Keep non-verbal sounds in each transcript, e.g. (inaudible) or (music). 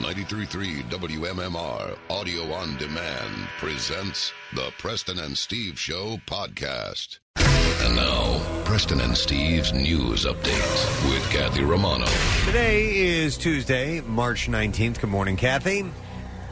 933 WMMR Audio on Demand presents the Preston and Steve Show podcast. And now, Preston and Steve's news update with Kathy Romano. Today is Tuesday, March 19th. Good morning, Kathy.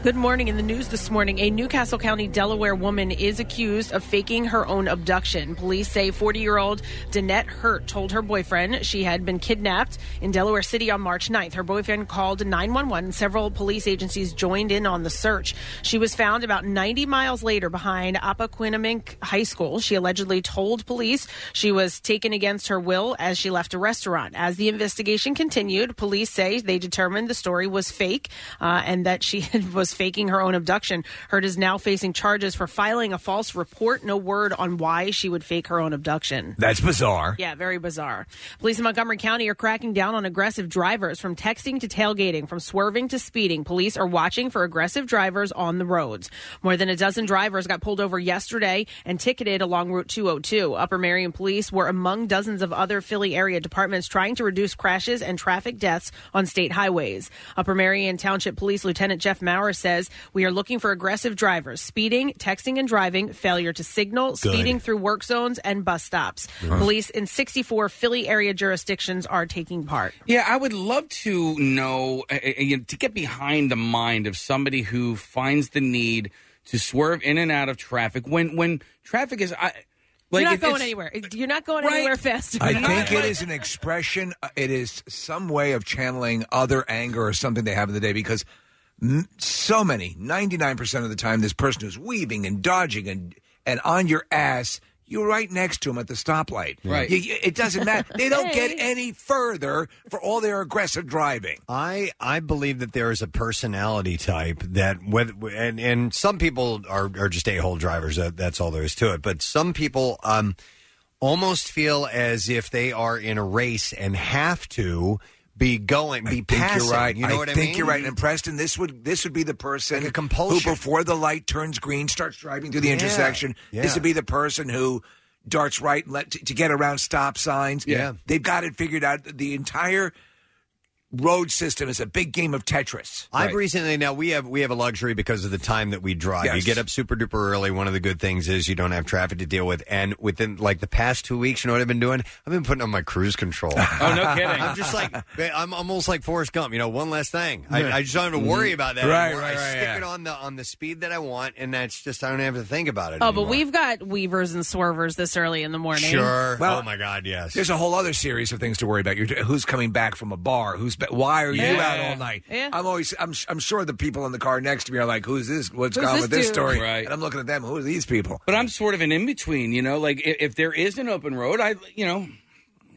Good morning. In the news this morning, a Newcastle County, Delaware woman is accused of faking her own abduction. Police say 40 year old Danette Hurt told her boyfriend she had been kidnapped in Delaware City on March 9th. Her boyfriend called 911. Several police agencies joined in on the search. She was found about 90 miles later behind Appaquinamink High School. She allegedly told police she was taken against her will as she left a restaurant. As the investigation continued, police say they determined the story was fake uh, and that she (laughs) had was faking her own abduction. Heard is now facing charges for filing a false report. No word on why she would fake her own abduction. That's bizarre. Yeah, very bizarre. Police in Montgomery County are cracking down on aggressive drivers from texting to tailgating, from swerving to speeding. Police are watching for aggressive drivers on the roads. More than a dozen drivers got pulled over yesterday and ticketed along Route 202. Upper Marion Police were among dozens of other Philly area departments trying to reduce crashes and traffic deaths on state highways. Upper Marion Township Police Lieutenant Jeff Maurer says we are looking for aggressive drivers, speeding, texting and driving, failure to signal, speeding through work zones and bus stops. Huh. Police in 64 Philly area jurisdictions are taking part. Yeah, I would love to know uh, uh, you know, to get behind the mind of somebody who finds the need to swerve in and out of traffic when when traffic is I, like You're not if going it's- anywhere. You're not going anywhere faster. I think it is an expression. uh, It is some way of channeling other anger or something they have in the day because m- so many, 99% of the time, this person who's weaving and dodging and, and on your ass, you're right next to them at the stoplight. Right. You- you- it doesn't matter. They don't get Hey. any further for all their aggressive driving. I I believe that there is a personality type that whether and and some people are are just a hole drivers. That, that's all there is to it. But some people um almost feel as if they are in a race and have to be going be I think passing. you're right. You know I what I mean? think you're right. And Preston, this would this would be the person who, before the light turns green, starts driving through the Yeah. intersection. Yeah. This would be the person who darts right and left to, to get around stop signs. Yeah. they've got it figured out. The entire road system is a big game of Tetris. I've recently now we have we have a luxury because of the time that we drive. You Yes. get up super duper early. One of the good things is you don't have traffic to deal with. And within like the past two weeks, you know what I've been doing? I've been putting on my cruise (laughs) control. Oh, no kidding. I'm just like I'm almost like Forrest Gump. You know, one less thing. I, I just don't have to worry about that. Mm-hmm. Right, anymore. right, I right, stick yeah. it on the on the speed that I want, and that's just I don't have to think about it. Oh, anymore. but we've got weavers and swervers this early in the morning. sure. oh my God, yes. There's a whole other series of things to worry about. You're, who's coming back from a bar? Who's ba- why are you Yeah. out all night? Yeah. I'm always I'm sh- I'm sure the people in the car next to me are like, who's this? What's Who's going on this with this dude? story? Right. And I'm looking at them. Who are these people? But I'm sort of an in between, you know. Like if, if there is an open road, I you know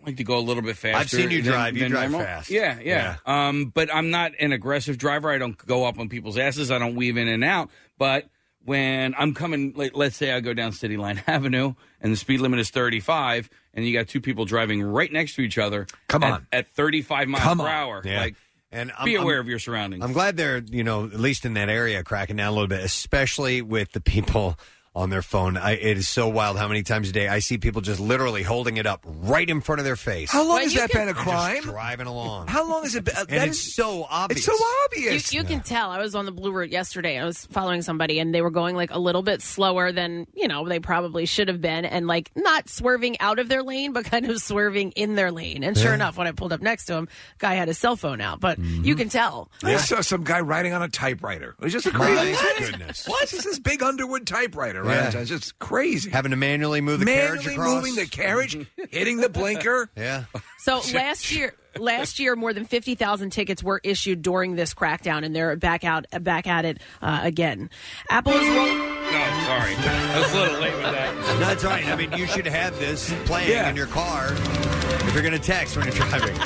like to go a little bit faster. I've seen you than- drive. You than drive normal. fast. Yeah, yeah, Um, but I'm not an aggressive driver. I don't go up on people's asses. I don't weave in and out. But when I'm coming, like, let's say I go down City Line (laughs) Avenue and the speed limit is 35, and you got two people driving right next to each other. Come at- on. at 35 miles Come per on. hour. Yeah. Like, and be I'm- aware I'm- of your surroundings. I'm glad they're, you know, at least in that area, cracking down a little bit, especially with the people on their phone. I, it is so wild how many times a day I see people just literally holding it up right in front of their face. How long has that been They're a crime? Just driving along. How long has it been? Uh, And that it's is- so obvious. It's so obvious. You, you can tell. I was on the Blue Route yesterday. I was following somebody, and they were going like a little bit slower than you know they probably should have been, and like not swerving out of their lane, but kind of swerving in their lane. And sure Yeah. enough, when I pulled up next to him, guy had his cell phone out, but you can tell. I saw some guy writing on a typewriter. It was just a My crazy. goodness. What is this big Underwood typewriter? Yeah. Right, it's just crazy. Having to manually move the carriage Manually across. moving the carriage, (laughs) hitting the blinker. Yeah. So last year, last year, more than fifty thousand tickets were issued during this crackdown, and they're back out, back at it uh, again. Apple is roll- No, sorry. I was a little late with that. That's right. I mean, you should have this playing Yeah. in your car if you're going to text when you're driving.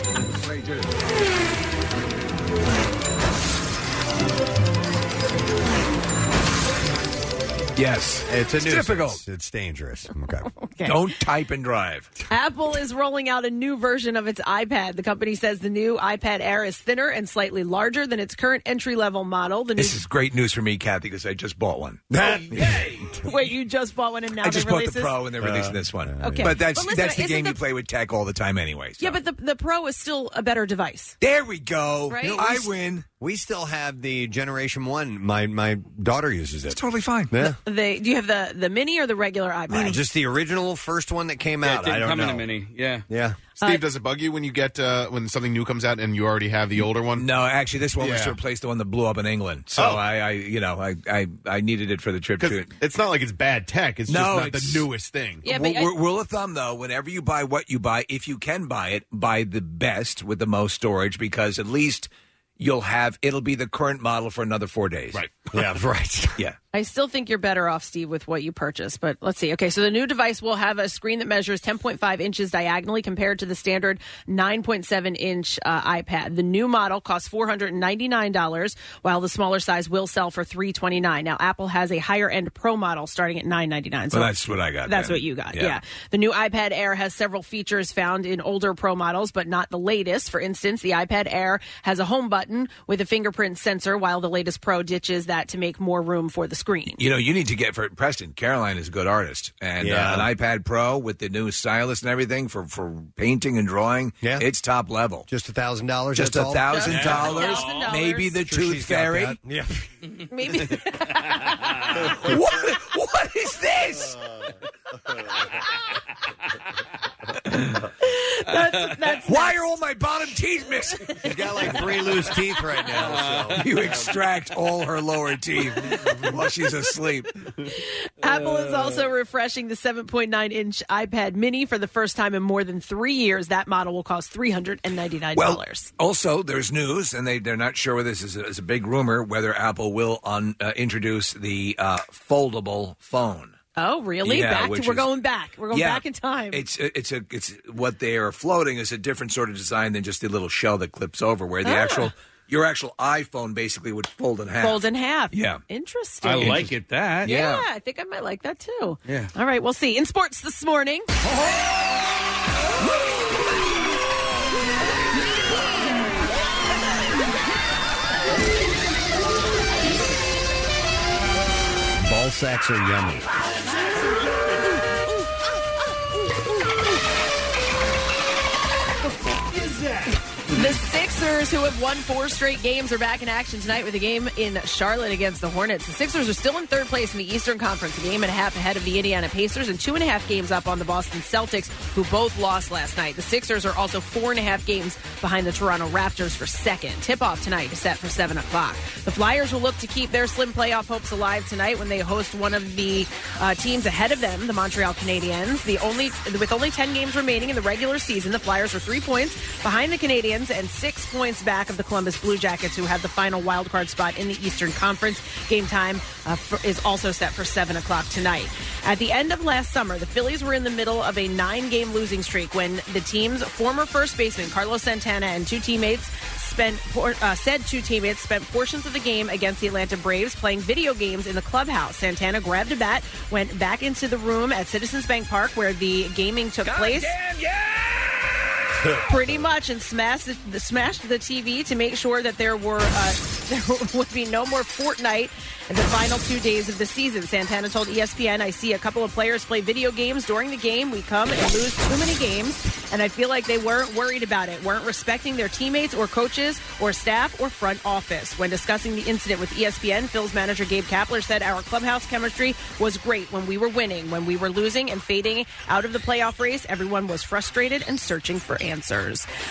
Yes, it's a It's nuisance. difficult. It's dangerous. (laughs) Okay. Don't type and drive. Apple is rolling out a new version of its iPad. The company says the new iPad Air is thinner and slightly larger than its current entry level model. The new This is great news for me, Kathy, because I just bought one. (laughs) wait, you just bought one and now I just they bought release the this? Pro, and they're releasing this one. Okay. but that's But listen, that's the isn't game the- you play with tech all the time, anyway. Yeah, but the the Pro is still a better device. There we go. Right? I win. We still have the Generation One. My my daughter uses it. It's totally fine. Yeah. They do you have the the mini or the regular iPad? Just the original first one that came Yeah, it out. didn't I don't come know. in a Uh, mini. Yeah. Yeah. Steve, does it bug you when you get uh, when something new comes out and you already have the older one? No, actually, this one was to replace the one that blew up in England. So Oh. I, I, you know, I, I, I needed it for the trip to. It's not like it's bad tech. It's no, just not it's- the newest thing. Yeah, rule of thumb though: whenever you buy what you buy, if you can buy it, buy the best with the most storage because at least you'll have it'll be the current model for another four days. Right. Yeah. (laughs) Right. yeah. I still think you're better off, Steve, with what you purchase. But let's see. Okay, so the new device will have a screen that measures 10.5 inches diagonally compared to the standard 9.7 inch uh, iPad. The new model costs $499, while the smaller size will sell for $329. Now, Apple has a higher end Pro model starting at $999. So Well, that's what I got That's then. what you got. Yeah. Yeah. The new iPad Air has several features found in older Pro models, but not the latest. For instance, the iPad Air has a home button with a fingerprint sensor, while the latest Pro ditches that to make more room for the screen. You know, you need to get for Preston. Caroline is a good artist, and Yeah. uh, an iPad Pro with the new stylus and everything for for painting and drawing. Yeah, it's top level. Just a thousand dollars. Just a that's all? thousand dollars. $1,000. Maybe the Sure tooth she's got fairy. that. Yeah. (laughs) Maybe. (laughs) what? What (laughs) is this? Why are all my bottom teeth missing? She's got like three loose teeth right now. So. (laughs) You extract all her lower teeth while she's asleep. (laughs) Apple is also refreshing the 7.9 inch iPad mini for the first time in more than three years. That model will cost $399. Well, also there's news, and they they're not sure whether this is a, is a big rumor whether Apple will un, uh, introduce the uh, foldable phone. oh, really? Yeah, back to, which we're is- going back. We're going Yeah. back in time. It's uh, it's a it's what they are floating is a different sort of design than just the little shell that clips over, where the Ah. actual your actual iPhone basically would fold in half. Fold in half. Yeah. Interesting. I like it that. Yeah. Yeah. I think I might like that too. Yeah. Oh, All right, we'll see. In sports this morning. Ball sacks are yummy. The Sixers, who have won four straight games, are back in action tonight with a game in Charlotte against the Hornets. The Sixers are still in third place in the Eastern Conference, a game and a half ahead of the Indiana Pacers, and two and a half games up on the Boston Celtics, who both lost last night. The Sixers are also four and a half games behind the Toronto Raptors for second. Tip off tonight is set for 7 o'clock. The Flyers will look to keep their slim playoff hopes alive tonight when they host one of the uh, teams ahead of them, the Montreal Canadiens. The only with only 10 games remaining in the regular season, the Flyers are 3 points behind the Canadiens and 6 points back of the Columbus Blue Jackets who have the final wild card spot in the Eastern Conference. Game time uh, for, is also set for 7 o'clock tonight. At the end of last summer, the Phillies were in the middle of a 9-game losing streak when the team's former first baseman Carlos Santana and two teammates spent por- uh, said two teammates spent portions of the game against the Atlanta Braves playing video games in the clubhouse. Santana grabbed a bat, went back into the room at Citizens Bank Park where the gaming took place. Pretty much, and smashed the, smashed the TV to make sure that there were uh, (laughs) there would be no more Fortnite in the final two days of the season. Santana told E ESPN, "I see a couple of players play video games during the game. We come and lose too many games, and I feel like they weren't worried about it, weren't respecting their teammates or coaches or staff or front office." When discussing the incident with E ESPN, Phil's manager Gabe Kapler said, "Our clubhouse chemistry was great when we were winning. When we were losing and fading out of the playoff race, everyone was frustrated and searching for answers."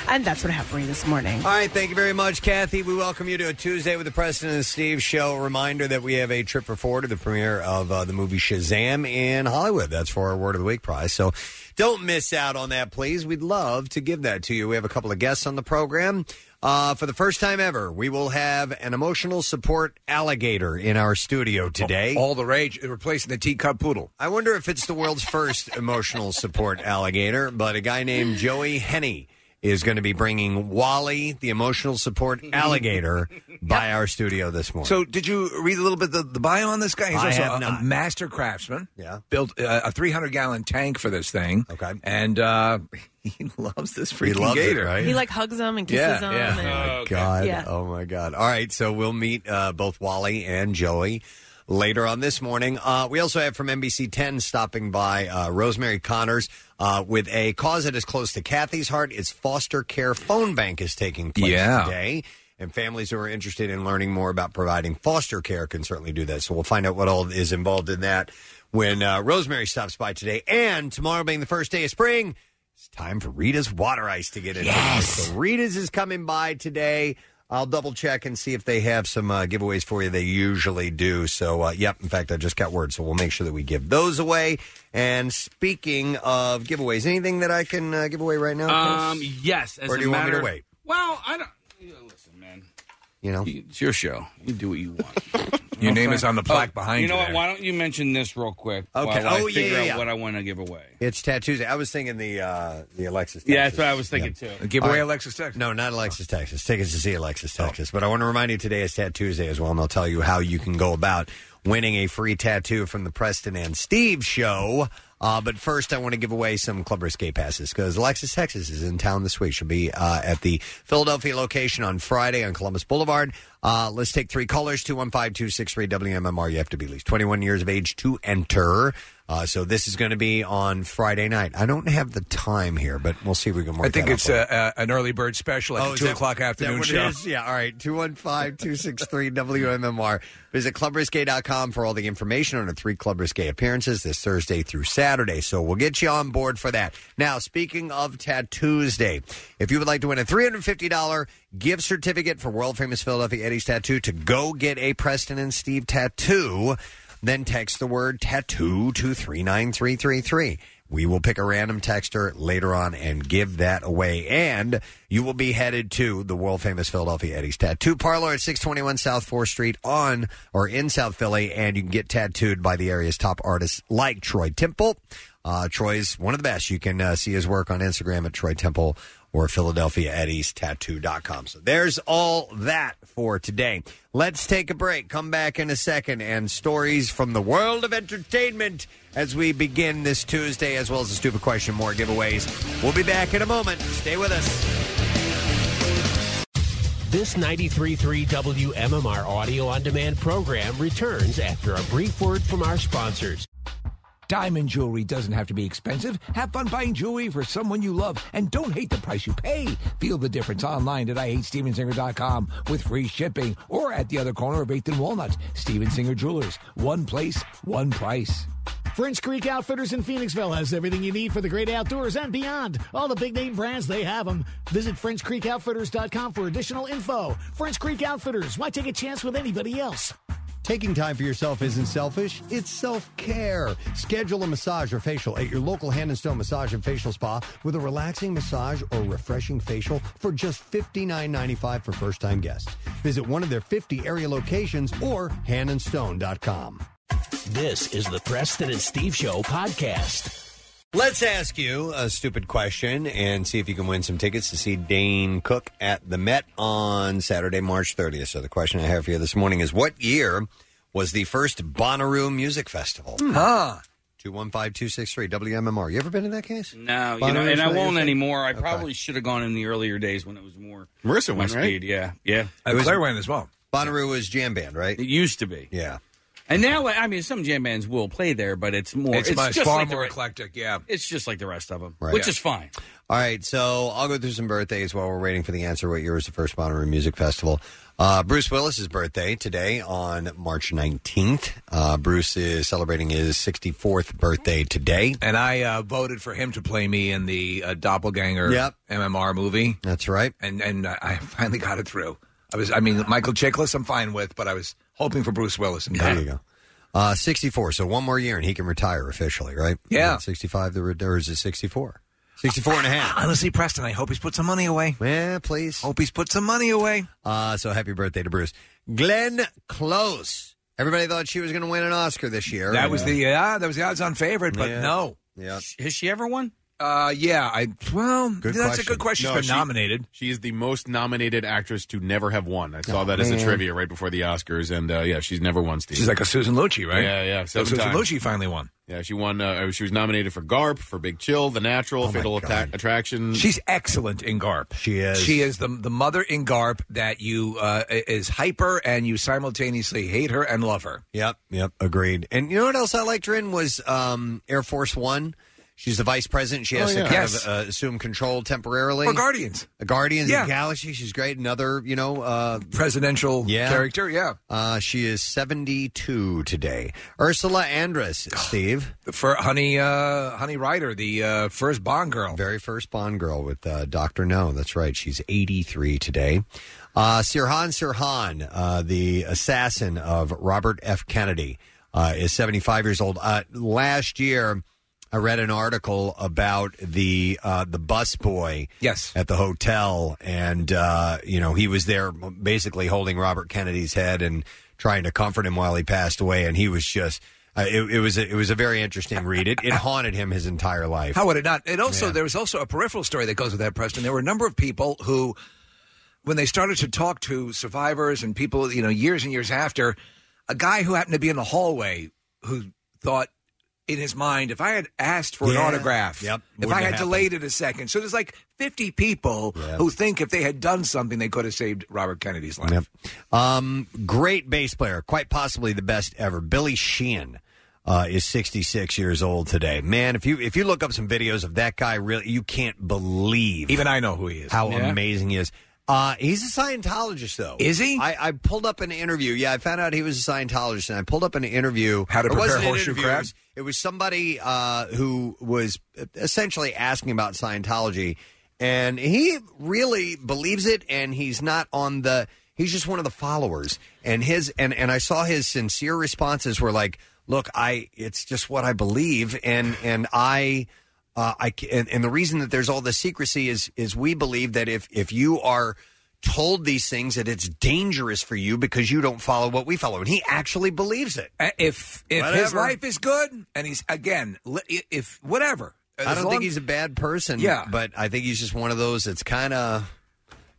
And that's what happened for you this morning. All right, thank you very much, Kathy. We welcome you to a Tuesday with the President and Steve show. Reminder that we have a trip for four to the premiere of uh, the movie Shazam in Hollywood. That's for our Word of the Week prize. So don't miss out on that, please. We'd love to give that to you. We have a couple of guests on the program. Uh, for the first time ever, we will have an emotional support alligator in our studio today. All the rage, replacing the teacup poodle. I wonder if it's the world's first (laughs) emotional support alligator, but a guy named Joey Henney is going to be bringing Wally, the emotional (laughs) support alligator, by our studio this morning. So, did you read a little bit the, the bio on this guy? He's I also have a, not. a master craftsman. Yeah. built uh, a 300 gallon tank for this thing. Okay, and uh, (laughs) he loves this freaking loves it, gator, right? He like hugs them and kisses them. and- Oh, my God. Yeah. Oh, my God. All right. So we'll meet uh, both Wally and Joey later on this morning. Uh, we also have from NBC 10 stopping by uh, Rosemary Connors uh, with a cause that is close to Kathy's heart. It's foster care phone bank is taking place Yeah. today. And families who are interested in learning more about providing foster care can certainly do that. So we'll find out what all is involved in that when uh, Rosemary stops by today. And tomorrow being the first day of spring, it's time for Rita's Water Ice to get in. Yes. So Rita's is coming by today. I'll double check and see if they have some uh, giveaways for you. They usually do. So, uh, yep. In fact, I just got word. So we'll make sure that we give those away. And speaking of giveaways, anything that I can uh, give away right now? Um, Chris? yes. As or a do you want me to matter- wait? Well, I don't. yeah, Listen, man. You know, it's your show. You do what you want. (laughs) Your name is on the plaque Oh, behind You know what? there. Why don't you mention this real quick? Okay. While I Oh, yeah, figure yeah, out yeah. what I want to give away. It's tattoos. I was thinking the uh, the Alexis. Texas. Yeah, that's what I was thinking, too. Give away Alexis Texas. Oh. No, not Alexis Texas. Tickets to see Alexis Texas. But I want to remind you today is Tattoo Tuesday as well, and I'll tell you how you can go about winning a free tattoo from the Preston and Steve show. Uh, but first, I want to give away some Club Risque passes because Alexis Texas is in town this week. She'll be uh, at the Philadelphia location on Friday on Columbus Boulevard. Uh, let's take three callers 215 263 WMMR. You have to be at least 21 years of age to enter. Uh, so this is going to be on Friday night. I don't have the time here, but we'll see if we can work I think that out it's uh, for you. a, a, an early bird special at Oh, the is 2 that- o'clock is that afternoon what it show. is? Yeah, all right. 215 263 WMMR. Visit clubrisque.com for all the information on the three Club Risque appearances this Thursday through Saturday. So we'll get you on board for that. Now, speaking of Tattoos Day, if you would like to win a $350 gift certificate for world famous Philadelphia Eddie's Tattoo to go get a Preston and Steve tattoo, then text the word tattoo to 39333. We will pick a random texter later on and give that away. And you will be headed to the world famous Philadelphia Eddie's Tattoo Parlor at 621 South 4th Street on or in South Philly. And you can get tattooed by the area's top artists like Troy Temple. Uh, Troy's one of the best. You can uh, see his work on Instagram at Troy Temple or Philadelphia at easttattoo.com. So there's all that for today. Let's take a break. Come back in a second and stories from the world of entertainment as we begin this Tuesday, as well as a stupid question, more giveaways. We'll be back in a moment. Stay with us. This 93.3 WMMR audio on demand program returns after a brief word from our sponsors. Diamond jewelry doesn't have to be expensive. Have fun buying jewelry for someone you love and don't hate the price you pay. Feel the difference online at IHateStevensinger.com with free shipping or at the other corner of 8th and Walnut. Steven Singer Jewelers. One place, one price. French Creek Outfitters in Phoenixville has everything you need for the great outdoors and beyond. All the big name brands, they have them. Visit FrenchCreekOutfitters.com for additional info. French Creek Outfitters, why take a chance with anybody else? Taking time for yourself isn't selfish, it's self care. Schedule a massage or facial at your local hand and stone massage and facial spa with a relaxing massage or refreshing facial for just $59.95 for first time guests. Visit one of their 50 area locations or handandstone.com. This is the Preston and Steve Show podcast. Let's ask you a stupid question and see if you can win some tickets to see Dane Cook at the Met on Saturday, March 30th. So the question I have for you this morning is what year was the first Bonnaroo Music Festival? Hmm. Huh. 215263 WMMR. You ever been in that case? No, you Bonnaroo know, and I Festival, won't you're saying? anymore. I Okay. probably should have gone in the earlier days when it was more. Marissa went, my right? speed, Yeah, yeah. Uh, It was- Claire went as well. Bonnaroo was jam band, right? It used to be. Yeah. And now, I mean, some jam bands will play there, but it's more. It's much- far more eclectic. Yeah, it's just like the rest of them, which Yeah. is fine. All right, so I'll go through some birthdays while we're waiting for the answer. What year was the first Bonnaroo Music Festival? Uh, Bruce Willis's birthday today on March 19th. Uh, Bruce is celebrating his 64th birthday today. And I uh, voted for him to play me in the uh, doppelganger Yep. MMR movie. That's right. And and I I finally got it through. I was I mean Michael Chiklis I'm fine with, but I was hoping for Bruce Willis. And There you go. Uh, 64, so one more year and he can retire officially, right? Yeah. 65, the re- or is it 64? 64 and a half. (laughs) Honestly, Preston, I hope he's put some money away. Yeah, please. Hope he's put some money away. Uh, so happy birthday to Bruce. Glenn Close. Everybody thought she was going to win an Oscar this year. That was the yeah, that was the odds-on favorite, but Yeah. no. Yeah. Has she ever won? Uh, yeah. I well, that's a good No, question. She's been she- nominated. She is the most nominated actress to never have won. I saw Oh, that as man. a trivia right before the Oscars, and uh, yeah, she's never won. Steve. She's like a Susan Lucci, right? Yeah, yeah. So seven Susan times. Lucci finally won. Yeah, she won. Uh, she was nominated for Garp, for Big Chill, The Natural, Fatal Atta- Attraction. Oh She's excellent in Garp. She is. She is the the mother in Garp that you uh, is hyper and you simultaneously hate her and love her. Yep, yep, agreed. And you know what else I liked her in was um, Air Force One. She's the vice president. She has Oh, to yeah. kind Yes. of uh, assume control temporarily. Or Guardians. The Guardians Yeah. of the Galaxy. She's great. Another, you know, uh, presidential character, yeah. Uh, she is 72 today. Ursula Andress, Steve. The fir- honey, uh, honey Ryder, the uh, first Bond girl. Very first Bond girl with uh, Dr. No. That's right. She's 83 today. Uh, Sirhan Sirhan, uh, the assassin of Robert F. Kennedy, uh, is 75 years old. Uh, last year, I read an article about the uh, the busboy yes. at the hotel, and uh, you know he was there basically holding Robert Kennedy's head and trying to comfort him while he passed away, and he was just uh, it, it was a, it was a very interesting read. It, it haunted him his entire life. How would it not? It also there was also a peripheral story that goes with that, Preston. There were a number of people who, when they started to talk to survivors and people, you know, years and years after, a guy who happened to be in the hallway who thought in his mind, if I had asked for an Yeah. autograph, Yep. if Wouldn't I have had happened. delayed it a second, so there's like 50 people who think if they had done something, they could have saved Robert Kennedy's life. Um, great bass player, quite possibly the best ever. Billy Sheehan uh, is 66 years old today. Man, if you if you look up some videos of that guy, really, you can't believe. Even I know who he is. How Yeah. amazing he is. Uh, he's a Scientologist, though. Is he? I, I pulled up an interview. Yeah, I found out he was a Scientologist, and I pulled up an interview. How to It wasn't prepare an horseshoe interview, crab? It was, it was somebody uh, who was essentially asking about Scientology, and he really believes it, and he's not on the. He's just one of the followers, and his and and I saw his sincere responses were like, "Look, I it's just what I believe, and and I." Uh, I ca- and, and the reason that there's all this secrecy is is we believe that if if you are told these things that it's dangerous for you because you don't follow what we follow and he actually believes it Uh, If if his Whatever. life is good and he's again, li- if whatever. I as don't long- think he's a bad person. Yeah. but I think he's just one of those that's kind of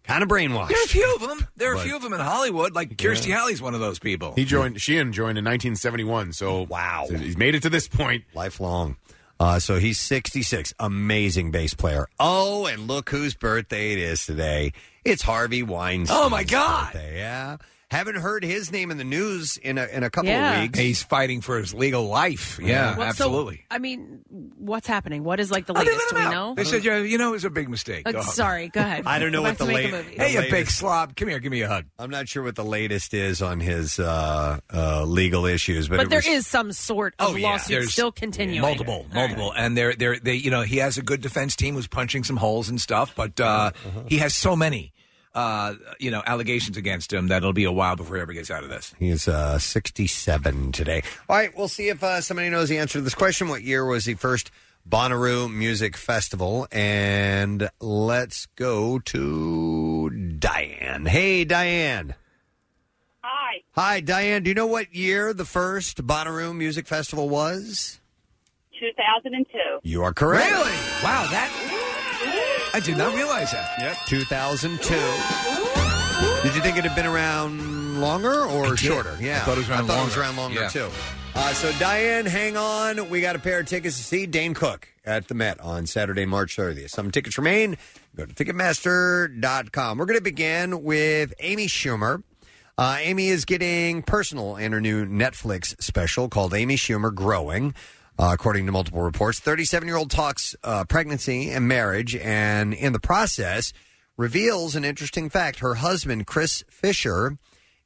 kind of brainwashed. There are a few of them. There are But- a few of them in Hollywood. Like Kirstie Alley's one of those people. (laughs) He joined. Sheehan joined in 1971. So wow, he's made it to this point. Lifelong. Uh, so he's 66. Amazing bass player. Oh, and look whose birthday it is today. It's Harvey Weinstein. Oh, my God. Yeah, haven't heard his name in the news in a in a couple Yeah. of weeks. He's fighting for his legal life. Yeah, Well, so, absolutely. I mean, what's happening? What is like the latest? Do we know? They said, yeah, you know, it was a big mistake. Uh, Go on. sorry, go ahead. I don't know Go what back the to make a late- movie. the Hey, you big latest- slob! Come here, give me a hug. I'm not sure what the latest is on his uh, uh, legal issues, but, But, it there is was, some sort of Oh, yeah. lawsuit There's still continuing. Multiple, multiple, and they're they're they. You know, he has a good defense team who's punching some holes and stuff, but uh, he has so many, uh, you know, allegations against him that it'll be a while before he ever gets out of this. He is uh, 67 today. All right, we'll see if uh, somebody knows the answer to this question. What year was the first Bonnaroo Music Festival? And let's go to Diane. Hey, Diane. Hi. Hi, Diane. Do you know what year the first Bonnaroo Music Festival was? 2002. You are correct. Really? Wow, that I did not realize that. Yep. 2002. Did you think it had been around longer or shorter? Yeah. I thought it was around I thought it was longer. around longer, Yeah. too. Uh, so, Diane, hang on. We got a pair of tickets to see Dane Cook at the Met on Saturday, March 30th. Some tickets remain. Go to Ticketmaster.com. We're going to begin with Amy Schumer. Uh, Amy is getting personal in her new Netflix special called Amy Schumer Growing. Uh, according to multiple reports, 37 year old talks uh, pregnancy and marriage, and in the process, reveals an interesting fact. Her husband, Chris Fisher,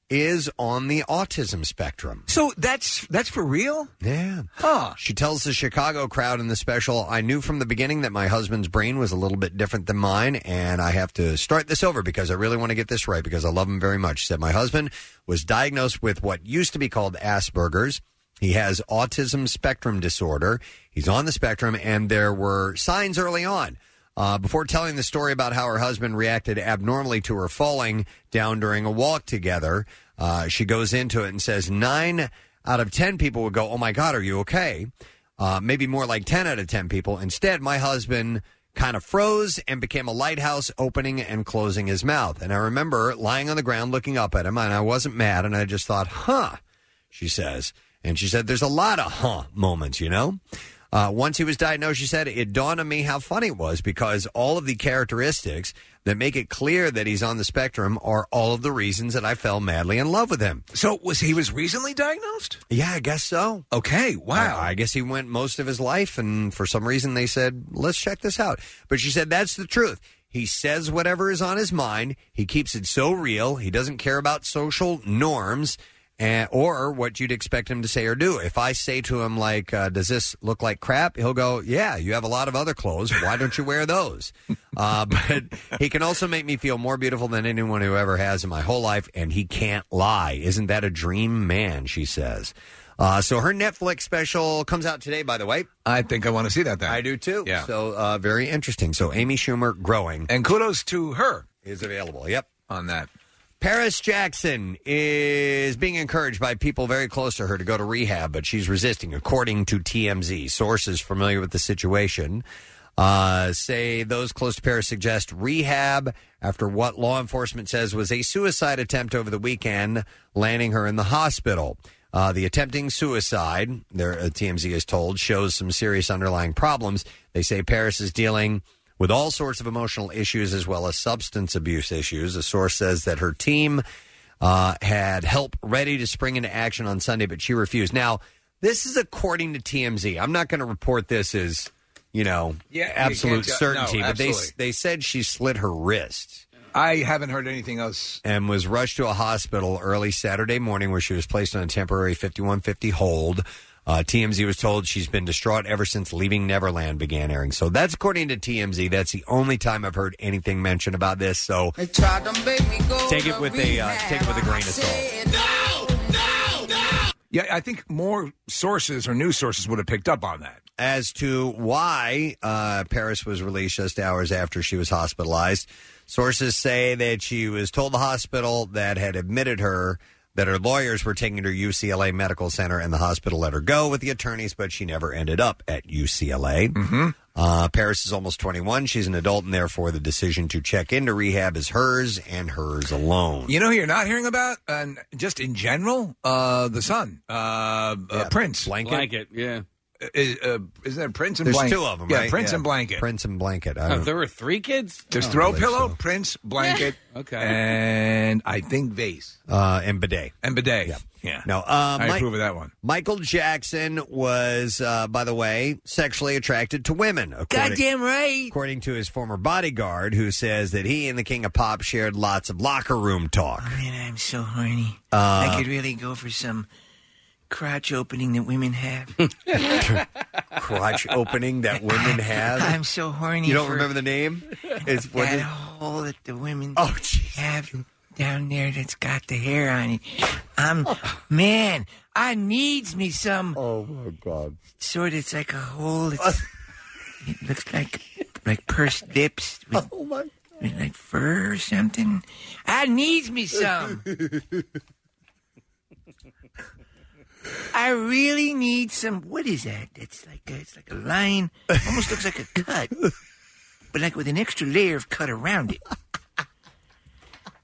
is on the autism spectrum. So that's that's for real? Yeah. Huh. She tells the Chicago crowd in the special, I knew from the beginning that my husband's brain was a little bit different than mine, and I have to start this over because I really want to get this right because I love him very much. She said, My husband was diagnosed with what used to be called Asperger's. He has autism spectrum disorder. He's on the spectrum, and there were signs early on. Uh, before telling the story about how her husband reacted abnormally to her falling down during a walk together, uh, she goes into it and says nine out of ten people would go, "Oh my God, are you okay?" Uh, maybe more like ten out of ten people. Instead, my husband kind of froze and became a lighthouse, opening and closing his mouth. And I remember lying on the ground, looking up at him, and I wasn't mad, and I just thought, "Huh." She says, and she said, "There's a lot of huh moments, you know." Uh, once he was diagnosed, she said, it dawned on me how funny it was because all of the characteristics that make it clear that he's on the spectrum are all of the reasons that I fell madly in love with him. So was he was recently diagnosed? Yeah, I guess so. Okay, wow. I, I guess he went most of his life, and for some reason they said, let's check this out. But she said, that's the truth. He says whatever is on his mind. He keeps it so real. He doesn't care about social norms and, or what you'd expect him to say or do. If I say to him, like, uh, does this look like crap? He'll go, yeah, you have a lot of other clothes. Why don't you wear (laughs) those? Uh, but he can also make me feel more beautiful than anyone who ever has in my whole life, and he can't lie. Isn't that a dream man? She says. Uh, so her Netflix special comes out today, by the way. I think I want to see that. Then I do too. Yeah. So uh, very interesting. So Amy Schumer growing, and kudos to her is available. Yep. On that, Paris Jackson is being encouraged by people very close to her to go to rehab, but she's resisting, according to TMZ. Sources familiar with the situation uh, say those close to Paris suggest rehab after what law enforcement says was a suicide attempt over the weekend, landing her in the hospital. Uh, the attempting suicide, their uh, TMZ is told, shows some serious underlying problems. They say Paris is dealing with all sorts of emotional issues as well as substance abuse issues. A source says that her team uh, had help ready to spring into action on Sunday, but she refused. Now, this is according to TMZ. I'm not going to report this as you know Yeah, you absolute can't ju- no, certainty, but they absolutely. they said she slit her wrist I haven't heard anything else. and was rushed to a hospital early Saturday morning where she was placed on a temporary 5150 hold. Uh, TMZ was told she's been distraught ever since Leaving Neverland began airing. So that's according to TMZ. That's the only time I've heard anything mentioned about this. So Take it with a uh, take it with a grain of salt. Yeah, I think more sources or news sources would have picked up on that. as to why uh, Paris was released just hours after she was hospitalized. Sources say that she was told the hospital that had admitted her that her lawyers were taking her to UCLA Medical Center, and the hospital let her go with the attorneys, but she never ended up at UCLA. Hmm? (laughs) Mm-hmm. Uh, Paris is almost 21. She's an adult, and therefore the decision to check into rehab is hers and hers alone. You know, who you're not hearing about, and just in general, uh, the son, uh, uh, Prince, blanket, Blanket, yeah. Is, uh, is that Prince and There's Blanket? two of them, Yeah, right? Prince and Blanket. Prince and Blanket. I Oh, don't- there were three kids. There's Oh. throw pillow, Prince, Blanket, (laughs) Okay. and I think vase uh, and bidet. and bidet. Yeah, No, uh, I Mike- approve of that one. Michael Jackson was, uh, by the way, sexually attracted to women. according- right. According to his former bodyguard, who says that he and the King of Pop shared lots of locker room (laughs) talk. Man, I'm so horny. Uh, I could really go for some crotch opening that women have. (laughs) crotch opening (laughs) that women have. I'm so horny. You don't for remember the name? It's what that is- hole that the women Oh, have down there that's got the hair on it. I'm man. I needs me some. Oh my god! Sort of, it's like a hole. It's, it looks like like (laughs) pursed lips with, oh my. with like fur or something. I needs me some. I really need some. What is that? That's like a, it's like a line. Almost looks like a cut, (laughs) but like with an extra layer of cut around it.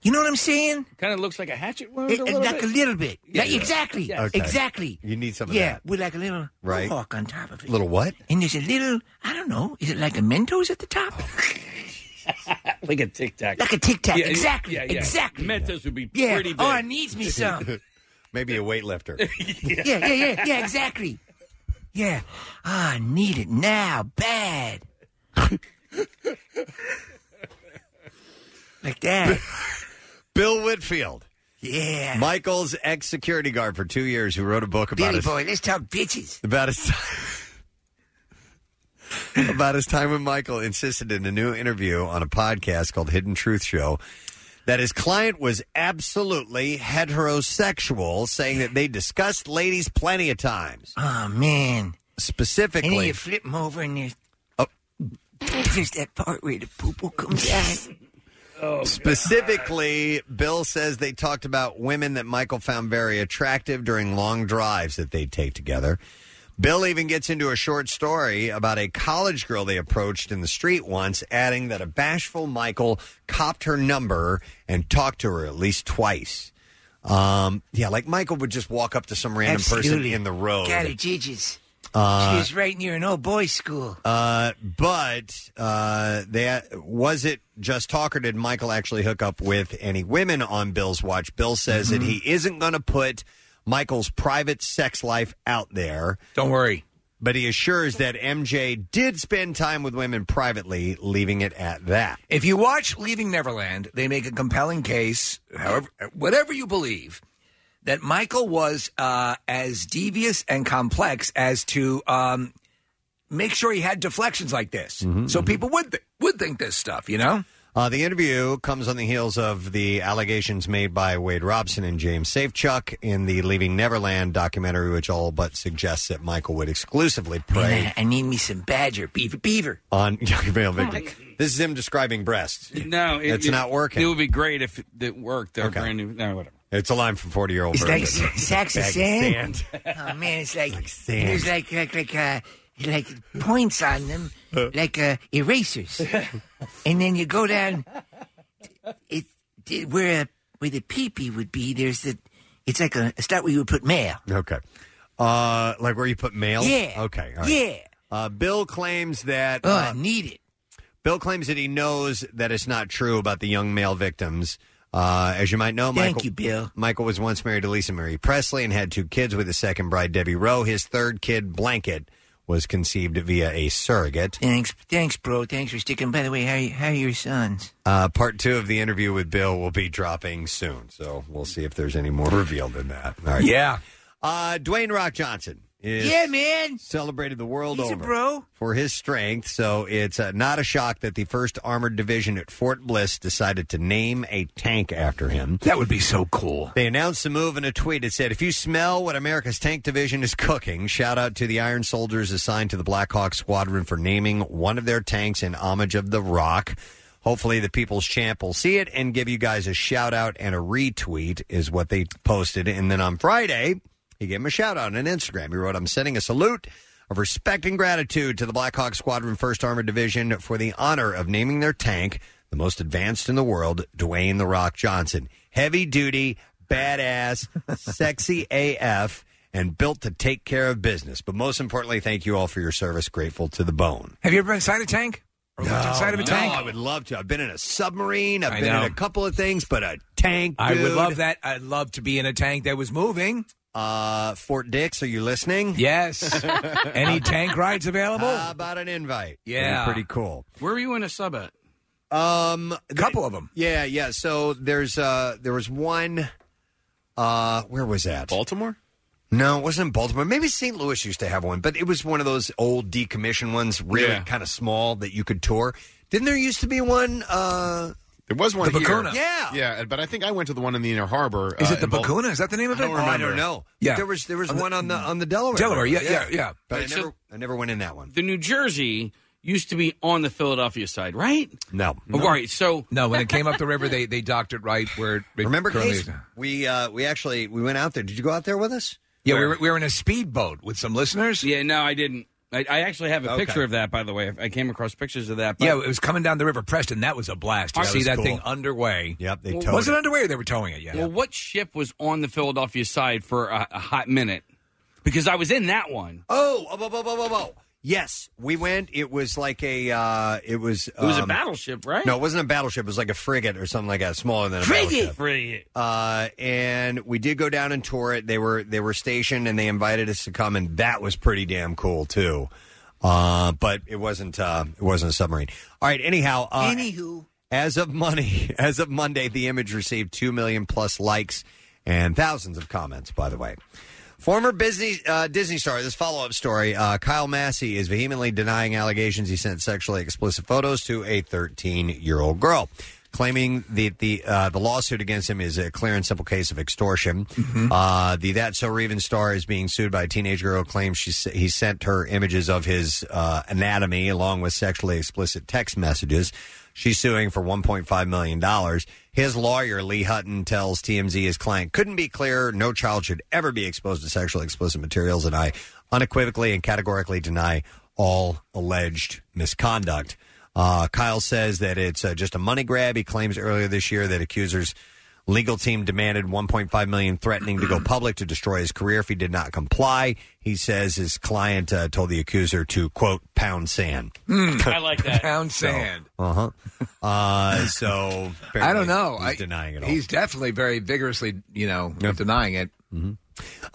You know what I'm saying? Kind of looks like a hatchet wound. It- a little like bit. a little bit. Yeah. Like- exactly. Yeah. Okay. Exactly. You need some of Yeah, with like a little Right. mohawk on top of that. it. Little what? And there's a little, I don't know, is it like a Mentos at the (laughs) top? (laughs) like a tic tac. Like a Tic Tac. exactly. Yeah, yeah. (laughs) Exactly. Mentos would be Yeah. pretty big. Oh, I needs me (laughs) some. Maybe a (laughs) weightlifter. yeah, yeah, yeah, yeah, exactly. Yeah. Ah, I need it now. (laughs) Bad. like that. Bill Whitfield, Yeah. Michael's ex security guard for two years, who wrote a book about Billy his boy, let's talk bitches. about his (laughs) about his time when Michael insisted in a new interview on a podcast called Hidden Truth Show that his client was absolutely heterosexual, saying that they discussed ladies plenty of times. Oh, man. And then Specifically, you flip them over and there's, there's that part where the poo poo comes out. specifically, Bill says they talked about women that Michael found very attractive during long drives that they'd take together. Bill even gets into a short story about a college girl they approached in the street once, adding that a bashful Michael copped her number and talked to her at least twice. Um, yeah, like Michael would just walk up to some random person Absolutely. in the road Got it, jidges. Uh, She's right near an old (laughs) boys' school. Uh, but uh, that was it. Just talk or did Michael actually hook up with any women on Bill's watch? Bill says Mm-hmm. that he isn't going to put Michael's private sex life out there. Don't worry. But he assures that MJ did spend time with women privately, leaving it at that. If you watch Leaving Neverland, they make a compelling case, however, whatever you believe, that Michael was uh, as devious and complex as to um, make sure he had deflections like this, Mm-hmm. so people would th- would think this stuff, you know. Uh, the interview comes on the heels of the allegations made by Wade Robson and James Safechuck in the Leaving Neverland documentary, which all but suggests that Michael would exclusively prey I need me some badger, beaver, beaver. on (laughs) young male victims. This is him describing breasts. No, it, it's it- not working. It would be great if it worked. They're brand new. No, whatever. It's a line from forty year old. It's like sacks of sand. Oh man, it's like, sand. there's like like like uh, like points on them, like uh, erasers, and then you go down. It, it where a, where the peepee would be. There's the it's like a, a spot where you would put mail. Okay, uh, like where you put mail. Yeah. Okay. all right. Yeah. Uh, Bill claims that. um, Oh, I need it. Bill claims that he knows that it's not true about the young male victims. Uh, as you might know, Thank Michael, you, Bill. Michael was once married to Lisa Marie Presley and had two kids with his second bride, Debbie Rowe. His third kid, Blanket, was conceived via a surrogate. Thanks, thanks, bro. Thanks for sticking. By the way, how are you, how are your (laughs) sons? Uh, part two of the interview with Bill will be dropping soon, so we'll see if there's any more revealed in that. All right. Yeah. Uh, Dwayne Rock Johnson is yeah, man. Celebrated the world He's over. a bro. for his strength, so it's uh, not a shock that the 1st Armored Division at Fort Bliss decided to name a tank after him. That would be so cool. They announced the move in a tweet. It said, If you smell what America's Tank Division is cooking, shout out to the Iron Soldiers assigned to the Black Hawk Squadron for naming one of their tanks in homage of The Rock. Hopefully, the People's Champ will see it and give you guys a shout out and a retweet, is what they posted. And then on Friday, he gave him a shout out on Instagram. He wrote, I'm sending a salute of respect and gratitude to the Black Hawk Squadron 1st Armored Division for the honor of naming their tank the most advanced in the world, Dwayne The Rock Johnson. Heavy duty, badass, sexy AF, and built to take care of business. But most importantly, thank you all for your service. Grateful to the bone. Have you ever been inside a tank? Or looked inside of a no, tank? I would love to. I've been in a submarine. I've I been know. in a couple of things, but a tank. I would dude. love that. I'd love to be in a tank that was moving. Uh, Fort Dix, are you listening? (laughs) Uh, Yes. Any tank rides available? How about an invite? Yeah. Pretty, pretty cool. Where were you in a sub at? Um, a couple of them. Yeah, yeah. So there's uh there was one. Uh, where was that? Baltimore. No, it wasn't in Baltimore. Maybe St. Louis used to have one, but it was one of those old decommissioned ones, really Yeah. kind of small that you could tour. Didn't there used to be one? Uh, There was one The here. Bacuna. Yeah. yeah. But I think I went to the one in the Inner Harbor. Is uh, it the in Bal- Bacuna? Is that the name of it? I don't Oh, I remember. don't know. yeah. There was there was one on the on the Delaware. Mm. Delaware, River. yeah, yeah, yeah. But I Right, so- never I never went in that one. The New Jersey used to be on the Philadelphia side, right? No. Oh, All right, so No, when it came up the river, they they docked it right where. Remember, currently Case, is. we uh, we actually we went out there. Did you go out there with us? Yeah, we were, we were in a speedboat with some listeners. Yeah, no, I didn't. I, I actually have a Okay. picture of that, by the way. I came across pictures of that. But Yeah, it was (laughs) coming down the river Preston. That was a blast. To That see was that cool. thing underway. Yep, they Well, towed Was it. it underway or they were towing it? Yeah. Well, what ship was on the Philadelphia side for a, a hot minute? Because I was in that one. Oh, oh, oh, oh, oh, oh, oh. Yes, we went. It was like a. Uh, it was. It was a um, battleship, right? No, it wasn't a battleship. It was like a frigate or something like that, smaller than a battleship. Frigate. Uh, and we did go down and tour it. They were they were stationed and they invited us to come, and that was pretty damn cool too. Uh, but it wasn't uh, it wasn't a submarine. All right. Anyhow, uh, Anywho, as of money, (laughs) as of Monday, the image received two million plus likes and thousands of comments. By the way, former Disney uh, Disney star. This follow up story: uh, Kyle Massey is vehemently denying allegations he sent sexually explicit photos to a 13 year old girl. Claiming that the uh, the lawsuit against him is a clear and simple case of extortion. Uh, the That So Raven star is being sued by a teenage girl who claims she s- he sent her images of his uh, anatomy along with sexually explicit text messages. She's suing for $1.5 million. His lawyer, Lee Hutton, tells TMZ his client couldn't be clearer. No child should ever be exposed to sexually explicit materials, and I unequivocally and categorically deny all alleged misconduct. Uh, Kyle says that it's uh, just a money grab. He claims earlier this year that accusers Legal team demanded 1.5 million, (clears throat) threatening to go public to destroy his career if he did not comply. He says his client uh, told the accuser to quote pound sand. (laughs) Hmm, I like that. Pound Hmm. sand. Uh-huh. Uh So (laughs) I don't know. He's I- denying it all. He's definitely very vigorously, you know, denying it.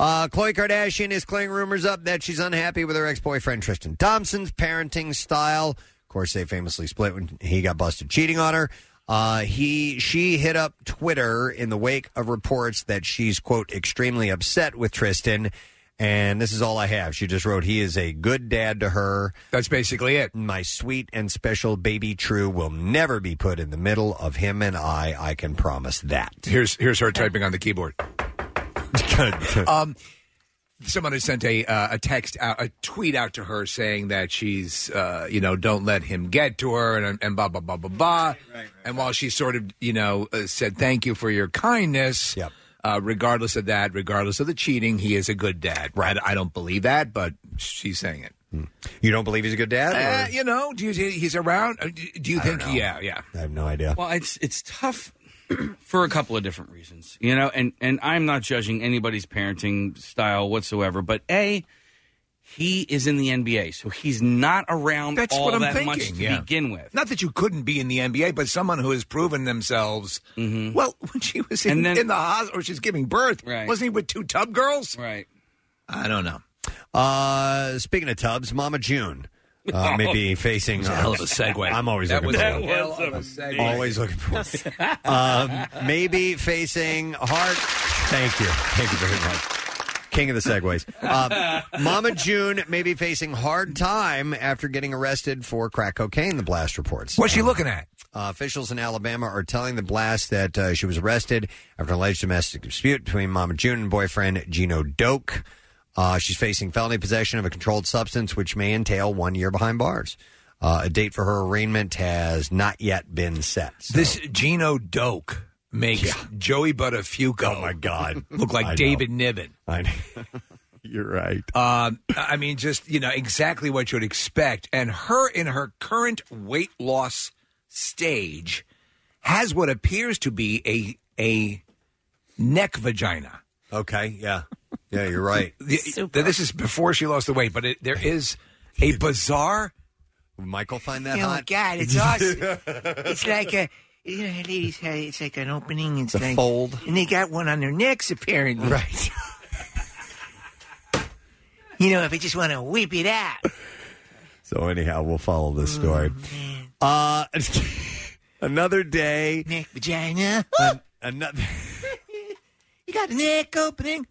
Uh, Khloe Kardashian is clearing rumors up that she's unhappy with her ex boyfriend Tristan Thompson's parenting style. Of course, they famously split when he got busted cheating on her. Uh, he she hit up Twitter in the wake of reports that she's quote extremely upset with Tristan. And this is all I have. She just wrote, "He is a good dad to her." That's basically it. My sweet and special baby, True, will never be put in the middle of him and I. I can promise that. (laughs) Here's here's her typing on the keyboard. Um, someone had sent a uh, a text out, a tweet out to her saying that she's, uh, you know, don't let him get to her, and and blah blah blah blah blah. And while she sort of, you know, uh, said thank you for your kindness. Uh, regardless of that, regardless of the cheating, he is a good dad. Right? I don't believe that, but she's saying it. Hmm. You don't believe he's a good dad? Uh, you know, do you, do you- he's around? Uh, Do do you think? Yeah, yeah. I have no idea. Well, it's it's tough for a couple of different reasons, you know. And and I'm not judging anybody's parenting style whatsoever, but a he is in the NBA, so he's not around That's all what I'm that thinking. much to yeah. begin with. Not that you couldn't be in the NBA, but someone who has proven themselves. Well, (laughs) when she was Mm-hmm. in, And then- in the hospital, or she's giving birth, Right. wasn't he with two tub girls? Right. I don't know. Uh, speaking of tubs, Mama June uh, (laughs) may be facing Oh, uh, That was a hell of a segue. I'm always That looking was for a one. hell of a segue. Always looking for one. (laughs) um, maybe facing heart. Thank you. Thank you very much. King of the segues. Uh, Mama June may be facing hard time after getting arrested for crack cocaine. The blast reports. What's she looking at? Uh, officials in Alabama are telling the blast that uh, she was arrested after an alleged domestic dispute between Mama June and boyfriend Gino Doak. Uh, she's facing felony possession of a controlled substance, which may entail one year behind bars. Uh, a date for her arraignment has not yet been set. This Gino Doak makes Joey Buttafuoco. Oh my God, (laughs) look like I know. David Niven. I (laughs) You're right. Um, I mean, just you know exactly what you would expect. And her in her current weight loss stage has what appears to be a a neck vagina. Okay, yeah, yeah, you're (laughs) right. this is before she lost the weight, but it, there is (laughs) a bizarre. Michael find oh my God, (laughs) it's awesome. it's like (laughs) a. You know, ladies, how it's like an opening. It's The like fold. and they got one on their necks apparently. Right. (laughs) you know, if I just want to whip it out. So anyhow, we'll follow this story. Uh, (laughs) another day. Neck vagina. another. (laughs) You got a neck opening.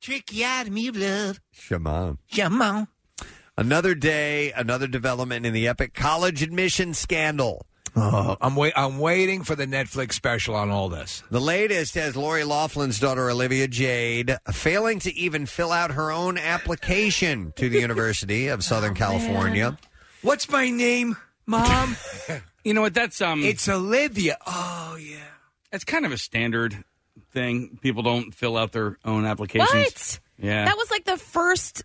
Tracheotomy of love. Shaman. Shaman. Another day, another development in the epic college admission scandal. Oh, I'm wait. I'm waiting for the Netflix special on all this. The latest has Lori Laughlin's daughter Olivia Jade failing to even fill out her own application to the University of Southern California. What's my name, Mom? (laughs) you know what? That's um. It's Olivia. Oh yeah. That's kind of a standard thing. People don't fill out their own applications. What? Yeah. That was like the first,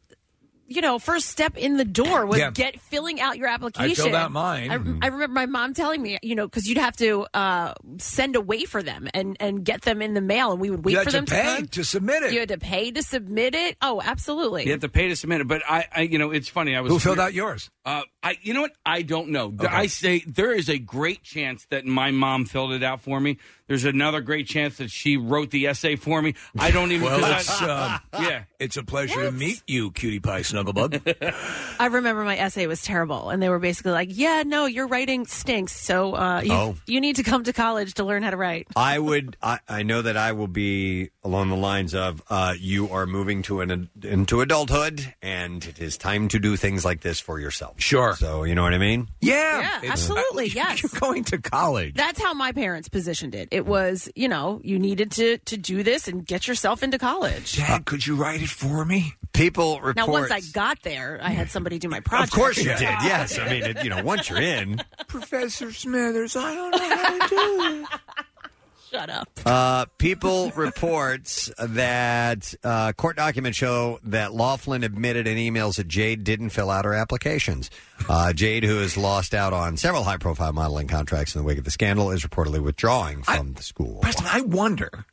you know, first step in the door was Yeah. get filling out your application. out mine. Mm-hmm. I, I remember my mom telling me, you know, because you'd have to uh, send away for them and and get them in the mail, and we would wait You had for to them pay come. to submit it. You had to pay to submit it. Oh, absolutely. You have to pay to submit it, but I, I you know, it's funny. I was Who filled out yours? Uh, I, you know what? I don't know. Th- I say there is a great chance that my mom filled it out for me. There's another great chance that she wrote the essay for me. I don't even. Well, 'cause I- it's, (laughs) um, yeah, it's a pleasure to meet you, cutie pie snugglebug. I remember my essay was terrible, and they were basically like, "Yeah, no, your writing stinks, so uh, you, Oh. you need to come to college to learn how to write." I would. I, I know that I will be along the lines of uh, you are moving to an into adulthood, and it is time to do things like this for yourself. Sure. So you know what I (laughs) mean? Yeah, (laughs) Yeah, absolutely, yes. You're going to college. That's how my parents positioned it. It was, you know, you needed to to do this and get yourself into college. (laughs) Dad, could you write it for me? People report. Now, once I got there, I had somebody do my project. Of course you did. Yes. I mean, (laughs) it, you know, once you're in, Professor Smithers, I don't know how to do it. (laughs) Shut up. Uh, people reports that uh, court documents show that Laughlin admitted in emails that Jade didn't fill out her applications. Uh, Jade, who has lost out on several high-profile modeling contracts in the wake of the scandal, is reportedly withdrawing from the school. Preston, I wonder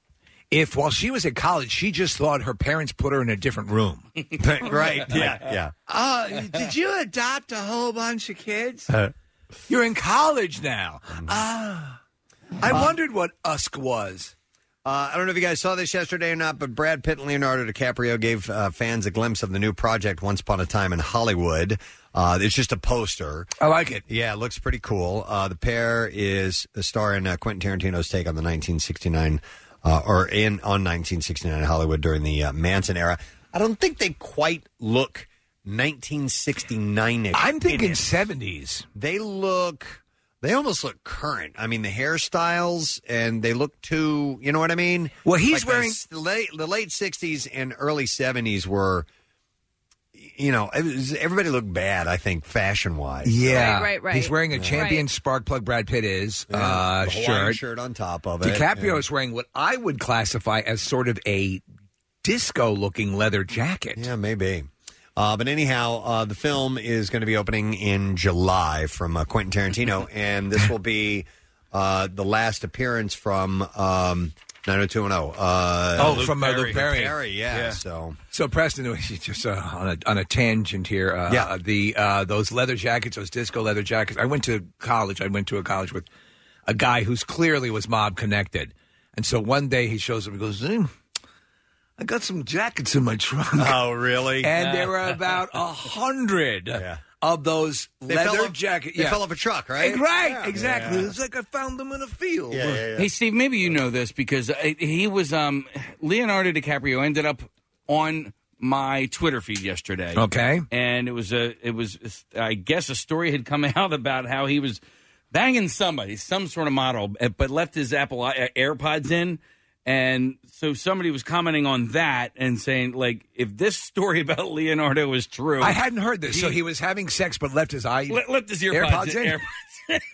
if while she was at college, she just thought her parents put her in a different room. (laughs) (laughs) right. Yeah. yeah. Oh, did you adopt a whole bunch of kids? You're in college now. Mm-hmm. Ah. I wondered what Usk was. Uh, I don't know if you guys saw this yesterday or not, but Brad Pitt and Leonardo DiCaprio gave uh, fans a glimpse of the new project Once Upon a Time in Hollywood. Uh, it's just a poster. I like it. Yeah, it looks pretty cool. Uh, the pair is a star in uh, Quentin Tarantino's take on the 1969, uh, or in on 1969 Hollywood during the uh, Manson era. I don't think they quite look 1969ish. I'm thinking 70s. They look. They almost look current. I mean, the hairstyles and they look too. You know what I mean? Well, he's Like wearing- the, late the late '60s and early '70s were. You know, it was, everybody looked bad. I think fashion wise. Yeah. He's wering a champion spark plug, Brad Pitt is, uh, The Hawaiian shirt. shirt on top of it. DiCaprio Yeah. is wearing what I would classify as sort of a disco looking leather jacket. Yeah, maybe. Uh, but anyhow, uh, the film is going to be opening in July from uh, Quentin (laughs) Tarantino, and this will be uh, the last appearance from um, 90210. Uh, oh, from uh, Luke Perry. yeah. So, so Preston, (laughs) just uh, on a on a tangent here. Uh, Yeah. the uh, those leather jackets, those disco leather jackets. I went to college. I went to a college with a guy who's clearly was mob connected, and so one day he shows up and goes, "Hmm, "I got some jackets in my trunk." (laughs) Oh, really? (laughs) And there were about a (laughs) hundred. Of those (laughs) They fell leather off- jackets, they fell off a truck, right? Eh, Right, Yeah. exactly. Yeah. It's like I found them in a field. Hey, Steve, maybe you know this because I, he was um, Leonardo DiCaprio ended up on my Twitter feed yesterday. Okay. and it was a it was I guess a story had come (laughs) out about how he was banging somebody, some sort of model, eh, but left his Apple I- eh, AirPods in. And so somebody was commenting on that and saying, like, if this story (laughs) about Leonardo is true, I hadn't heard this. so he was having sex, but left his eye. Le- left his earpods in-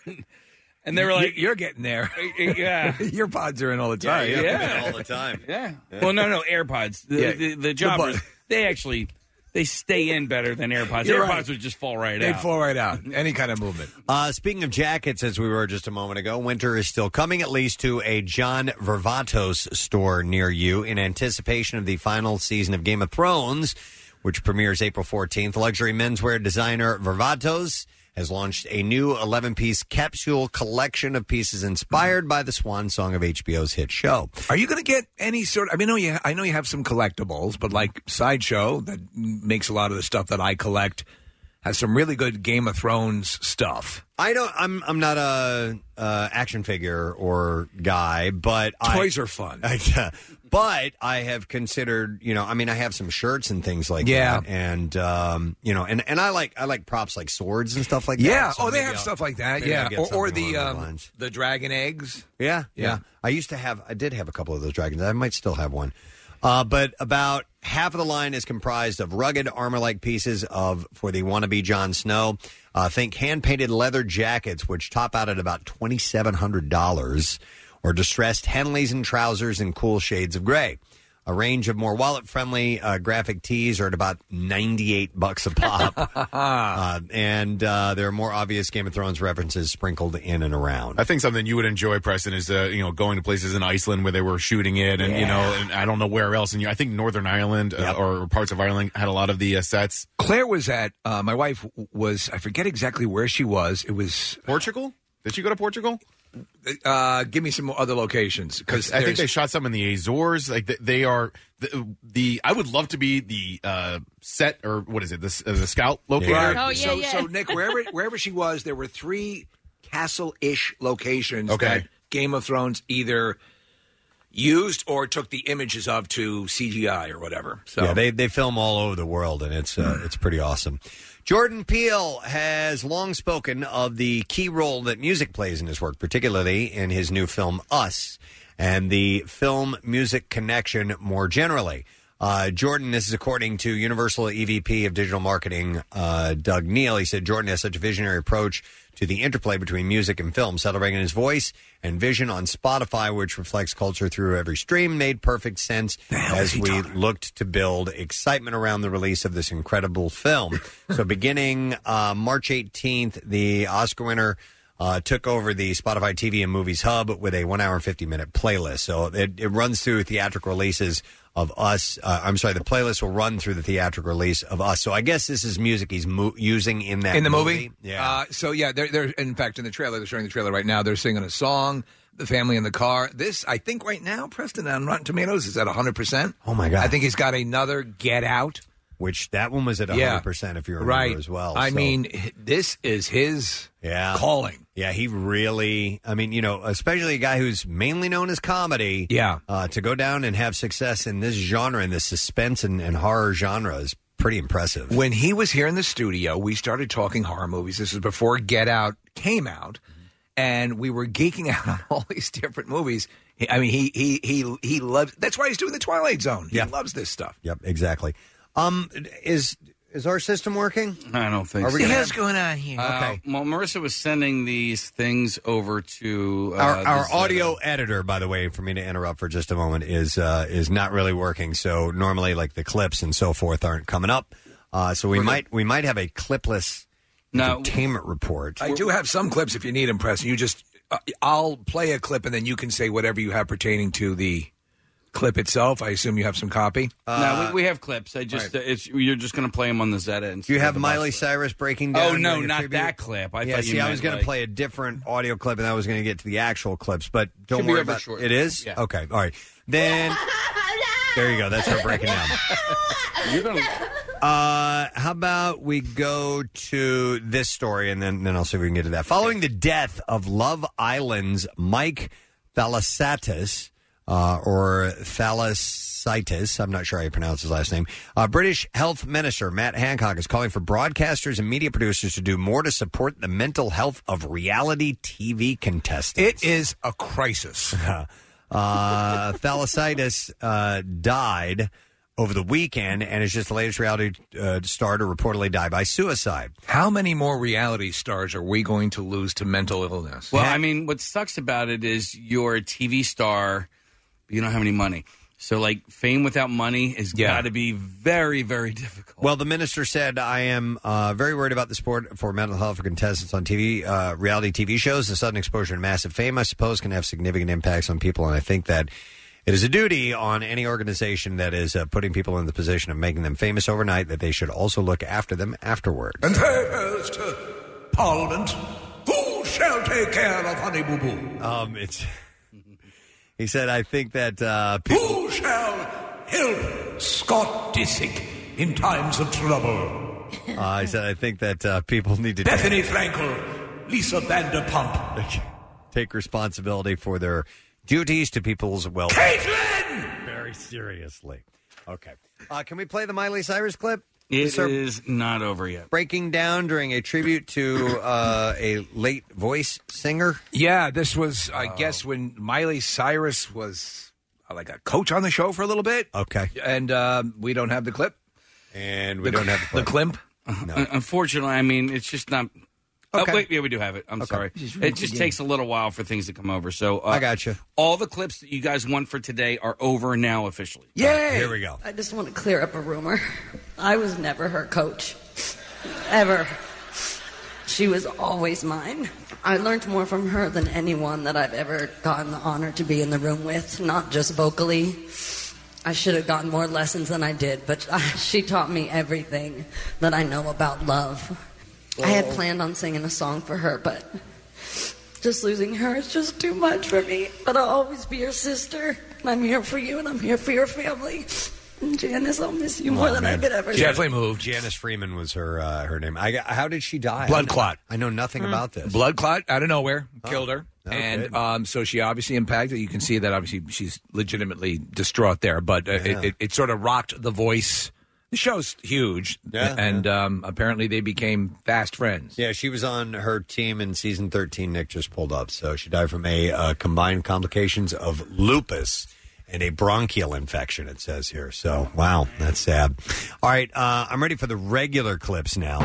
in. (laughs) And they were You- like- "You're getting there." Uh, Yeah. (laughs) your pods are in all the Yeah, time. yeah, they're in all the time. (laughs) Yeah. Well, no, (laughs) no, AirPods. The, Yeah. the, The the jobbers, button. they actually they stay in better than AirPods. You're AirPods right. would just fall right They'd out. fall right out. Any kind of movement. uh, speaking of jackets, as we were just a moment ago, winter is still coming, at least to a John Vervatos store near you. In anticipation of the final season of Game of Thrones, which premieres April 14th, luxury menswear designer Vervatos has launched a new 11 piece capsule collection of pieces inspired by the swan song of HBO's hit show. Are you going to get any sort? I mean, I know you. I know you have some collectibles, but like sideshow that makes a lot of the stuff that I collect has some really good Game of Thrones stuff. I don't. I'm. I'm not a, uh action figure or guy, but Toys I, (laughs) are fun. but I have considered. You know, I mean, I have some shirts and things like Yeah. that, and um, you know, and and I like I like props like swords and stuff like yeah. that. so oh, they maybe have I'll- stuff like that. maybe I'll Yeah. get Or, or something along the those um, lines. the dragon eggs. Yeah, yeah, Yeah. I used to have, I did have a couple of those dragons. I might still have one. Uh, but about half of the line is comprised of rugged armor-like pieces of for the wannabe Jon Snow. Uh, think hand-painted leather jackets, which top out at about twenty-seven hundred dollars, or distressed Henleys and trousers in cool shades of gray. A range of more wallet-friendly uh, graphic tees are at about ninety-eight bucks a pop, uh, and uh, there are more obvious Game of Thrones references sprinkled in and around. I think something you would enjoy, Preston, is uh, you know going to places in Iceland where they were shooting it, and you know, Yeah. and I don't know where else. And you, I think Northern Ireland uh, or parts of Ireland had a lot of the uh, sets. Claire was at uh, my wife w- was I forget exactly where she was. It was Portugal. Did she go to Portugal? Uh, give me some other locations because I think they shot some in the Azores. Like th- they are the, the. I would love to be the uh, set or what is it? The, s- uh, the scout locator. so, so Nick, wherever wherever she was, there were three castle-ish locations Okay. that Game of Thrones either used or took the images of to CGI or whatever. So Yeah, they they film all over the world, and it's uh, it's pretty awesome. Jordan Peele has long spoken of the key role that music plays in his work, particularly in his new film Us and the film music connection more generally. Uh, Jordan, this is according to Universal EVP of Digital Marketing, uh, Doug Neal. He said Jordan has such a visionary approach to the interplay between music and film, celebrating his voice and vision on Spotify, which reflects culture through every stream, made perfect sense as we looked to build excitement around the release of this incredible (laughs) film. so, beginning uh, March 18th, the Oscar winner uh, took over the Spotify TV and Movies Hub with a one hour and 50 minute playlist. So it, it runs through theatrical releases of us. Uh, I'm sorry, the playlist will run through the theatrical release of us. So I guess this is music he's mo- using in that in the movie. Yeah. Uh, so yeah, they're, they're in fact in the trailer. They're showing the trailer right now. They're singing a song. The family in the car. This I think right now, Preston on Rotten Tomatoes is at 100. percent Oh my God. I think he's got another Get Out. Which that one was at 100 Yeah. percent if you remember right as well. I So- mean, h- this is his yeah. calling. Yeah, he really. I mean, you know, especially a guy who's mainly known as comedy. Yeah. uh, to go down and have success in this genre, in this suspense and, and horror genre, is pretty impressive. When he was here in the studio, we started talking horror movies. This was before Get Out came out, and we were geeking (laughs) out on all these different movies. He- I mean, he he he he loves. That's why he's doing the Twilight Zone. He loves this stuff. Yep, exactly. Um, is is our system working? I don't think. Are so. we gonna What's going on here? Uh, Well, Marissa was sending these things over to uh, our our this, uh, audio editor, by the way, for me to interrupt for just a moment, is uh, is not really working. So normally, like the clips and so forth aren't coming up. Uh, so we might we might have a clipless No. entertainment report. I do have some clips if you need them, Preston. You just, uh, I'll play a clip and then you can say whatever you have pertaining to the clip itself. I assume you have some copy. Uh, no, we, we have clips. I just uh, it's you're just going to play them on the Zeta. And Do you have Miley Uh, Cyrus breaking down? Oh no, during the not tribute? that clip. I yeah, thought you see, I meant, was going like- to play a different audio clip, and I was going to get to the actual clips, but Should don't be worry over about shortly. it. Is Yeah. okay. All right, then there you go. That's her breaking down. You're gonna. Uh, how about we go to this story, and then then I'll see if we can get to that. Following the death of Love Island's Mike Thalassatis. Uh, or Thalassatis, I'm not sure how you pronounce his last name. Uh, British Health Minister Matt Hancock is calling for broadcasters and media producers to do more to support the mental health of reality TV contestants. It is (laughs) a crisis. uh, Thalassatis uh, died over the weekend and is just the latest reality uh, star to reportedly die by suicide. How many more reality stars are we going to lose to mental illness? Well, I mean, what sucks about it is you're a TV star, but you don't have any money. So, like, fame without money has got to be very, very difficult. Well, the minister said, I am uh, very worried about the support for mental health for contestants on TV, uh, reality TV shows. The sudden exposure to massive fame, I suppose, can have significant impacts on people. And I think that it is a duty on any organization that is uh, putting people in the position of making them famous overnight that they should also look after them afterward. And there's to Parliament. Who shall take care of Honey Boo Boo? Um, it's. (laughs) He said, I think that uh, people. Who shall help Scott Disick in times of trouble? (laughs) Uh, I said, I think that uh, people need to Bethany Frankel, Lisa Vanderpump. (laughs) take responsibility for their duties to people's well. Very seriously. Okay. Uh, can we play the Miley Cyrus clip? It is Sir- not over yet. Breaking down during a tribute to uh, a late voice singer. Yeah, this was, I Oh. guess, when Miley Cyrus was uh, like a coach on the show for a little bit. Okay. And uh, we don't have the clip. And we The- don't have the climp. Uh-huh. Un- Unfortunately, I mean, it's just not. Okay. Oh, wait, yeah, we do have it. I'm Okay. sorry. Just read It it just again. takes a little while for things to come over. So uh, I gotcha. All the clips that you guys want for today are over now officially. Yeah. Here we go. I just want to clear up a rumor. I was never her coach, ever. She was always mine. I learned more from her than anyone that I've ever gotten the honor to be in the room with, not just vocally. I should have gotten more lessons than I did, but (laughs) she taught me everything that I know about love. I had planned on singing a song for her, but just losing her is just too much for me. But I'll always be your sister. And I'm here for you, and I'm here for your family. And Janice, I'll miss you more than I could ever. moved. Janice Freeman was her uh, her name. I, how did she die? Blood I know- clot. I know nothing Hmm. about this. Blood clot out of nowhere killed her. Oh, and good. um, so she obviously impacted. You can see that obviously she's legitimately distraught there, but uh, Yeah. it, it, it sort of rocked the voice. The show's huge. Yeah, and Um, apparently they became fast friends. Yeah, she was on her team in season 13. Nick just pulled up. So she died from a uh, combined complications of lupus and a bronchial infection, it says here. So, wow, that's sad. All right, uh, I'm ready for the regular clips now.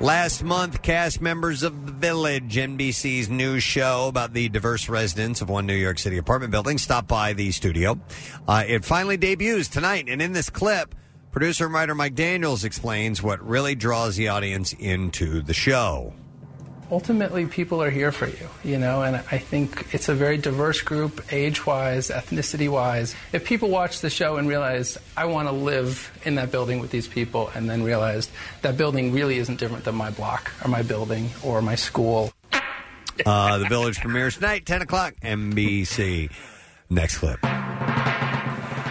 Last month, cast members of The Village, NBC's news show about the diverse residents of one New York City apartment building, stopped by the studio. Uh, it finally debuts tonight, and in this clip, producer and writer Mike Daniels explains what really draws the audience into the show. ultimately people are here for you you know and i think it's a very diverse group age-wise ethnicity-wise if people watch the show and realize i want to live in that building with these people and then realized that building really isn't different than my block or my building or my school Uh, the Village premieres tonight, 10 o'clock, NBC. Next clip.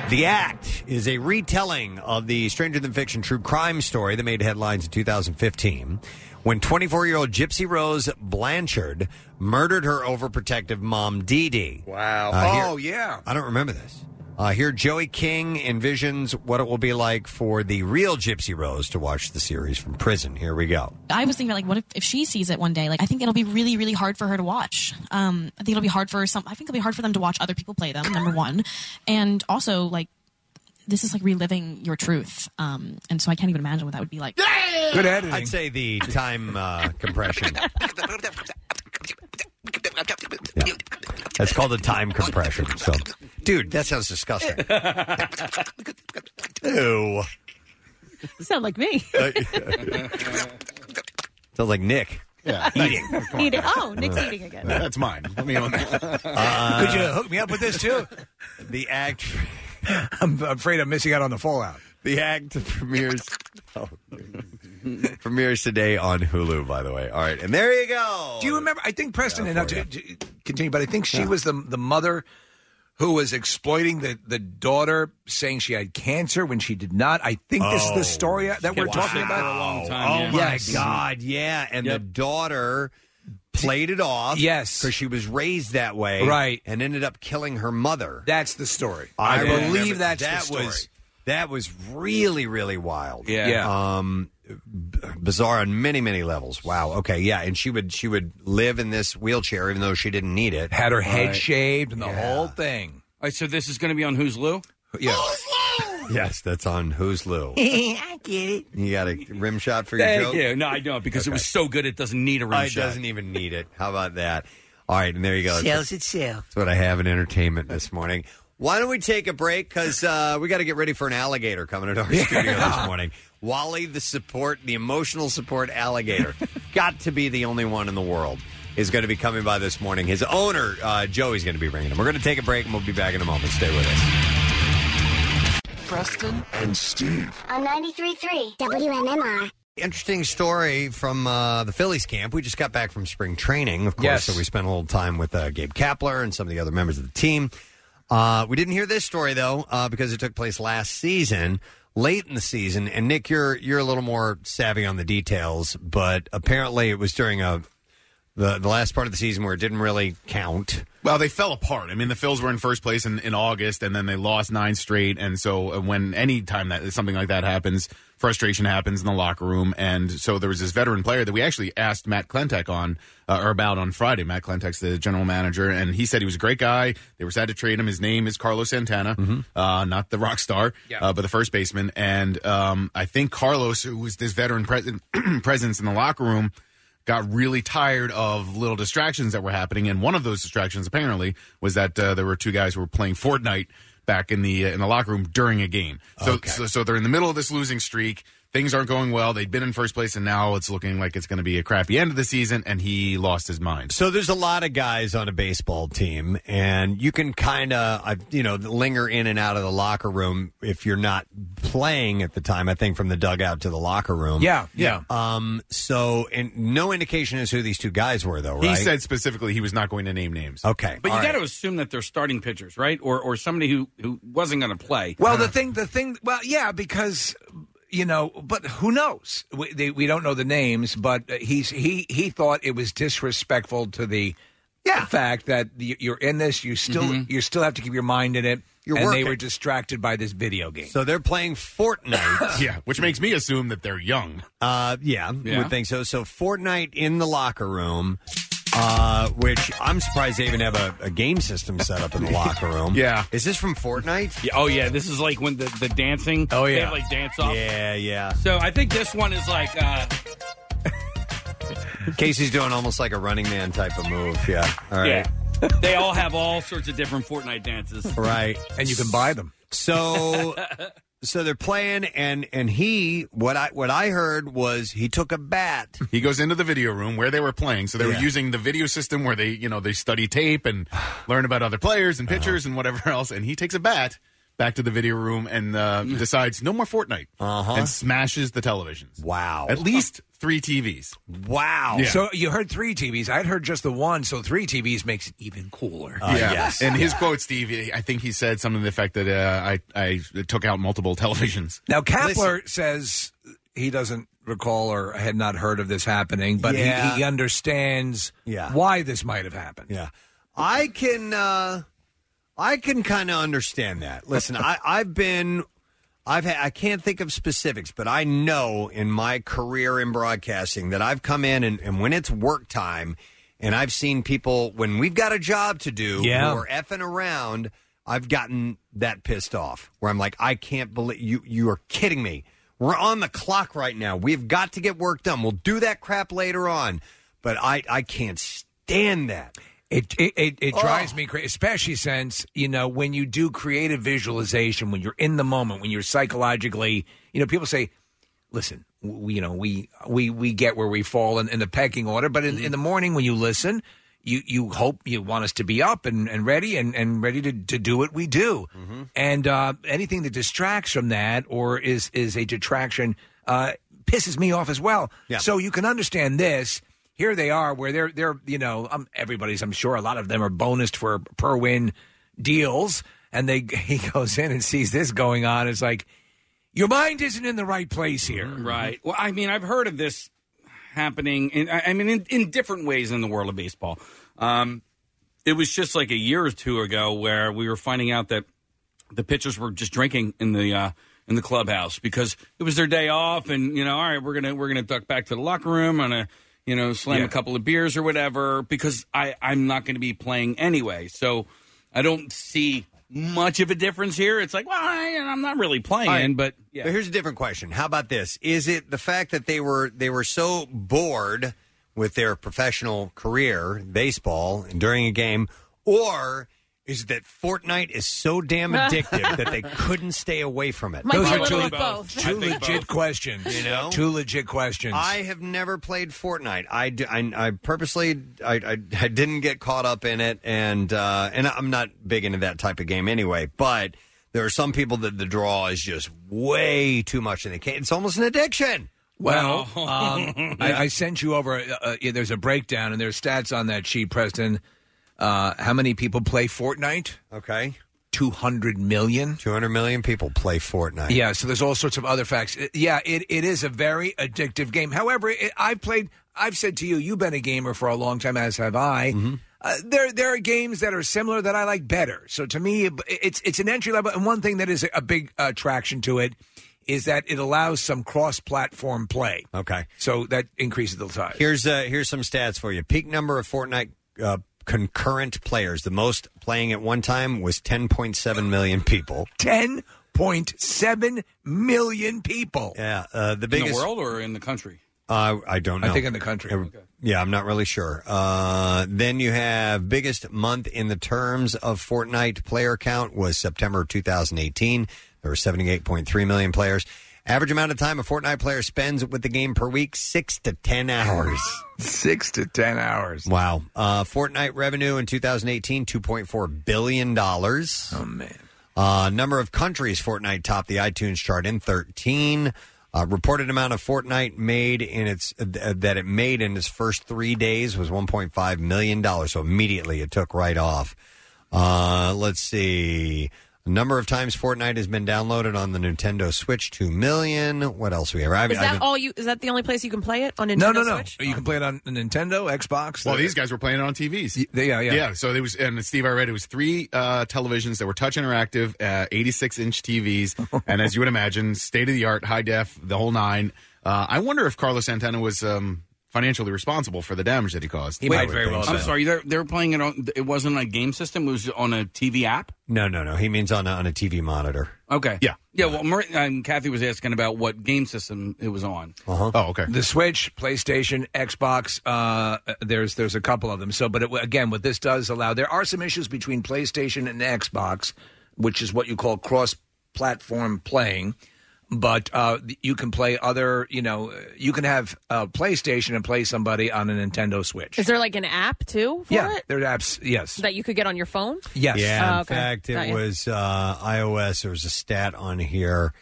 The Act is a retelling of the Stranger Than Fiction true crime story that made headlines in 2015 when 24 year old Gypsy Rose Blanchard murdered her overprotective mom, Dee Dee. Wow. oh, yeah. I don't remember this. Uh, here, Joey King envisions what it will be like for the real Gypsy Rose to watch the series from prison. Here we go. I was thinking about like, what if, if she sees it one day? Like, I think it'll be really, really hard for her to watch. Um, I think it'll be hard for some. I think it'll be hard for them to watch other people play them. Number one, and also like, this is like reliving your truth. Um, and so I can't even imagine what that would be like. Good editing. I'd say the time uh, compression. Yeah. That's called the time compression. So, dude, that sounds disgusting. (laughs) Ew. (laughs) Sound like me. Sounds like Nick. (laughs) (laughs) Yeah, eating. Eating. Oh, Nick's eating again. That's mine. Let me own (laughs) that. Could you hook me up with this too? (laughs) the act. (laughs) I'm afraid I'm missing out on the fallout. The act premieres. Oh. (laughs) Premieres today on Hulu, by the way. All right, and there you go. Do you remember? I think Preston, and not to, to continue, but I think she was the the mother who was exploiting the, the daughter, saying she had cancer when she did not. I think this is Oh, the story that we're wow. talking about. Oh my God! Yeah, and the daughter played it off. Yes, because she was raised that way, Right. And ended up killing her mother. That's the story. I, I remember believe that's the that story. was that was really really wild. Yeah. Yeah. Um, b- bizarre on many many levels. Wow. Okay. Yeah, and she would she would live in this wheelchair even though she didn't need it. Had her head shaved and the whole thing. All right, so this is going to be on Who's Lou? Yeah. (laughs) Yes, that's on Who's (laughs) Lou. I get it. You got a rim shot for your Thank joke? Oh, you. No, I don't because it was so good it doesn't need a rim it shot. doesn't even need it. How about that? All right, and there you go. Sells itself. That's what I have in entertainment this morning. Why don't we take a break? Because uh, we got to get ready for an alligator coming into our studio this morning. Wally, the support, the emotional support alligator, got to be the only one in the world, is going to be coming by this morning. His owner, uh, Joey's going to be ringing him. We're going to take a break and we'll be back in a moment. Stay with us. Preston And Steve. on 93.3 WMMR. Interesting story from uh, the Phillies camp. We just got back from spring training, of course, Yes. so we spent a little time with uh, Gabe Kapler and some of the other members of the team. Uh, we didn't hear this story though uh, because it took place last season, late in the season. And Nick, you're you're a little more savvy on the details, but apparently it was during a the the last part of the season where it didn't really count. Well, they fell apart. I mean, the Phils were in first place in, in August, and then they lost nine straight. And so, uh, when any time that something like that happens, frustration happens in the locker room. And so, there was this veteran player that we actually asked Matt Klentek on uh, or about on Friday. Matt Klentek's the general manager, and he said he was a great guy. They were sad to trade him. His name is Carlos Santana, uh, not the rock star, uh, but the first baseman. And um, I think Carlos, who was this veteran pres- (clears throat) presence in the locker room, got really tired of little distractions that were happening, and one of those distractions apparently was that uh, there were two guys who were playing Fortnite back in the uh, in the locker room during a game. So, so so they're in the middle of this losing streak. Things aren't going well. They'd been in first place, and now it's looking like it's going to be a crappy end of the season. And he lost his mind. So there's a lot of guys on a baseball team, and you can kind of, you know, linger in and out of the locker room if you're not playing at the time. I think from the dugout to the locker room. Yeah, yeah. Um. So, and no indication as who these two guys were, though. He Right? said specifically he was not going to (laughs) name names. Okay, But you all right. got to assume that they're starting pitchers, right? Or or somebody who, who wasn't going to play. Well, the thing, the thing, well, yeah, because you know, but who knows? We, they, we don't know the names, but he's he he thought it was disrespectful to the fact that y- you're in this. You still you still have to keep your mind in it. Mm-hmm. You're and working. they were distracted by this video game. So they're playing (laughs) Fortnite. yeah, which makes me assume that they're young. Uh, yeah, Yeah. would think so. So Fortnite in the locker room. uh, which I'm surprised they even have a, a game system set up in the locker (laughs) room. Yeah. Is this from Fortnite? Yeah, oh yeah, this is like when the, the dancing. Oh, they yeah. have, like dance off. Yeah, yeah. So I think this one is like uh, Casey's doing almost like a running man type of move. Yeah. All right. yeah. they all have all sorts of different Fortnite dances. Right. And you can buy them. So so they're playing and and he what I what I heard was he took a bat. He goes into the video room where they were playing. So they were Yeah. using the video system where they, you know, they study tape (sighs) and learn about other players and Uh-huh. pitchers and whatever (laughs) else. And he takes a bat back to the video room and uh, decides no more Fortnite Mm. Uh-huh. and smashes the televisions. Wow. At least three TVs. Wow. Yeah. So you heard three TVs. I'd heard just the one, so three TVs makes it even cooler. Uh, Uh, And his quote, Steve, I think he said something to the effect that uh, I, I took out multiple (laughs) televisions. Now Kapler says he doesn't recall or had not heard of this happening, but Yeah. he, he understands Yeah. why this might have happened. Yeah. I can uh I can kind of understand that. Listen, I (laughs) I've been I've had I can't think of specifics, but I know in my career in broadcasting that I've come in and, and when it's work time and I've seen people when we've got a job to do Yeah. who are effing around, I've gotten that pissed off where I'm like, I can't believe you you are kidding me. We're on the clock right now. We've got to get work done. We'll do that crap later on. But I I can't stand that. It it, it, Oh. it drives me crazy, especially since you know when you do creative visualization, when you're in the moment, when you're psychologically, you know, people say, "Listen, we, you know, we we we get where we fall in, in the pecking order." But Mm-hmm. in, in the morning, when you listen, you you hope you want us to be up and, and ready and and ready to, to do what we do, Mm-hmm. and uh, anything that distracts from that or is is a detraction uh, pisses me off as well. Yeah. So you can understand this here they are where they're they're you know um, everybody's I'm sure a lot of them are bonused for per win deals and they (laughs) he goes in and sees this going on it's like your mind isn't in the right place here Mm-hmm. Right. Well, I mean, I've heard of this happening. In, I I mean, in, in different ways in the world of baseball. Um, it was just like a year or two ago where we were finding out that the pitchers were just drinking in the uh, in the clubhouse because it was their day off, and you know, all right, we're gonna we're gonna duck back to the locker room and uh, you know slam Yeah. a couple of beers or whatever because I I'm not going to be playing anyway, so I don't see much of a difference here. It's like, well, I, I'm not really playing, All right. but yeah. here's a different question. How about this? Is it the fact that they were they were so bored with their professional career, baseball, and during a game, or is it that Fortnite is so damn addictive that they couldn't stay away from it? those are two, two legit questions You know? two legit questions I have never played Fortnite. I, d- I- I purposely I, I, I didn't get caught up in it, and uh, and I'm not big into that type of game anyway. But there are some people that the draw is just way too much, and they can't. It's almost an addiction. Well, (laughs) (laughs) um, I, I sent you over. Uh, uh, yeah, there's a breakdown and there's stats on that sheet, Preston. Uh, how many people play Fortnite? Okay, two hundred million. Two hundred million people play Fortnite. Yeah, so there's all sorts of other facts. Uh, Yeah, it, it is a very addictive game. However, it, I've played. I've said to you, you've been a gamer for a long time, as have I. Uh, there, there are games that are similar that I like better. So to me, it- it's it's an entry level, and one thing that is a big uh, attraction to it is that it allows some cross platform play. Okay, so that increases the size. Here's uh, here's some stats for you. Peak number of Fortnite uh, concurrent players, the most playing at one time, was 10.7 million people. 10.7 million people. Yeah, uh, the in biggest the world or in the country. Uh, I don't know. I think in the country. Uh, Yeah, I'm not really sure. Uh, then you have biggest month in the terms of Fortnite player count was September 2018. There were 78.3 million players. Average amount of time a Fortnite player spends with the game per week, six to 10 hours. Six to 10 hours. Wow. Uh, Fortnite revenue in 2018, $2.4 billion. Oh, man. Uh, number of countries Fortnite topped the iTunes chart in 13. Uh, reported amount of Fortnite made in its uh, that it made in its first three days was 1.5 million dollars. So immediately it took right off. Uh, let's see. Number of times Fortnite has been downloaded on the Nintendo Switch, two million. What else we have? I've- Is I've that been- all you? Is that the only place you can play it on Nintendo No, no, no. Switch? You can play it on Nintendo, Xbox. Well, these guys were playing it on TVs. yeah, yeah. Yeah, so it was, and Steve, I read it was three uh, televisions that were touch interactive, uh, 86 inch (laughs) TVs, and as you would imagine, state of the art, high def, the whole nine. Uh, I wonder if Carlos Santana was um, financially responsible for the damage that he caused. Wait, I'm sorry. They're, they're playing it on. It wasn't a game system. It was on a TV app. No, no, no. He means on a, on a TV monitor. Okay. Yeah. Yeah. Well, Mar- um, Kathy was asking about what game system it was on. Uh-huh. Oh, okay. The Switch, PlayStation, Xbox. Uh, there's there's a couple of them. So, but it, again, what this does allow, there are some issues between PlayStation and Xbox, which is what you call cross-platform playing. But uh, you can play other, you know, you can have a PlayStation and play somebody on a Nintendo Switch. Is there like an app too for yeah, it there's apps. Yes. that you could get on your phone? Yes. Yeah. Oh, in okay. fact, it Got you. was uh, iOS. There was a stat on here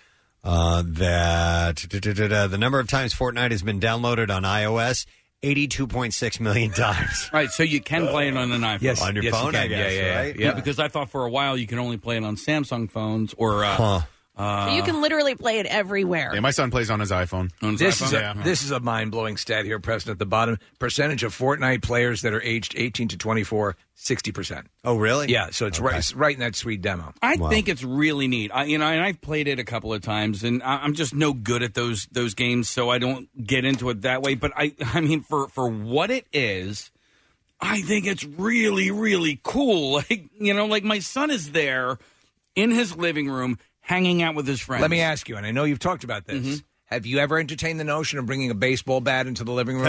uh, that da-da-da-da, the number of times Fortnite has been downloaded on iOS, 82.6 million (laughs) times. All right, so you can play it on an iPhone. Yes, On your yes, you phone, I can. guess, Yeah, yeah, yeah. right? Yeah, Yeah. because I thought for a while you could only play it on Samsung phones or. Uh, uh, you can literally play it everywhere. my son plays on his iPhone. This is, a, this is a mind blowing stat here, Preston, at the bottom. Percentage of Fortnite players that are aged 18 to 24, 60%. Oh, really? Yeah, so it's, right, it's right in that sweet demo. I think it's really neat. I, you know, and I've played it a couple of times, and I, I'm just no good at those those games, so I don't get into it that way. But I, (laughs) I mean, for for what it is, I think it's really really cool. (laughs) Like you know, like my son is there in his living room hanging out with his friends. Mm-hmm. Let me ask you, and I know you've talked about this. Have you ever entertained the notion of bringing a baseball bat into (laughs) the living room?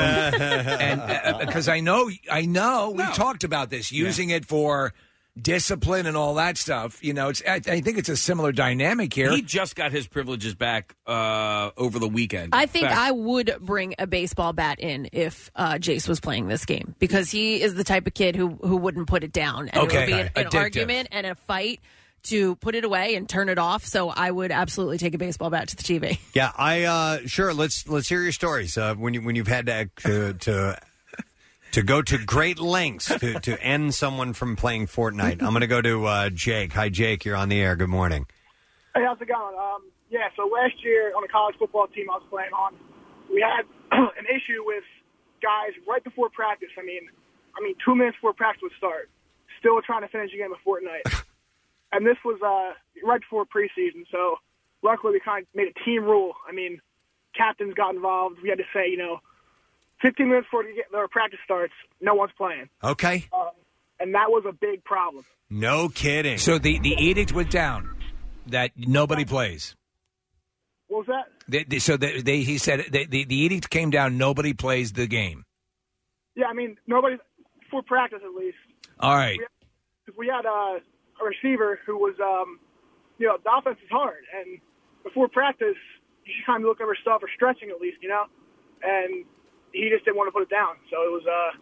And because I know, I know, we've talked about this, using it for discipline and all that stuff. You know, it's I, I think it's a similar dynamic here. He just got his privileges back uh, over the weekend. I think Back. I would bring a baseball bat in if uh, Jace was playing this game because he is the type of kid who who wouldn't put it down and it Okay. would be an, an Addictive. argument and a fight to put it away and turn it off. So I would absolutely take a baseball bat to the TV. Yeah, I uh, sure. Let's let's hear your stories uh, when you when you've had to to to, to go to great lengths to, to end someone from playing Fortnite. I'm going to go to uh, Jake. Hi, Jake. You're on the air. Good morning. Hey, how's it going? Um, yeah, so last year on a college football team I was playing on, we had (clears throat) an issue with guys right before practice. I mean, I mean, two minutes before practice would start, still trying to finish a game of Fortnite. and this was uh, right before preseason, so luckily we kind of made a team rule. I mean, captains got involved. We had to say, you know, 15 minutes before the the practice starts, no one's playing. Okay, Um, and that was a big problem. no kidding. So the the edict went down that nobody plays. What was that? They, they, so they, they, he said they, the, the edict came down. Nobody plays the game. Yeah, I mean, nobody, for practice at least, All right. because we had uh, a receiver who was, um, you know, the offense is hard, and before practice, you should kind of look over stuff or stretching at least, you know, and he just didn't want to put it down, so it was, uh,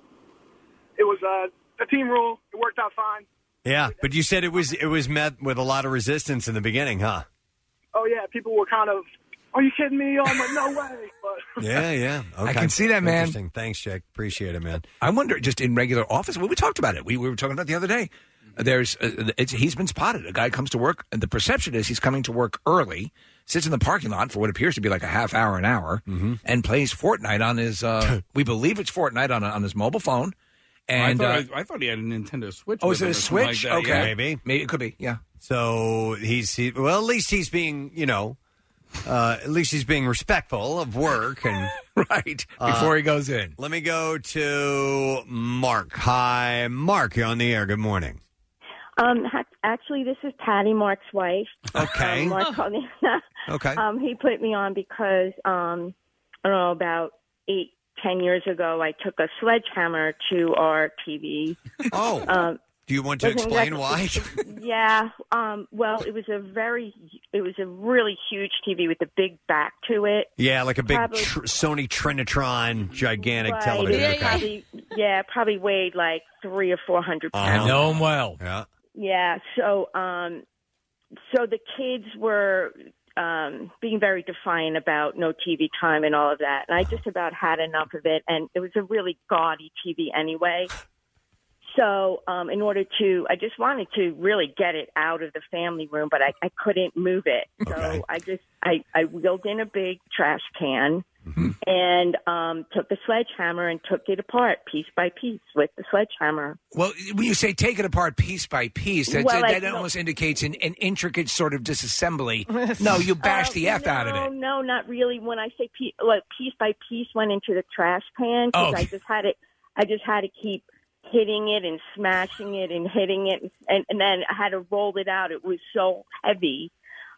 it was uh, a team rule. It worked out fine. Yeah, but you said it was it was met with a lot of resistance in the beginning, huh? Oh yeah, people were kind of, are you kidding me? Oh, I'm like, no way, but Yeah, yeah. Okay. I can see that, man. Interesting. Thanks, Jake. Appreciate it, man. I wonder, just in regular office, well, we talked about it. We, we were talking about it the other day. There's, uh, it's, he's been spotted. A guy comes to work, and the perception is he's coming to work early, sits in the parking lot for what appears to be like a half hour, an hour, Mm-hmm. and plays Fortnite on his. (laughs) Uh, we believe it's Fortnite on on his mobile phone. And I uh, thought, I, I thought he had a Nintendo Switch. oh, with is it him a or something Switch? Like that, okay, yeah. maybe, it could be. Yeah. So he's he, well, at least he's being you know, uh, at least he's being respectful of work and (laughs) uh, right before he goes in. Let me go to Mark. Hi, Mark. You're on the air. (laughs) Good morning. Um, ha- actually, this is Patty Mark's wife. Okay. Um, Oh. Mark called me. (laughs) Okay. Um, he put me on because um, I don't know about eight, ten years ago, I took a sledgehammer to our TV. (laughs) Oh. Um, Do (laughs) you want to Wasn't explain that- why? yeah. Um, well, it was a very, it was a really huge TV with a big back to it. yeah, like a big Probably- tr- Sony Trinitron, gigantic Right, television. it okay. probably, yeah, probably weighed like three or four hundred Uh-huh. pounds. know him well. Yeah. Yeah. So, um, so the kids were um, being very defiant about no TV time and all of that, and I just about had enough of it. And it was a really gaudy TV anyway. So, um, in order to, I just wanted to really get it out of the family room, but I, I couldn't move it. So I just, I, I wheeled in a big trash can and um, took a sledgehammer and took it apart piece by piece with the sledgehammer. Well, when you say take it apart piece by piece, that, Well, I- that, that almost indicates an, an intricate sort (laughs) of disassembly. no, you bashed the Uh, F out of no, it. No, not really. When I say piece, like piece by piece, went into the trash can because Oh. I just had it. I just had to keep hitting it and smashing it and hitting it, and, and then I had to roll it out. It was so heavy.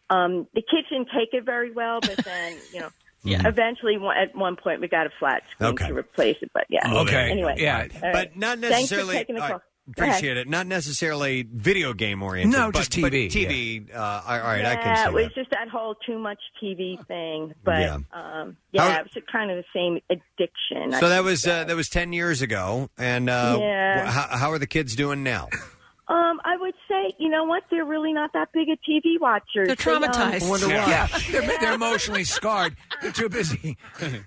Um, the kids didn't take it very well, but then you know. Yeah. Eventually, one- at one point, we got a flat screen Okay. to replace it. But yeah. Well, there you Anyway. go. Yeah. all right. But not Thanks for necessarily- taking the all right. call. Go ahead. Appreciate it. Not necessarily video game oriented. No, but- just but TV, TV. Uh, all right, I can Yeah, see it was just that whole too much TV thing. But Yeah. yeah, um, yeah it was kind of the same addiction. that. So that was uh, that was ten years ago, and uh, Yeah. wh- how, how are the kids doing now? Um, I would say, you know what? They're really not that big of TV watchers. um, They're I wonder why. (laughs) They're, they're emotionally scarred. They're too busy. (laughs)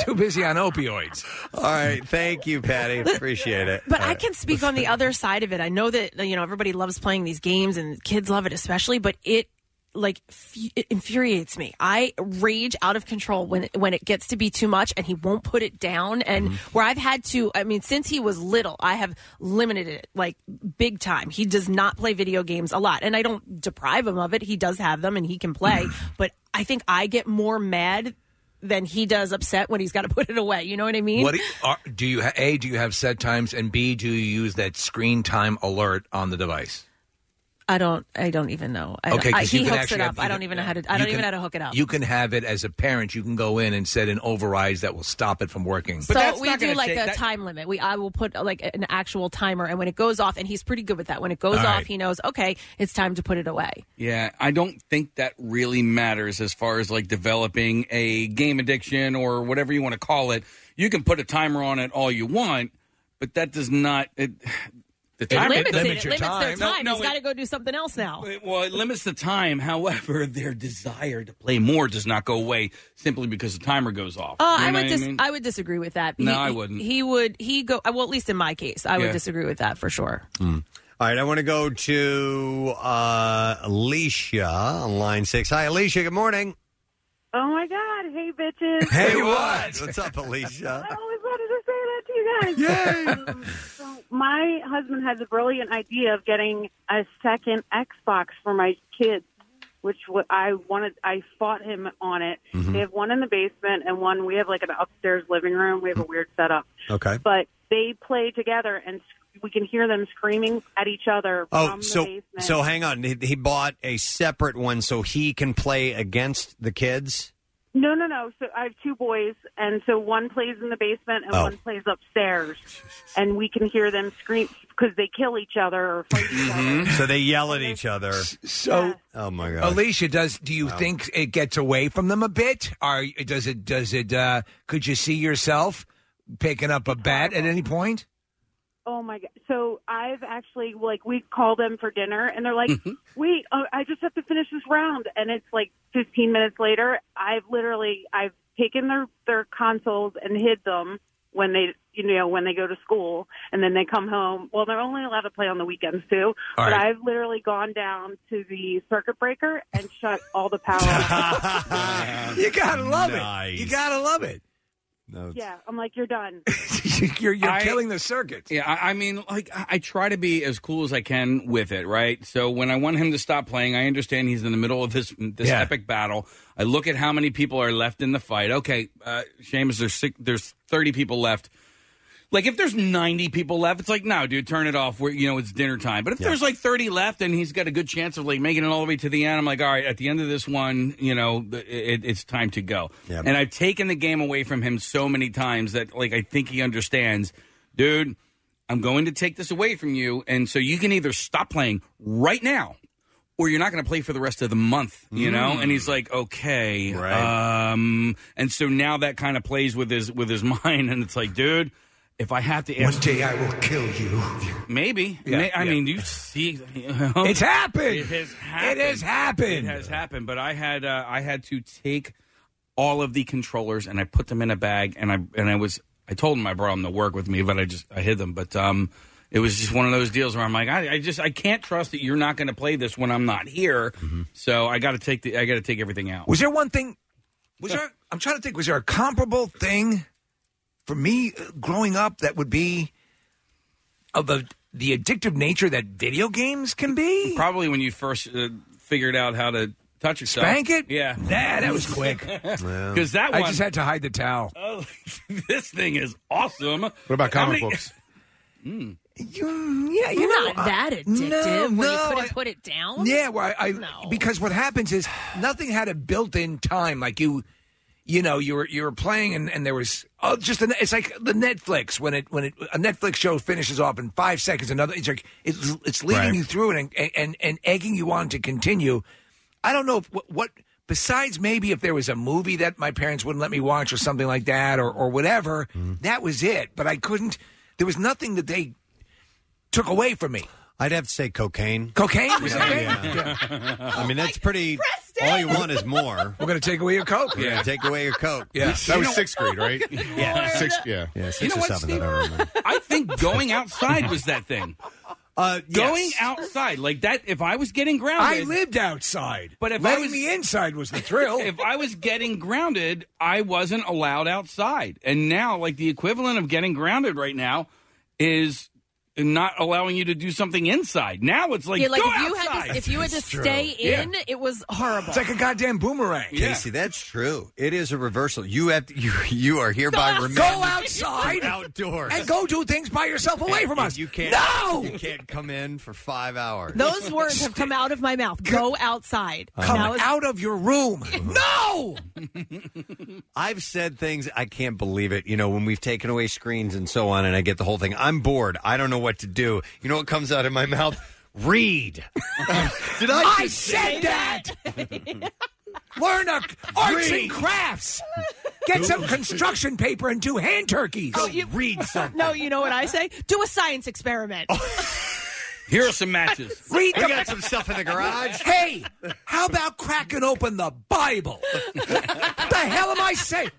too busy on opioids. All right. Thank you, Patty. Appreciate it. But I can speak on the other side of it. I know that you know everybody loves playing these games and kids love it especially, but it like fu- it infuriates me. I rage out of control when it, when it gets to be too much and he won't put it down and where I've had to I mean since he was little, I have limited it like big time. He does not play video games a lot and I don't deprive him of it. He does have them and he can play, but I think I get more mad than he does upset when he's got to put it away. You know what I mean? What do you, are, do you ha- a do you have set times and b do you use that screen time alert on the device? I don't. I don't even know. I, Okay, okay, 'cause you he can hooks it actually up. have- I don't even know how to. I don't you can- even know how to hook it up. You can have it as a parent. You can go in and set an overrides that will stop it from working. so we do like a time limit. We I will put uh, like an actual timer, and when it goes off, and he's pretty good with that. When it goes All off, right. he knows okay, it's time to put it away. Yeah, I don't think that really matters as far as like developing a game addiction or whatever you want to call it. You can put a timer on it all you want, but that does not. It, (sighs) the It timer limits it. It limits their time. he's got to go do something else now. well, it limits the time. However, (laughs) their desire to play more does not go away simply because the timer goes off. Oh, You I know would what dis- I, mean? would disagree with that. No, He- I wouldn't. He would. He go. Well, at least in my case, I Yeah. would disagree with that for sure. All right, I want to go to uh, Alicia on line six. Hi, Alicia. Good morning. Oh my God! Hey, (laughs) bitches! What's (laughs) up, Alicia? I always wanted to (laughs) say that to you guys. (laughs) Um, so my husband had the brilliant idea of getting a second Xbox for my kids, which wa- I wanted. I fought him on it. Mm-hmm. They have one in the basement and one. We have like an upstairs living room. We have a weird setup, Mm-hmm. Okay. but they play together, and sc- we can hear them screaming at each other. Oh, from so the basement. so hang on. He, he bought a separate one so he can play against the kids. No, no, no. So I have two boys, and so one plays in the basement and Oh. one plays upstairs, and we can hear them scream because they kill each other. Or fight. Mm-hmm. So they yell at each other. So Oh my god. Alicia, does do you Wow. think it gets away from them a bit? Are does it does it? Uh, could you see yourself picking up a bat at any point? oh my god! So I've actually like we call them for dinner, and they're like, "Wait, uh, I just have to finish this round," and it's like 15 minutes later. I've literally I've taken their their consoles and hid them when they you know when they go to school and then they come home well they're only allowed to play on the weekends too All but right. i've literally gone down to the circuit breaker and shut all the (laughs) power off You gotta love it. You Nice. gotta love it. yeah i'm like you're done You're, you're I- killing the circuit. Yeah, I, I mean, like, I, I try to be as cool as I can with it, right? So when I want him to stop playing, I understand he's in the middle of this this Yeah. epic battle. I look at how many people are left in the fight. Okay, uh, Seamus, there's six, there's 30 people left. Like, if there's 90 people left, it's like, no, dude, turn it off. We're, you know, it's dinner time. But if there's like 30 left and he's got a good chance of like making it all the way to the end, I'm like, all right, at the end of this one, you know, th- it, it's time to go. Yeah. And I've taken the game away from him so many times that like I think he understands, dude, I'm going to take this away from you. And so you can either stop playing right now or you're not going to play for the rest of the month, you know? Mm. And he's like, okay. Right. Um, and so now that kind of plays with his, with his (laughs) mind. And it's like, dude, if I have to ask One day I will kill you. Maybe. Yeah, May- I yeah. mean, you see, (laughs) It's happened. It has happened. It has happened. It has happened. But I had uh, I had to take all of the controllers and I put them in a bag and I and I was I told him I brought them to work with me, but I just I hid them. But um, It was just one of those deals where I'm like, I, I just I can't trust that you're not going to play this when I'm not here. Mm-hmm. So I got to take the I got to take everything out. Was there one thing? Was there? I'm trying to think. Was there a comparable thing for me uh, growing up that would be of the the addictive nature that video games can be? Probably when you first uh, figured out how to touch yourself, Spank it? Yeah, Nah, that was quick. (laughs) Because that one, I just had to hide the towel. Oh, this thing is awesome. What about How comic many- books? You, yeah, you Not know, I- that addictive No, where you no, couldn't I- put it down. Yeah, well, I, I no. because what happens is nothing had a built-in time. Like you, you know, you were you were playing, and, and there was oh, just an, it's like the Netflix when it when it a Netflix show finishes off in five seconds, another it's like it's it's leading Right. you through it and, and and egging you on to continue. I don't know if, what, what besides maybe if there was a movie that my parents wouldn't let me watch or something like that or or whatever, Mm-hmm. that was it. But I couldn't. There was nothing that they took away from me. I'd have to say cocaine. Oh, Cocaine was okay. I mean, that's pretty. All you want is more. We're gonna take away your coke. We're gonna take away your coke. Yeah. That was sixth (laughs) grade, right? (laughs) Yeah. Sixth, yeah. Yeah, six You know or what, seven. Steve? I don't remember. I think going outside was that (laughs) thing. Uh, Going outside like that. If I was getting grounded, I lived outside, But if letting I was- me inside was the (laughs) thrill. if I was getting grounded, I wasn't allowed outside. And now, like the equivalent of getting grounded right now is not allowing you to do something inside. Now it's like, yeah, like go if you outside. had to, if you had to It's true. stay Yeah. in, it was horrible. it's like a goddamn boomerang. Casey, that's true. It is a reversal. You have to, (laughs) you, you are hereby remanded Go outside outdoors. and go do things by yourself away from us. You can't. No. you can't come in for five hours. Those words have come out of my mouth. Go outside. now Come it's out of your (laughs) room. no. I've said things I can't believe it. You know, when we've taken away screens and so on, and I get the whole thing. I'm bored. I don't know what to do. You know what comes out of my mouth? (laughs) Read. Did I? I said that. (laughs) Learn a, arts and crafts. (laughs) Get some construction paper and do hand turkeys. Oh, you, read (laughs) something. no, you know what I say? Do a science experiment. Oh. Here are some matches. Read We the. got some stuff in the garage. Hey, how about cracking open the Bible? the hell am I saying?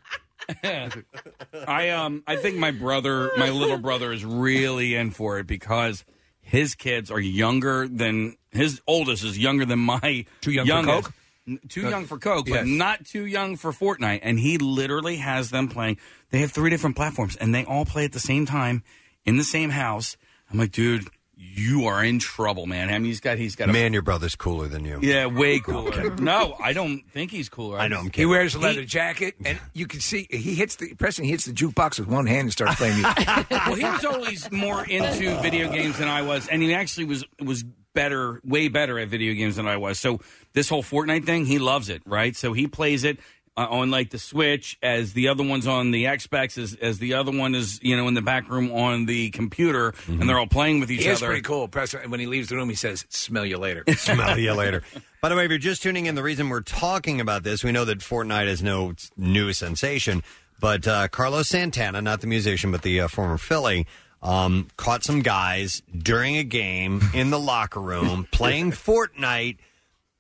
I um I think my brother, my little brother, is really in for it because his kids are younger than his oldest is younger than my Too young for youngest. Coke? N- Too young for Coke, but Yes. not too young for Fortnite. And he literally has them playing. They have three different platforms, and they all play at the same time in the same house. I'm like, dude, you are in trouble, man. I mean, he's got he's got a Man, your brother's cooler than you. yeah, way cooler. no, I don't think he's cooler. I know. I'm He kidding. wears a leather jacket, and you can see he hits the Preston hits the jukebox with one hand and starts playing music. (laughs) well, he was always more into Oh. video games than I was, and he actually was was better, way better at video games than I was. So this whole Fortnite thing, he loves it, right? So he plays it uh, on like the Switch, as the other ones on the Xbox, as, as the other one is you know in the back room on the computer, and they're all playing with each He is other. pretty cool. Preston, and when he leaves the room, he says, "Smell (laughs) you later." (laughs) Smell you later. By the way, if you're just tuning in, the reason we're talking about this, we know that Fortnite is no new sensation, but uh, Carlos Santana, not the musician, but the uh, former Philly, um, caught some guys during a game in the locker room playing Fortnite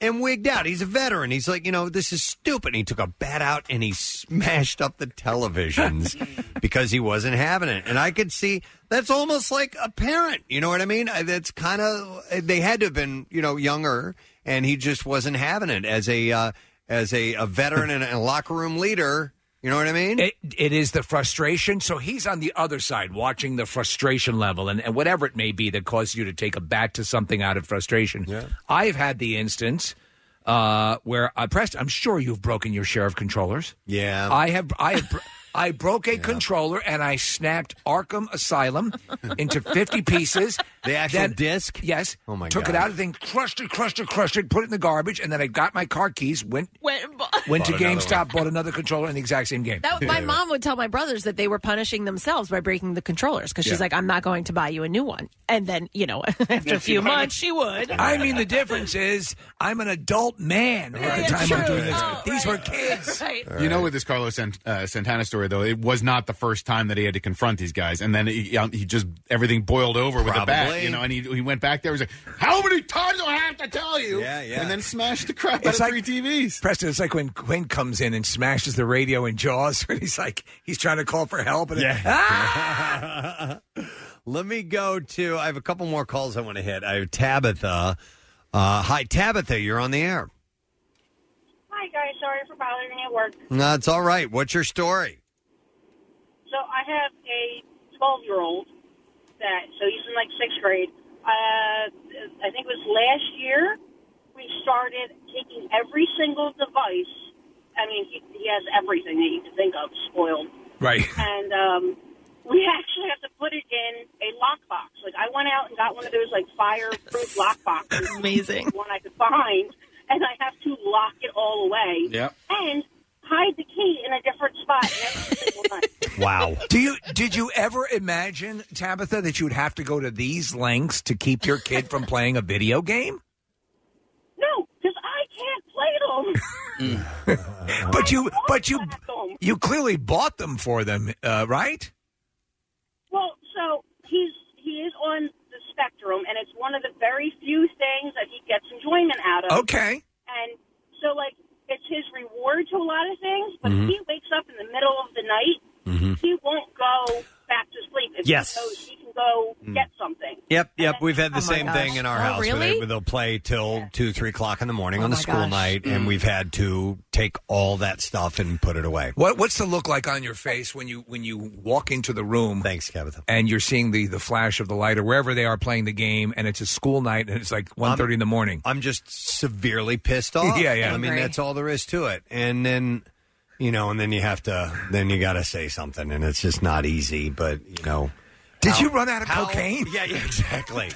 and wigged out. He's a veteran. He's like, you know, this is stupid. He took a bat out and he smashed up the televisions because he wasn't having it. And I could see that's almost like a parent. You know what I mean? I- That's kind of they had to have been, you know, younger, and he just wasn't having it as a uh, as a, a veteran and a locker room leader. You know what I mean? It, it is the frustration. So he's on the other side watching the frustration level and, and whatever it may be that causes you to take a bat to something out of frustration. I've had the instance uh, where I pressed, I'm sure you've broken your share of controllers. yeah. I have I have, br- (laughs) I broke a controller and I snapped Arkham Asylum into fifty pieces. The actual Then- disc? yes. Oh, my Took God. it out of the thing, crushed it, crushed it, crushed it, put it in the garbage, and then I got my car keys, went When- went to Bought another GameStop, bought another controller in the exact same game. That my mom would tell my brothers that they were punishing themselves by breaking the controllers because she's Yeah. like, "I'm not going to buy you a new one." And then you know, (laughs) after a few months, she would. I mean, the difference is I'm an adult man at the it's time I'm true. doing this. Oh, These right. were kids. (laughs) Right. You know, with this Carlos Sant- uh, Santana story, though, it was not the first time that he had to confront these guys, and then he, um, he just everything boiled over with a bat, Probably. you know. And he, he went back there, and was like, "How many times do I have to tell you?" Yeah, yeah. And then smashed the (laughs) crap It's out like- of three TVs. Preston, it's like when Quinn comes in and smashes the (laughs) radio in Jaws, and he's like, he's trying to call for help, and it- ah! Let me go to. I have a couple more calls I want to hit. I have Tabitha. Uh, hi, Tabitha. You're on the air. Hi guys, sorry for bothering you at work. No, it's all right. What's your story? So I have a 12 year old that, so he's in like sixth grade. Uh, I think it was last year we started taking every single device. I mean, he, he has everything that you can think of spoiled. Right. And um, we (laughs) actually have to put it in a lockbox. Like I went out and got one of those like fireproof lockboxes. Amazing. One I could find, and I have to lock it all away. Yep. And hide the key in a different spot. every single night. Wow. Do you did you ever imagine Tabitha that you would have to go to these lengths to keep your kid from playing a video game? No, because I can't play (laughs) them. But you but you you clearly bought them for them, uh, right? Well, so he's he is on the spectrum, and it's one of the very few things that he gets enjoyment out of. Okay. And so, like, it's his reward to a lot of things. But Mm-hmm. Mhm. if he wakes up in the middle of the night, he won't go back to sleep. If Yes. He knows he can go Mm. get something. Yep, yep. We've had the Oh my same gosh. thing in our Oh, house. where they- really? Where they'll play till two, three o'clock in the morning Oh on the my school gosh. night, and Mm. we've had to take all that stuff and put it away. What what's the look like on your face when you when you walk into the room? Thanks, Tabitha. And you're seeing the the flash of the light or wherever they are playing the game, and it's a school night, and it's like 1.30 in the morning. I'm just severely pissed off. (laughs) Yeah, yeah. I mean, Angry. that's all there is to it. And then, you know, and then you have to, then you got to say something, and it's just not easy. But you know, Did how- you run out of how- cocaine? Yeah, yeah, exactly.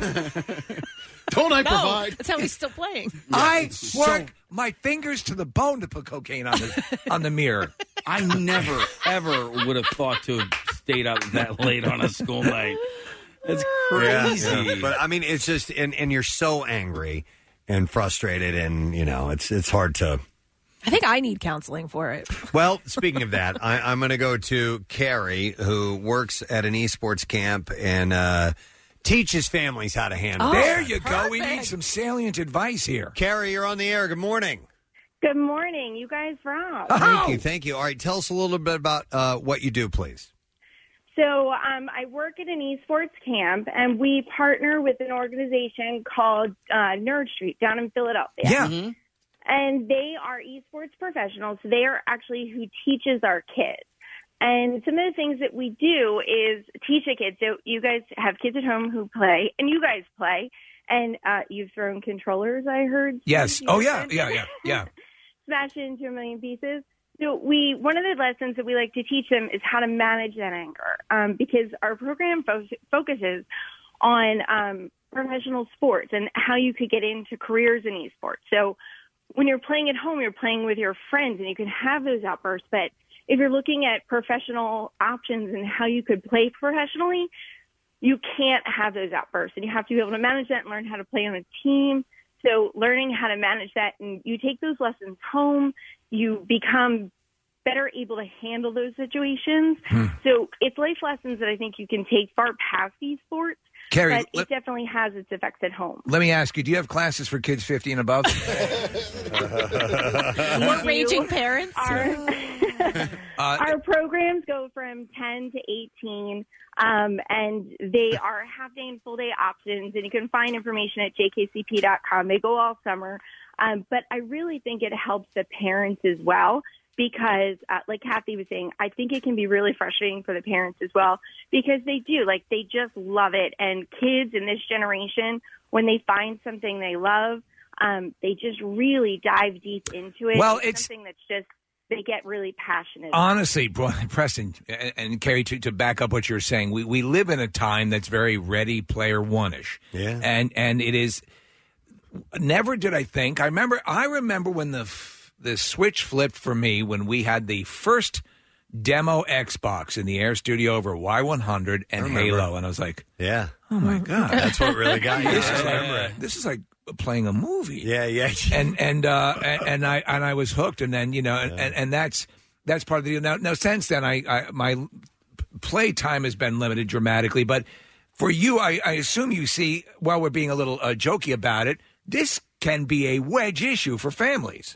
Don't I no, That's how he's still playing. (laughs) I work my fingers to the bone to put cocaine (laughs) on the on the mirror. (laughs) I never ever would have thought to have stayed up that late on a school night. That's crazy. Yeah, yeah. But I mean, it's just, and and you're so angry and frustrated, and you know, it's it's hard to. I think I need counseling for it. Well, speaking of that, I, I'm going to go to Carrie, who works at an esports camp and uh, teaches families how to handle. there you go. We need some salient advice here. Oh, Carrie, you're on the air. Good morning. Good morning, you guys rock. Thank you, thank you. All right, tell us a little bit about uh, what you do, please. So um, I work at an esports camp, and we partner with an organization called uh, Nerd Street down in Philadelphia. Yeah. And they are esports professionals. They are actually who teaches our kids. And some of the things that we do is teach the kids. So you guys have kids at home who play, and you guys play, and uh, you've thrown controllers. I heard. Yes. since you Oh yeah. said. Yeah. Yeah. Yeah. smash it into a million pieces. So we one of the lessons that we like to teach them is how to manage that anger um, because our program fo- focuses on um, professional sports and how you could get into careers in esports. So when you're playing at home, you're playing with your friends and you can have those outbursts. But if you're looking at professional options and how you could play professionally, you can't have those outbursts and you have to be able to manage that and learn how to play on a team. So learning how to manage that and you take those lessons home, you become better able to handle those situations. Hmm. So it's life lessons that I think you can take far past esports. Carrie, but let- it definitely has its effects at home. Let me ask you: Do you have classes for kids fifty (laughs) and above? More raging parents. (laughs) Our programs go from 10 to 18, um, and they are half day and full day options, and you can find information at jkcp.com. They go all summer, um, but I really think it helps the parents as well because, uh, like Kathy was saying, I think it can be really frustrating for the parents as well because they do, like, they just love it, and kids in this generation, when they find something they love, um, they just really dive deep into it. Well, it's- something that's just they get really passionate. about. Honestly, Bro- Preston and, and Carrie, to, to back up what you're saying, we, we live in a time that's very ready player one ish. Yeah. And and it is never did I think I remember I remember when the f- the switch flipped for me when we had the first demo Xbox in the Air Studio over Y100 and remember. Halo, and I was like, (laughs) Yeah. Oh my god, That's what really got you. (laughs) This is I like- remember it. this is like playing a movie. Yeah, yeah. (laughs) and and uh, and, and I and I was hooked, and then you know, and, and, and that's that's part of the deal. Now, now since then, I, I my play time has been limited dramatically, but for you, I, I assume you see while we're being a little uh, jokey about it, this can be a wedge issue for families.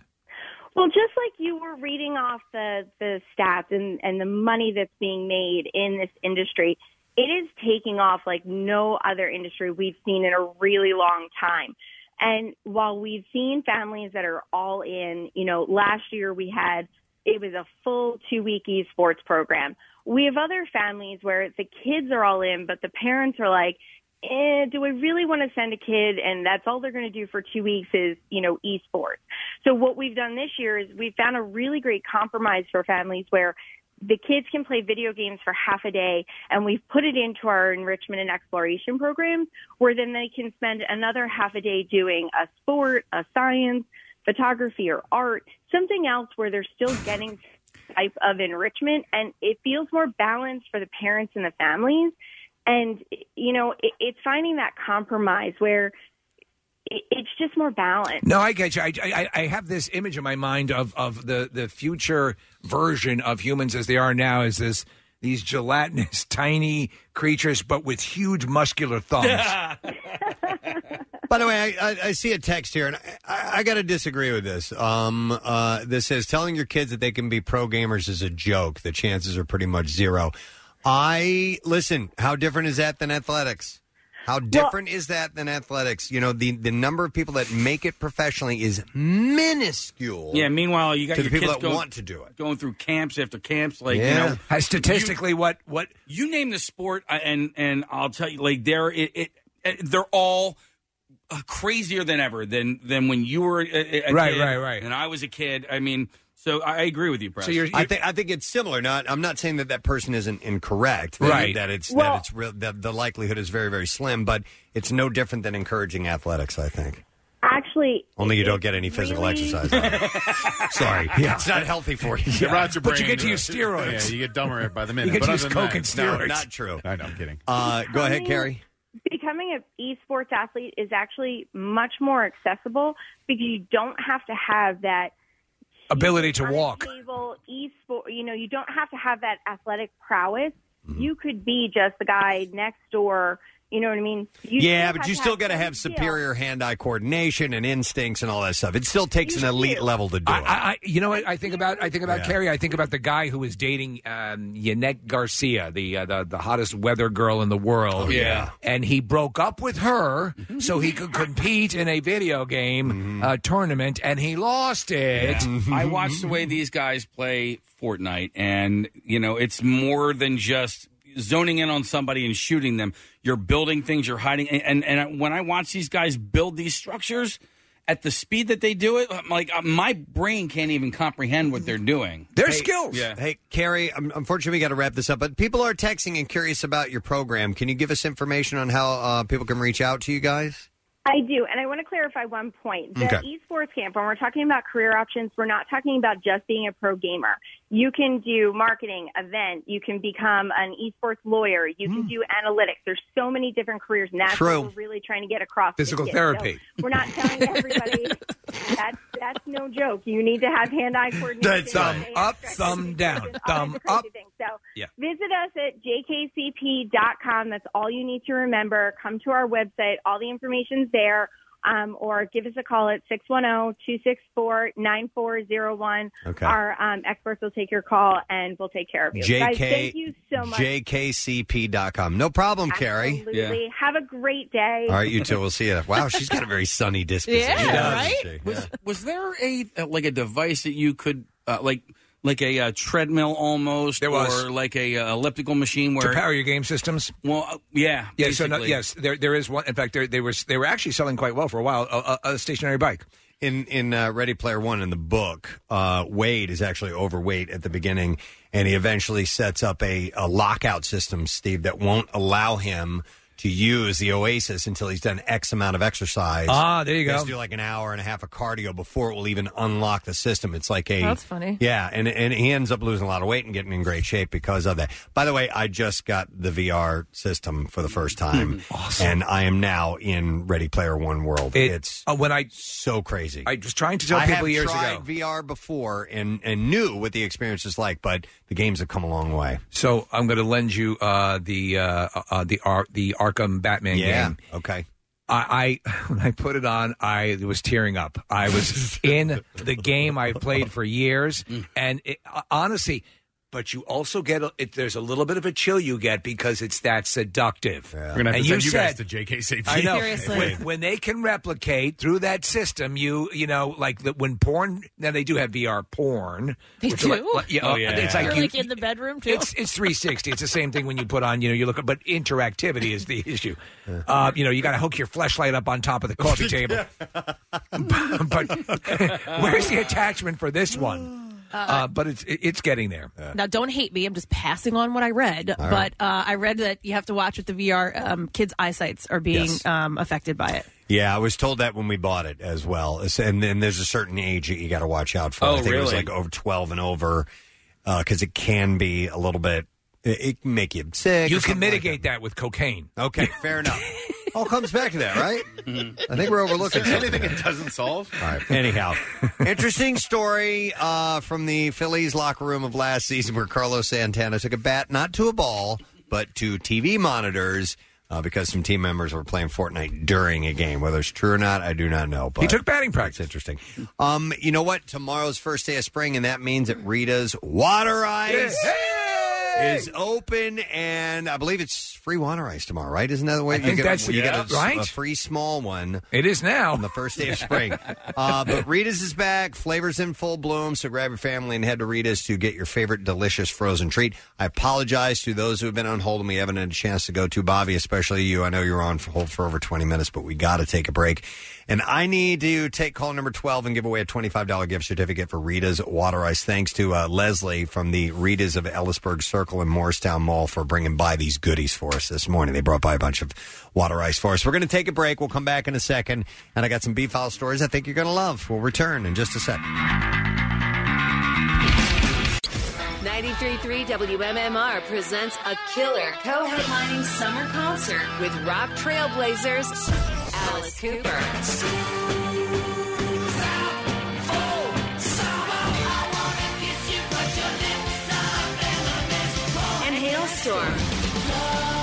Well, just like you were reading off the, the stats and, and the money that's being made in this industry, it is taking off like no other industry we've seen in a really long time. And while we've seen families that are all in, you know, last year we had it was a full two week esports program. We have other families where the kids are all in, but the parents are like, eh, do I really want to send a kid? And that's all they're going to do for two weeks is, you know, esports. So what we've done this year is we found a really great compromise for families where the kids can play video games for half a day and we've put it into our enrichment and exploration programs where then they can spend another half a day doing a sport, a science, photography or art, something else where they're still getting some type of enrichment and it feels more balanced for the parents and the families. And, you know, it, it's finding that compromise where it, it's just more balanced. No, I get you. I, I, I have this image in my mind of, of the, the future version of humans as they are now is this these gelatinous (laughs) tiny creatures but with huge muscular thumbs. By the way, I, I, I see a text here, and I, I, I got to disagree with this. Um, uh, this says telling your kids that they can be pro gamers is a joke. The chances are pretty much zero. I listen. How different is that than athletics? How different is that than athletics? You know, the the number of people that make it professionally is minuscule. Yeah. Meanwhile, you got to your the people kids that going, want to do it. going through camps after camps, like Yeah. you know, Uh, statistically, what what you name the sport, I- and and I'll tell you, like there, it, it, it they're all uh, crazier than ever than than when you were a, a Right, kid right, right. and I was a kid. I mean, so I, I agree with you, Brad. I think I think it's similar. Not I'm not saying that that person isn't incorrect. That, Right. That it's Well- that it's real. That the likelihood is very very slim. But it's no different than encouraging athletics. I think. Actually, Only you don't get any physical exercise. out of (laughs) it. Sorry, Yeah. (laughs) it's not healthy for you. It rots your brain. But you get to use Yeah, steroids. you get dumber by the minute. (laughs) You get but to use other than Coke and that, no, steroids. not true. I know, I'm kidding. Uh, go ahead, Carrie. becoming an esports athlete is actually much more accessible because you don't have to have that Ability to walk. unstable esport. You know, you don't have to have that athletic prowess. Mm-hmm. You could be just the guy next door. You know what I mean? You yeah, have but to you have still got to have some skill. superior hand-eye coordination and instincts and all that stuff. It still takes an elite level to do I, it. I, I- you know what I think about? I think about Yeah. Carrie. I think about the guy who is dating um, Yannette Garcia, the, uh, the the hottest weather girl in the world. Oh, yeah. and he broke up with her so he (laughs) could compete in a video game Mm-hmm. uh, tournament, and he lost it. I watch the way these guys play Fortnite, and you know it's more than just zoning in on somebody and shooting them. You're building things, you're hiding, and and, and when I watch these guys build these structures at the speed that they do it, I'm like uh, my brain can't even comprehend what they're doing. Hey- yeah. Hey, Carrie, um, unfortunately, we got to wrap this up, but people are texting and curious about your program. Can you give us information on how uh, people can reach out to you guys? I do, and I want to clarify one point. The Okay. esports camp, when we're talking about career options, we're not talking about just being a pro gamer. You can do marketing, event, you can become an esports lawyer, you can do analytics. There's so many different careers, and that's Hmm. True. what we're really trying to get across. to Physical kids. therapy. So we're not telling everybody (laughs) that's that's no joke. You need to have hand-eye um, coordination. thumb and up, thumb down, (laughs) thumb crazy up. things. So Yeah. visit us at jkcp.com. That's all you need to remember. Come to our website. All the information's there. Um, or give us a call at oh, 610-264-9401. Okay. Our um, experts will take your call and we'll take care of you. JK, Guys, thank you so much. JKCP.com. No problem, Carrie. Absolutely. Have a great day. All right, you two. We'll see you. (laughs) Wow, she's got a very sunny disposition. Yeah, She does, right? doesn't Was was there a uh, like a device that you could uh, like like a uh, treadmill almost, There was. or like a uh, elliptical machine where to power your game systems. Well, uh, yeah, Yeah, so no, basically. yes, there there is one. In fact, there, they were they were actually (laughs) selling quite well for a while. A, a, a stationary bike. in in uh, Ready Player One in the book, uh, Wade is actually overweight at the beginning, and he eventually sets up a, a lockout system, Steve, that won't allow him to use the Oasis until he's done X amount of exercise. Ah, there you He has go. to do like an hour and a half of cardio before it will even unlock the system. It's like a That's funny. Yeah, and and he ends up losing a lot of weight and getting in great shape because of that. By the way, I just got the VR system for the Hmm. first time, and I am now in Ready Player One world. it's uh, when I so crazy. I was trying to tell I people have years tried ago. VR before and and knew what the experience is like, but the games have come a long way. So I'm going to lend you uh, the uh, uh, the Ar- the Arkham Batman Yeah, game. Okay. I, (laughs) I when I put it on, I was tearing up. (laughs) Mm. I was in the game I played for years, and it, uh, honestly, But you also get a, it, there's a little bit of a chill you get because it's that seductive. We're gonna have and to you send you said guys to JK safety. I know. When, when they can replicate through that system, you you know, like the, when porn. Now they do have VR porn. They which do. are like- like- yeah, It's like You're you- like in the bedroom too. it's it's 360. It's the same thing when you put on, you know, you look, at- but interactivity is the issue. Uh, you know, you got to hook your flashlight up on top of the coffee table. but (laughs) where's the attachment for this one? Uh, Uh, but it's it- it's getting there. (laughs) Now, don't hate me. I'm just passing on what I read. All but right. uh, I read that you have to watch with the VR. Um, kids' eyesights are being Yes. um, affected by it. Yeah, I was told that when we bought it as well. It's- And then there's a certain age that you got to watch out for. Oh, I think it was really? like over 12 and over because it can be a little bit, it, it can make you (laughs) sick. You or can something like mitigate that with cocaine. (laughs) Okay, fair enough. All comes back to that, right? I think we're overlooking Is there something anything (laughs) it doesn't solve. All right. Anyhow, interesting story uh, from the Phillies locker room of last season where Carlos Santana took a bat, not to a ball, but to TV monitors uh, because some team members were playing Fortnite during a game. Whether it's true or not, I do not know. But He took batting practice. It's interesting. Um, you know what? Tomorrow's first day of spring, and that means that Rita's Water Ice is open, and I believe it's free water ice tomorrow, right? Isn't that the way I think get, that's- you yeah, get a, right? a free small one? It is now on the first day of (laughs) spring. uh, but Rita's is back, flavors in full bloom. So grab your family and head to Rita's to get your favorite delicious frozen treat. I apologize to those who have been on hold and we haven't had a chance to go to Bobby, especially you. I know you were on for hold for over twenty minutes, but we got to take a break. And I need to take call number twelve and give away a twenty-five dollar gift certificate for Rita's Water Ice. Thanks to uh, Leslie from the Rita's of Ellisburg Circle in Morristown Mall for bringing by these goodies for us this morning. They brought by a bunch of water ice for us. We're going to take a break. We'll come back in a second, and I got some beef file stories I think you're going to love. We'll return in just a sec. 93.3 WMMR presents a killer co-headlining summer concert with rock trailblazers Alice Cooper. And Hailstorm.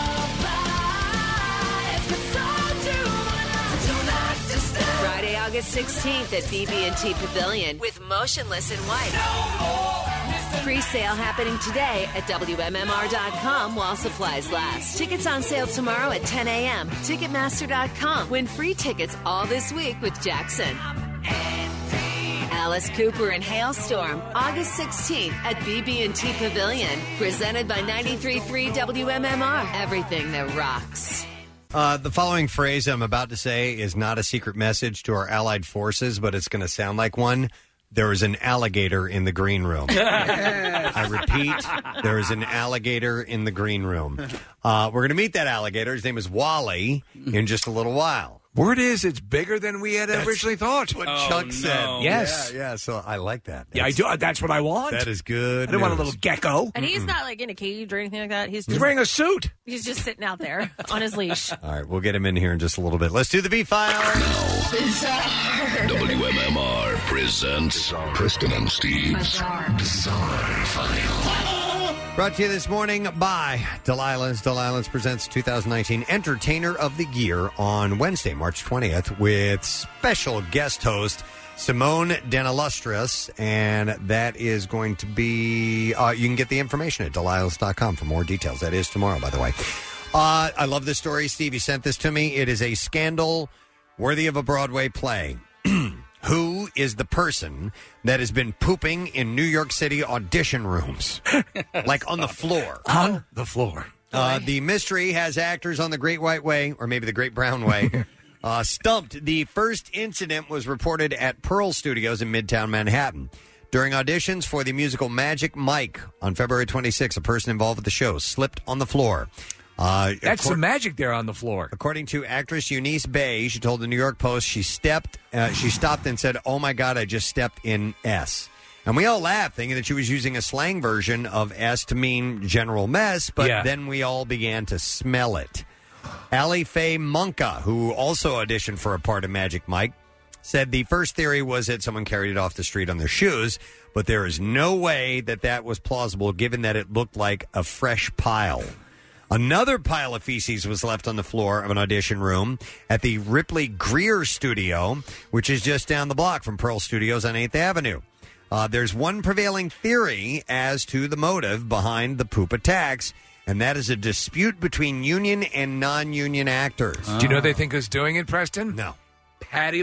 Friday, August 16th at BB&T Pavilion with Motionless in White. Pre-sale happening today at WMMR.com while supplies last. Tickets on sale tomorrow at 10 a.m. Ticketmaster.com. Win free tickets all this week with Jackson. Alice Cooper and Hailstorm, August 16th at BB&T Pavilion. Presented by 93.3 WMMR. Everything that rocks. Uh, the following phrase I'm about to say is not a secret message to our allied forces, but it's going to sound like one. There is an alligator in the (laughs) green room. I repeat, there is an alligator in the green room. Uh, we're going to meet that alligator. His name is Wally in just a little while. Word is it's bigger than we had originally thought. What Chuck said. Yes. Yeah, yeah, so I like that. Yeah, I do. uh, That's what I want. That is good. I don't want a news. little gecko. And he's not like in a cage or anything like that. He's He's just wearing a suit. He's just sitting out (laughs) there on his (laughs) leash. All right, we'll get him in here in just a little bit. Let's do the B file. WMMR presents Preston and Steve's Bizarre, File. Brought to you this morning by Delilah's. Delilah's presents 2019 Entertainer of the Year on Wednesday, March 20th, with special guest host Simone Denilustris. And that is going to be, uh, you can get the information at delilah's.com for more details. That is tomorrow, by the way. Uh, I love this story. Steve, you sent this to me. It is a scandal worthy of a Broadway play. (clears throat) Who is the person that has been pooping in New York City audition (laughs) rooms? like on the floor. On the floor. Uh, the mystery has actors on the Great White Way, or maybe the Great Brown (laughs) Way, uh, stumped. The first incident was reported at Pearl Studios in Midtown Manhattan. During auditions for the musical Magic Mike on February 26, a person involved with the show slipped on the floor. Uh, That's the accor- magic there on the floor. According to actress Eunice Bay, she told the New York Post she stepped, uh, she stopped and said, "Oh my God, I just stepped in S." And we all laughed, thinking that she was using a slang version of S to mean general mess. But Yeah. then we all began to smell it. Ali Faye Monka, who also auditioned for a part of Magic Mike, said the first theory was that someone carried it off the street on their shoes, but there is no way that that was plausible given that it looked like a fresh pile. Another pile of feces was left on the floor of an audition room at the Ripley Greer Studio, which is just down the block from Pearl Studios on 8th Avenue. Uh, there's one prevailing theory as to the motive behind the poop attacks, and that is a dispute between union and non union actors. Do you know they think who's doing it, Preston? Ah. No. Patty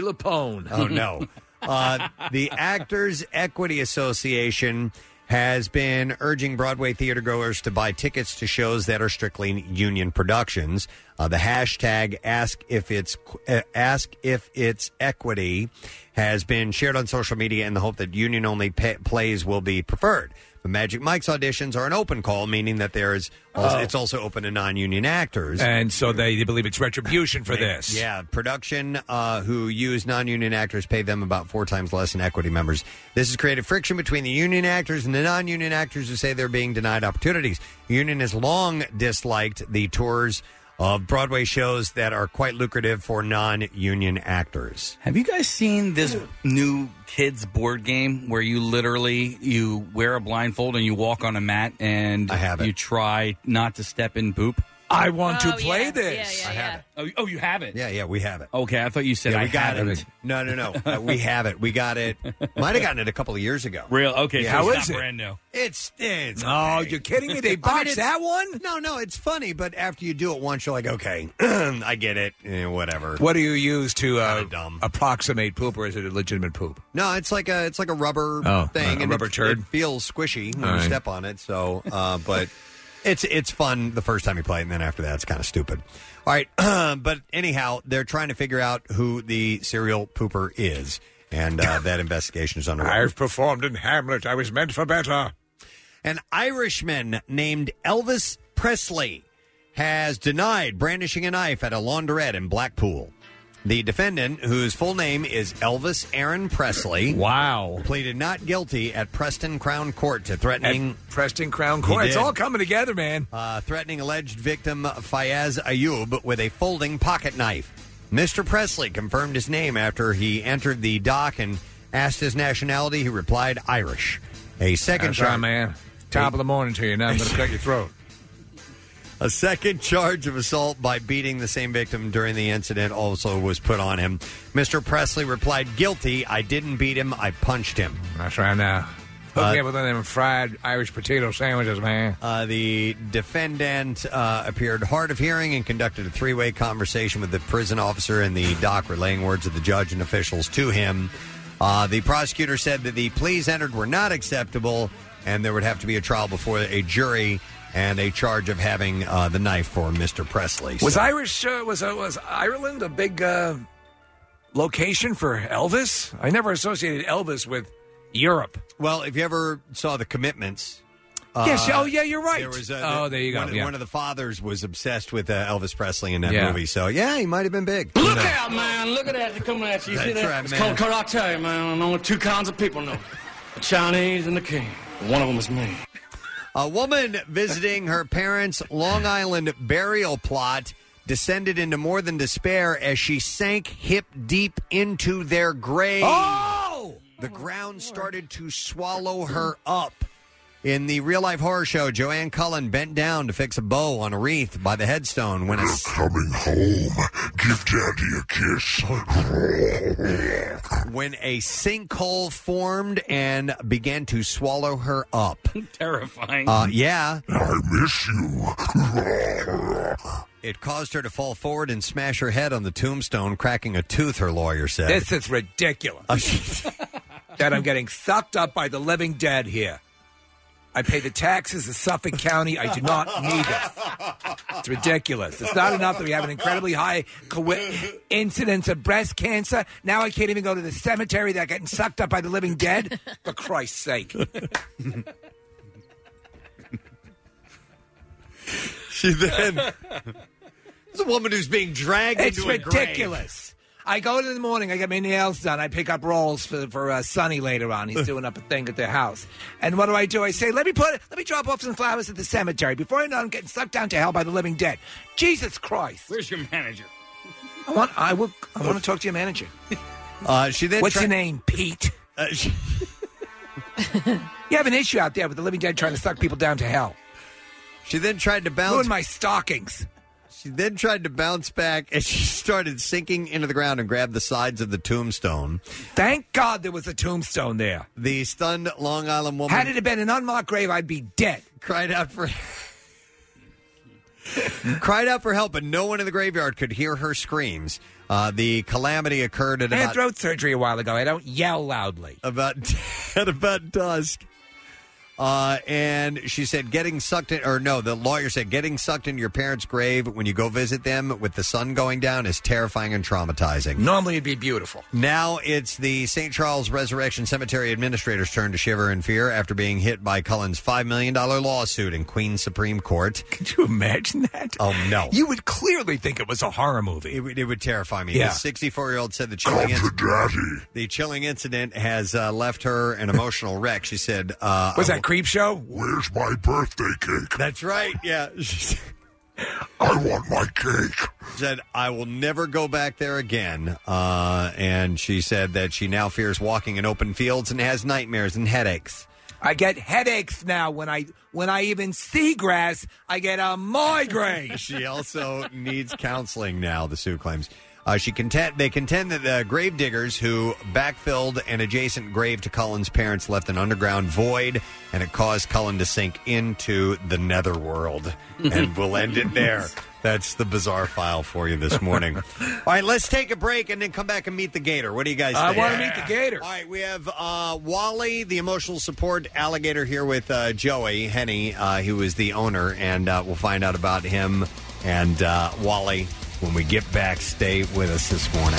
(laughs) Lapone. Oh no. Uh, the Actors Equity Association has been urging Broadway theatergoers to buy tickets to shows that are strictly union productions. Uh, the hashtag ask if it's uh, ask if it's equity has been shared on social media in the hope that union only pa plays will be preferred. The Magic Mike's auditions are an open call, meaning that there is also, Oh. it's also open to non-union actors. (laughs) And so they, they believe it's retribution for this. Yeah, production uh, who use non-union actors pay them about four times less than equity members. This has created friction between the union actors and the non-union actors who say they're being denied opportunities. The union has long disliked the tours of Broadway shows that are quite lucrative for non-union actors. Have you guys seen this new kids board game where you literally you wear a blindfold and you walk on a mat and I have you try not to step in poop? I want to play this. I have it. Oh, oh, you have it. Yeah, yeah, we have it. Okay, I thought you said Yeah, I we got hadn't. it. No, (laughs) no, no. Uh, we have it. We got it. Might have gotten it a couple of years ago. Real okay. Yeah. so How it's is not it? Brand new. It's it's. Oh, you're kidding me? They botched that one? No, no, it's funny, (clears throat) but after you do it once, you're like, okay, I get it. Eh, whatever. What do you use to uh, approximate poop, or is it a legitimate poop? No, it's like a it's like a rubber Oh, uh, thing, a and rubber it, turd? It feels squishy when All you right. step on it. So, uh, (laughs) but it's it's fun the first time you play it, and then after that, it's kind of stupid. All right, (clears throat) but anyhow, they're trying to figure out who the serial pooper is, and (laughs) uh, that investigation is underway. I've performed in Hamlet. I was meant for better. An Irishman named Elvis Presley has denied brandishing a knife at a laundrette in Blackpool. The defendant, whose full name is Elvis Aaron Presley, wow, pleaded not guilty at Preston Crown Court to threatening Preston Crown He Court. It's did. all coming together, man. uh, threatening alleged victim Fayez Ayub with a folding pocket knife. Mr. Presley confirmed his name after he entered the dock and asked his nationality. He replied, "Irish." A second That's charge, right, man. Top of the morning to you. Now I'm going to cut your throat. (laughs) A second charge of assault by beating the same victim during the incident also was put on him. Mr. Presley replied, "Guilty. I didn't beat him. I punched him." That's right now. Hook me up with one of them fried Irish potato sandwiches, man. Uh, the defendant uh, appeared hard of hearing and conducted a three way conversation with the prison officer and the doc, relaying words of the judge and officials to him. Uh, the prosecutor said that the pleas entered were not acceptable and there would have to be a trial before a jury and a charge of having uh, the knife for Mr. Presley. Was So- Irish uh, was uh, was Ireland a big uh, location for Elvis? I never associated Elvis with Europe. Well, if you ever saw the commitments. yes. uh, Oh, yeah. You're right. There was a, oh, there you go. One, of- yeah. one of the fathers was obsessed with uh, Elvis Presley in that Yeah. movie, so yeah, he might have been big. Look out, man! Look at that coming at you. You see That's that? right, it's man. called karate, man. And only two kinds of people know: it. the Chinese and the king. One of them is me. A woman visiting her parents' Long Island burial plot descended into more than despair as she sank hip deep into their grave. Oh! The ground started to swallow her up. In the real life horror show, Joanne Cullen bent down to fix a bow on a wreath by the headstone when a Coming home. Give Daddy a kiss. when a sinkhole formed and began to swallow her (laughs) up. Terrifying. Uh, yeah. I miss you. (laughs) It caused her to fall forward and smash her head on the tombstone, cracking a tooth, her lawyer said. This is ridiculous. (laughs) that I'm getting sucked up by the living dead here. I pay the taxes of Suffolk County. I do not need it. It's ridiculous. It's not enough that we have an incredibly high co- incidence of breast cancer. Now I can't even go to the cemetery. They're getting sucked up by the living dead. For Christ's sake. (laughs) she then. It's a woman who's being dragged It's into a grave. ridiculous. I go in the morning. I get my nails done. I pick up rolls for for uh, Sonny later (laughs) on. He's doing up a thing at their house. And what do I do? I say, let me put, let me drop off some flowers at the cemetery. Before I know, it, I'm getting sucked down to hell by the living dead. Jesus Christ! Where's your (laughs) manager? I want, I will, I want to talk to your manager. Uh, she then. What's tri- Uh, your name, Pete? you have an issue out there with the living dead trying to suck people down to hell. She then tried to bounce. Ruin my stockings. She then tried to bounce back and (laughs) she started sinking into the ground and grabbed the sides of the tombstone. Thank God there was a tombstone there. The stunned Long Island woman. Had it been an unmarked grave, I'd be dead. Cried out for. cried out for help, but no one in the graveyard could hear her screams. Uh, the calamity occurred at I had about throat surgery a while ago. I don't yell loudly. About (laughs) at about dusk. Uh, and she said, getting sucked in, or no, the lawyer said, getting sucked into your parents' grave when you go visit them with the sun going down is terrifying and traumatizing. Normally it'd be beautiful. Now it's the St. Charles Resurrection Cemetery administrator's turn to shiver in fear after being hit by Cullen's $5 million lawsuit in Queens Supreme Court. Could you imagine that? Oh, no. You would clearly think it was a horror movie. It, would- it would terrify me. Yeah. The 64 year old said the chilling incident. The chilling incident has uh, left her an emotional wreck. She said, uh, Was that Creep Show? Where's my birthday cake? (laughs) That's right. Yeah. (laughs) I want my cake. Said, I will never go back there again. Uh, and she said that she now fears walking in open fields and has nightmares and headaches. I get headaches now when I when I even see grass. I get a (laughs) migraine. she also needs counseling now. The Sioux claims uh, she contend they contend that the grave diggers who backfilled an adjacent grave to Cullen's parents left an underground void, and it caused Cullen to sink into the netherworld. and we'll end it there. That's the bizarre file for you this morning. All right, let's take a break and then come back and meet the gator. What do you guys I think? want to meet the gator. All right, we have uh, Wally, the emotional support alligator, here with uh, Joey Henny, uh, who is the owner, and uh, we'll find out about him and uh, Wally when we get back. Stay with us this morning.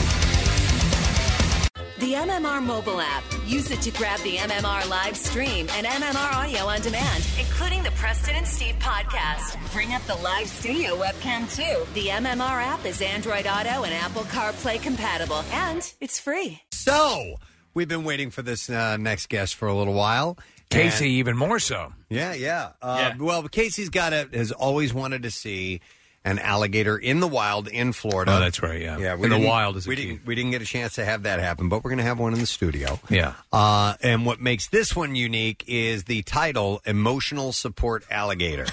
The MMR mobile app. Use it to grab the MMR live stream and MMR audio on demand, including the Preston and Steve podcast. Bring up the live studio webcam too. The MMR app is Android Auto and Apple CarPlay compatible, and it's free. So we've been waiting for this uh, next guest for a little while. Casey, even more so. Yeah, yeah. Uh, Well, Casey's got a has always wanted to see an alligator in the wild in Florida. Oh, that's right, yeah. yeah. In the didn't- wild is the we key. didn't we didn't get a chance to have that happen, but we're going to have one in the studio. Yeah. Uh, and what makes this one unique is the title Emotional Support Alligator.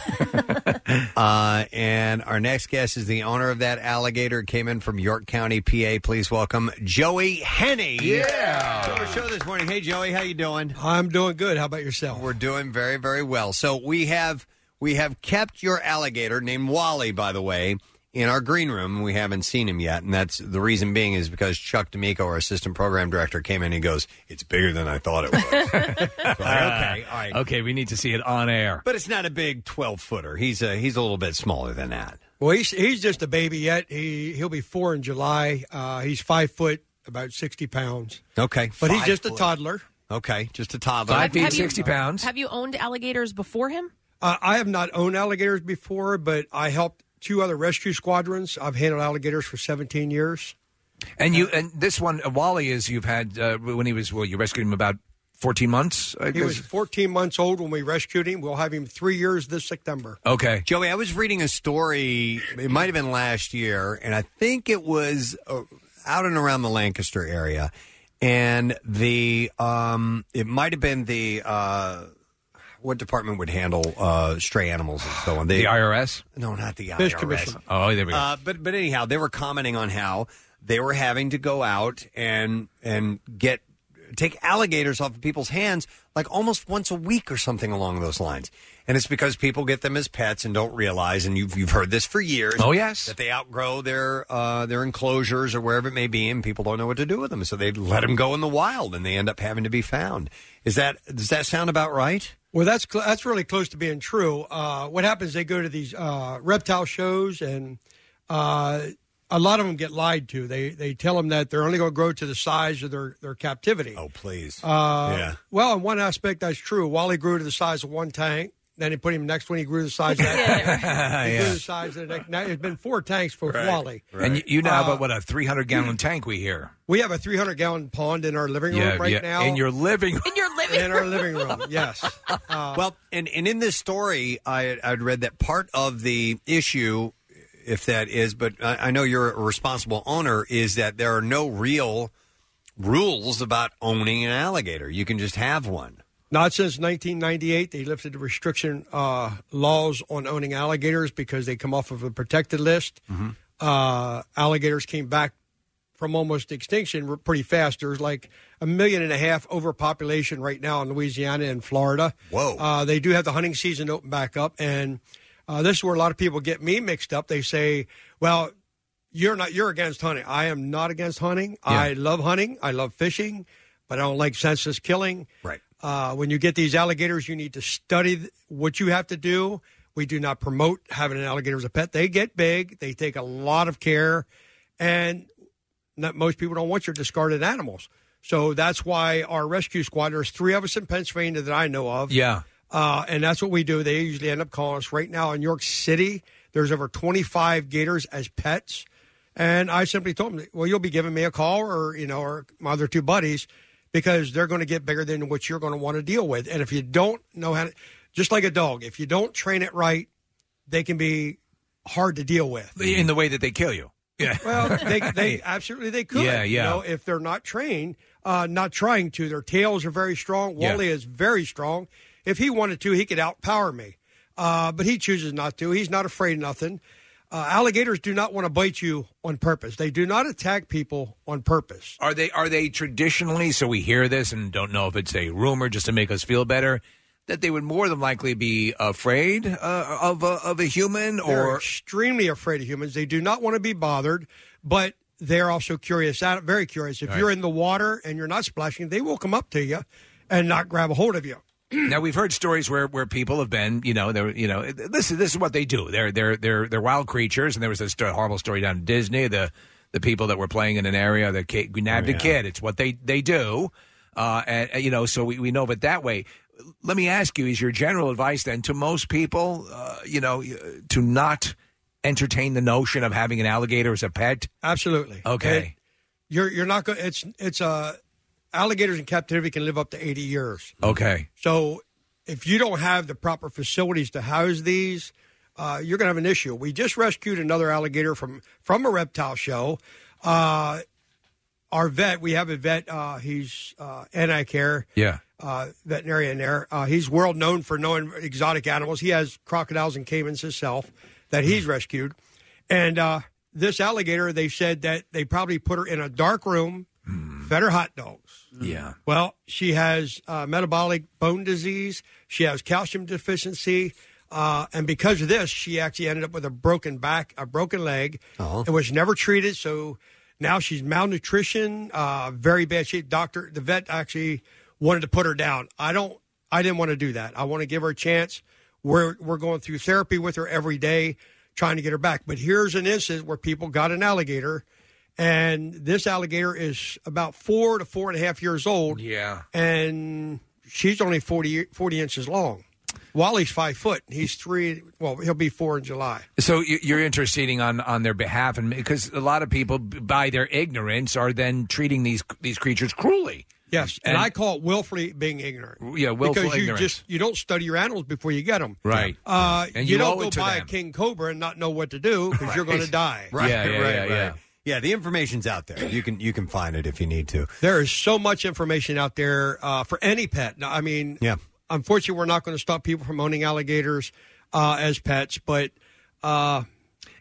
uh, and our next guest is the owner of that alligator. Came in from York County, PA. Please welcome Joey Henny. Yeah. To our show this morning. Hey, Joey, how you doing? I'm doing good. How about yourself? We're doing very, very well. So we have we have kept your alligator named Wally, by the way, in our green room. We haven't seen him yet, and that's the reason being is because Chuck D'Amico, our assistant program director, came in and he goes, "It's bigger than I thought it (laughs) was." okay, all right. Uh, Okay, we need to see it on air. But it's not a big twelve footer. He's a he's a little bit smaller than that. Well, he's he's just a baby yet. He he'll be four in July. Uh, he's five foot, about sixty pounds, Okay, but he's five just a foot. toddler. Okay, just a toddler. Five feet, 60 pounds. Have you owned alligators before him? Uh, I have not owned alligators before, but I helped two other rescue squadrons. I've handled alligators for seventeen years. And you and this one uh, Wally is you've had uh, when he was well you rescued him about fourteen months. I He was guess? 14 months old when we rescued him. We'll have him three years this September. Okay. Joey, I was reading a story, it might have been last year, and I think it was uh, out and around the Lancaster area. And the, um, it might have been the, uh, what department would handle uh, stray animals and so on? The IRS? No, not the IRS. Fish Commission. Oh, there we go. Uh, but but anyhow, they were commenting on how they were having to go out and and get take alligators off of people's hands like almost once a week or something along those lines. And it's because people get them as pets and don't realize. And you've you've heard this for years. Oh, yes. that they outgrow their uh, their enclosures or wherever it may be, and people don't know what to do with them, so they let them go in the wild, and they end up having to be found. Is that does that sound about right? Well, that's cl- that's really close to being true. Uh, what happens? They go to these uh, reptile shows, and uh, a lot of them get lied to. They they tell them that they're only going to grow to the size of their their captivity. Oh, please. Uh, Yeah. Well, in one aspect, that's true. Wally grew to the size of one tank. Then he put him next one. He grew the size (laughs) (laughs) of that. tank. He grew Yeah. the size of the next. Now it's been four tanks for Right, Wally. And you, you now have Uh, about what a three hundred gallon tank we hear. we have a 300 gallon pond in our living room Yeah, right yeah. now. In your living (laughs) room. In your living In our living room, yes. Uh, well, and, and in this story, I, I'd read that part of the issue, if that is, but I, I know you're a responsible owner, is that there are no real rules about owning an alligator. You can just have one. Not since 1998. They lifted the restriction uh, laws on owning alligators because they come off of a protected list. Mm-hmm. Uh, alligators came back from almost extinction re- pretty fast. There's like a million and a half overpopulation right now in Louisiana and Florida. Whoa. Uh, they do have the hunting season open back up. And uh, this is where a lot of people get me mixed up. They say, well, you're not you're against hunting. I am not against hunting. I love hunting. I love fishing, but I don't like senseless killing. Right. Uh, when you get these alligators, you need to study th- what you have to do. We do not promote having an alligator as a pet. They get big. They take a lot of care, and not, most people don't want your discarded animals. So that's why our rescue squad. There's three of us in Pennsylvania that I know of. Yeah. Uh, and that's what we do. They usually end up calling us right now in York City. There's over 25 gators as pets. And I simply told them, well, you'll be giving me a call or, you know, or my other two buddies because they're going to get bigger than what you're going to want to deal with. And if you don't know how to, just like a dog, if you don't train it right, they can be hard to deal with. in the way that they kill you. Yeah. Well, they, they absolutely they could. Yeah, yeah. You know, if they're not trained, uh, not trying to, their tails are very strong. Yeah. Wally is very strong. If he wanted to, he could outpower me, uh, but he chooses not to. He's not afraid of nothing. Uh, alligators do not want to bite you on purpose. They do not attack people on purpose. (laughs) Are they are they traditionally so we hear this and don't know if it's a rumor just to make us feel better that they would more than likely be afraid uh, of a, of a human They're or extremely afraid of humans. They do not want to be bothered, but they're also curious, out- very curious. If Right. you're in the water and you're not splashing, they will come up to you and not grab a hold of you. now we've heard stories where, where people have been you know they're you know this is this is what they do they're they're they're they're wild creatures and there was this sto- horrible story down in Disney the the people that were playing in an area that ca- nabbed yeah. a kid it's what they they do uh, and uh, you know so we, we know but that way let me ask you is your general advice then to most people uh, you know to not entertain the notion of having an alligator as a pet absolutely okay You're you're not going. It's it's uh, alligators in captivity can live up to eighty years. okay So if you don't have the proper facilities to house these, uh, you're going to have an issue. We just rescued another alligator from from a reptile show. Uh, our vet, we have a vet. Uh, he's uh, NICare yeah uh, veterinarian there. Uh, he's world known for knowing exotic animals. He has crocodiles and caimans himself that he's rescued. And uh, this alligator, they said that they probably put her in a dark room, fed her hot dogs. yeah Well, she has uh, metabolic bone disease. She has calcium deficiency. Uh, and because of this, she actually ended up with a broken back, a broken leg. Oh. It was never treated. So now she's malnutrition, uh, very bad shape. Doctor, the vet actually wanted to put her down. I don't, I didn't want to do that. I want to give her a chance. We're, we're going through therapy with her every day, trying to get her back. But here's an instance where people got an alligator and this alligator is about four to four and a half years old. Yeah. And she's only 40, 40 inches long. Wally's five foot. He's three. Well, he'll be four in July. So you- you're interceding on, on their behalf, and because a lot of people, b- by their ignorance, are then treating these these creatures cruelly. Yes, and, And- I call it willfully being ignorant. Yeah, willful because you ignorance. just you don't study your animals before you get them. Right. Uh, And you, you don't owe it go to buy a them. king cobra and not know what to do because you're going (laughs) to die. Right, right, right. Yeah, the information's out there. You can you can find it if you need to. There is so much information out there uh, for any pet. Now, I mean, Yeah. unfortunately, we're not going to stop people from owning alligators uh, as pets, but uh,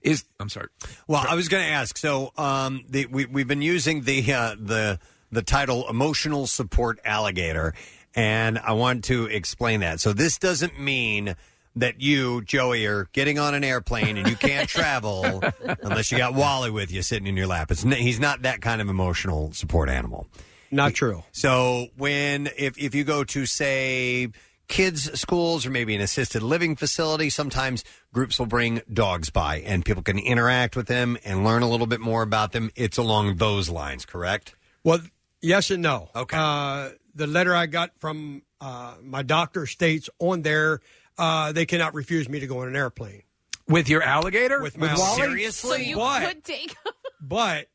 is I'm sorry. Well, I was going to ask. So, um, the, we we've been using the uh, the the title "Emotional Support Alligator," and I want to explain that. So, this doesn't mean that you, Joey, are getting on an airplane and you can't travel unless you got Wally with you sitting in your lap. It's n- he's not that kind of emotional support animal. Not true. So when if if you go to say kids schools or maybe an assisted living facility, sometimes groups will bring dogs by and people can interact with them and learn a little bit more about them. It's along those lines, correct? Well, yes and no. Okay. Uh, the letter I got from uh, my doctor states on there uh, they cannot refuse me to go on an airplane. With your alligator? With my alligator. Seriously? So you But- could take. But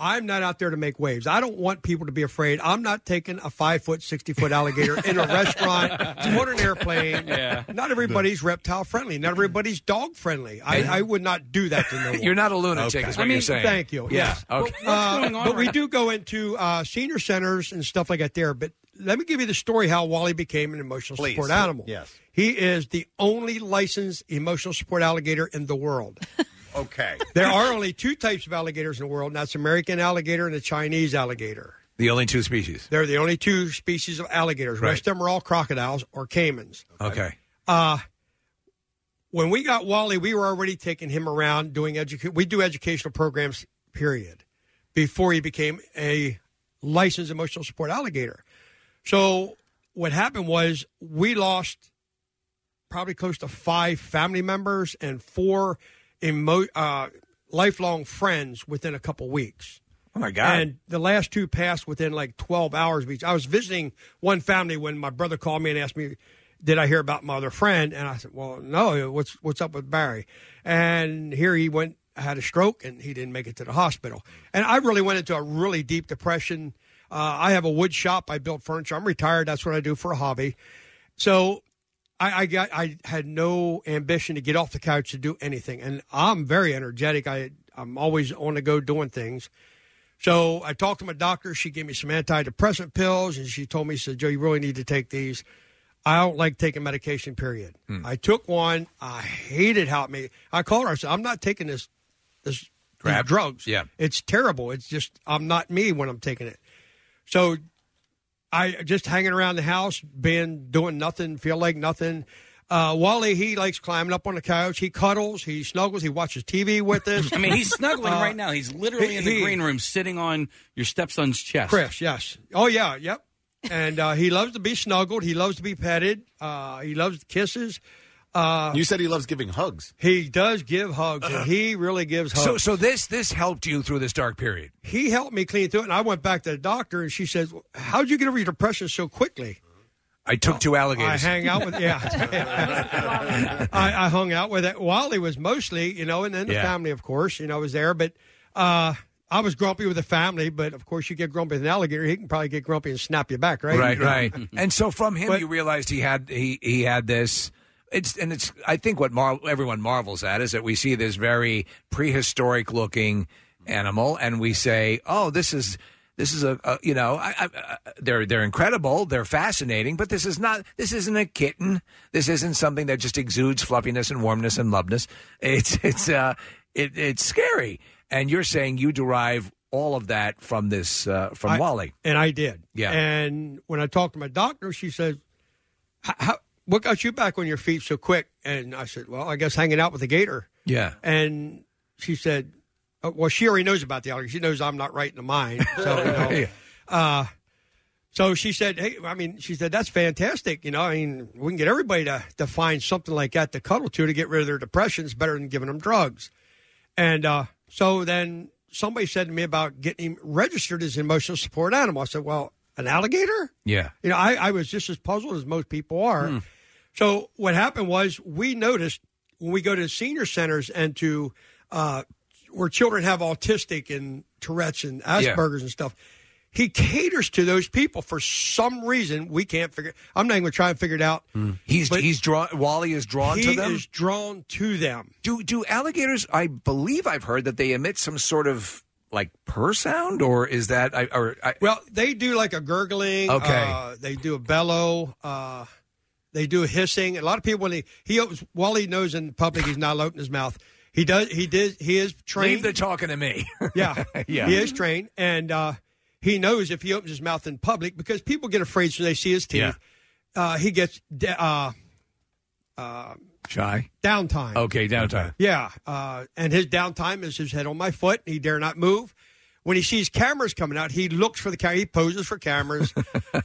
I'm not out there to make waves. I don't want people to be afraid. I'm not taking a five foot, 60 foot alligator in a restaurant (laughs) on an airplane. Yeah. Not everybody's reptile friendly. Not everybody's dog friendly. I, I would not do that (laughs) to no one. You're not a lunatic, is what I mean, you're saying. Thank you. Yeah. Yes. Okay. Uh, but we do go into uh, senior centers and stuff like that there. But let me give you the story how Wally became an emotional Please. support animal. Yes. He is the only licensed emotional support alligator in (laughs) the world. Okay. there are only two types of alligators in the world, and that's American alligator and the Chinese alligator. The only two species. They're the only two species of alligators. The rest of them are all crocodiles or caimans. Okay. Uh, when we got Wally, we were already taking him around doing educa- We do educational programs, period, before he became a licensed emotional support alligator. So what happened was we lost probably close to five family members and four emo- uh, lifelong friends within a couple weeks. Oh my God. And the last two passed within like twelve hours of each. I was visiting one family when my brother called me and asked me, "Did I hear about my other friend?" And I said, "Well, no. What's what's up with Barry?" And here he went had a stroke and he didn't make it to the hospital. And I really went into a really deep depression. Uh, I have a wood shop. I build furniture. I'm retired. That's what I do for a hobby. So I, I got I had no ambition to get off the couch to do anything, and I'm very energetic. I I'm always on the go doing things. So I talked to my doctor. She gave me some antidepressant pills, and she told me, she "said Joe, you really need to take these. I don't like taking medication. Period. I took one. I hated how it made. I called her. I said, I'm not taking this this these drugs. Yeah. It's terrible. It's just I'm not me when I'm taking it. So I just hanging around the house, being doing nothing, feel like nothing. Uh, Wally, he likes climbing up on the couch. He cuddles. He snuggles. He watches TV with (laughs) us. I mean, he's snuggling Uh, right now. He's literally in the he- green room, sitting on your stepson's chest. Chris, yes. Oh, yeah, yep. And uh, he loves to be snuggled. He loves to be petted. Uh, he loves kisses. Uh, You said he loves giving hugs. Uh-huh. He does give hugs, and he really gives hugs. So, so this this helped you through this dark period. he helped me clean through it, and I went back to the doctor, and she says, "How'd you get over your depression so quickly?" I took two I alligators. hang out with yeah. I, I hung out with it. Wally was mostly, you know, and then the Yeah. family, of course, you know, was there. But uh, I was grumpy with the family, but of course, you get grumpy with an alligator, he can probably get grumpy and snap you back, right? Right, (laughs) right. and so from him, you realized he had he he had this. It's and it's. I think what mar- everyone marvels at is that we see this very prehistoric looking animal, and we say, "Oh, this is." This is a, a you know I, I, I, they're they're incredible they're fascinating but this is not this isn't a kitten this isn't something that just exudes fluffiness and warmness and loveness it's it's uh it, it's scary and you're saying you derive all of that from this uh, from I- Wally And I did. Yeah. And when I talked to my doctor, she says, "H- how, What got you back on your feet so quick? And I said, Well, I guess hanging out with the gator. yeah And she said, uh, Well, she already knows about the allergy. She knows I'm not right in the mind. So, you know. uh, so she said, Hey, I mean, she said, That's fantastic. You know, I mean, we can get everybody to, to find something like that to cuddle to to get rid of their depression. It's better than giving them drugs. And uh, so then somebody said to me about getting him registered as an emotional support animal. I said, Well, an alligator? yeah You know, I, I was just as puzzled as most people are. Hmm. So what happened was we noticed when we go to senior centers and to uh, where children have autistic and Tourette's and Yeah. Asperger's and stuff. He caters to those people for some reason we can't figure. I'm not even going to try and figure it out. Hmm. He's he's drawn. Wally is drawn He to them. is drawn to them. Do do alligators? I believe I've heard that they emit some sort of like purr sound, or is that? I, or I, Well, they do like a gurgling. Okay. Uh, they do a bellow. Uh, they do a hissing. A lot of people when he he opens, Wally knows in public he's not opening his mouth. He does. He did. He is trained. leave the talking to me. (laughs) (laughs) Yeah, Yeah. He is trained, and uh, he knows if he opens his mouth in public because people get afraid when they see his teeth. Uh, he gets de- uh, uh, Shy. downtime. Okay, downtime. Yeah, uh, and his downtime is his head on my foot. He dare not move. When he sees cameras coming out, he looks for the camera. He poses for cameras,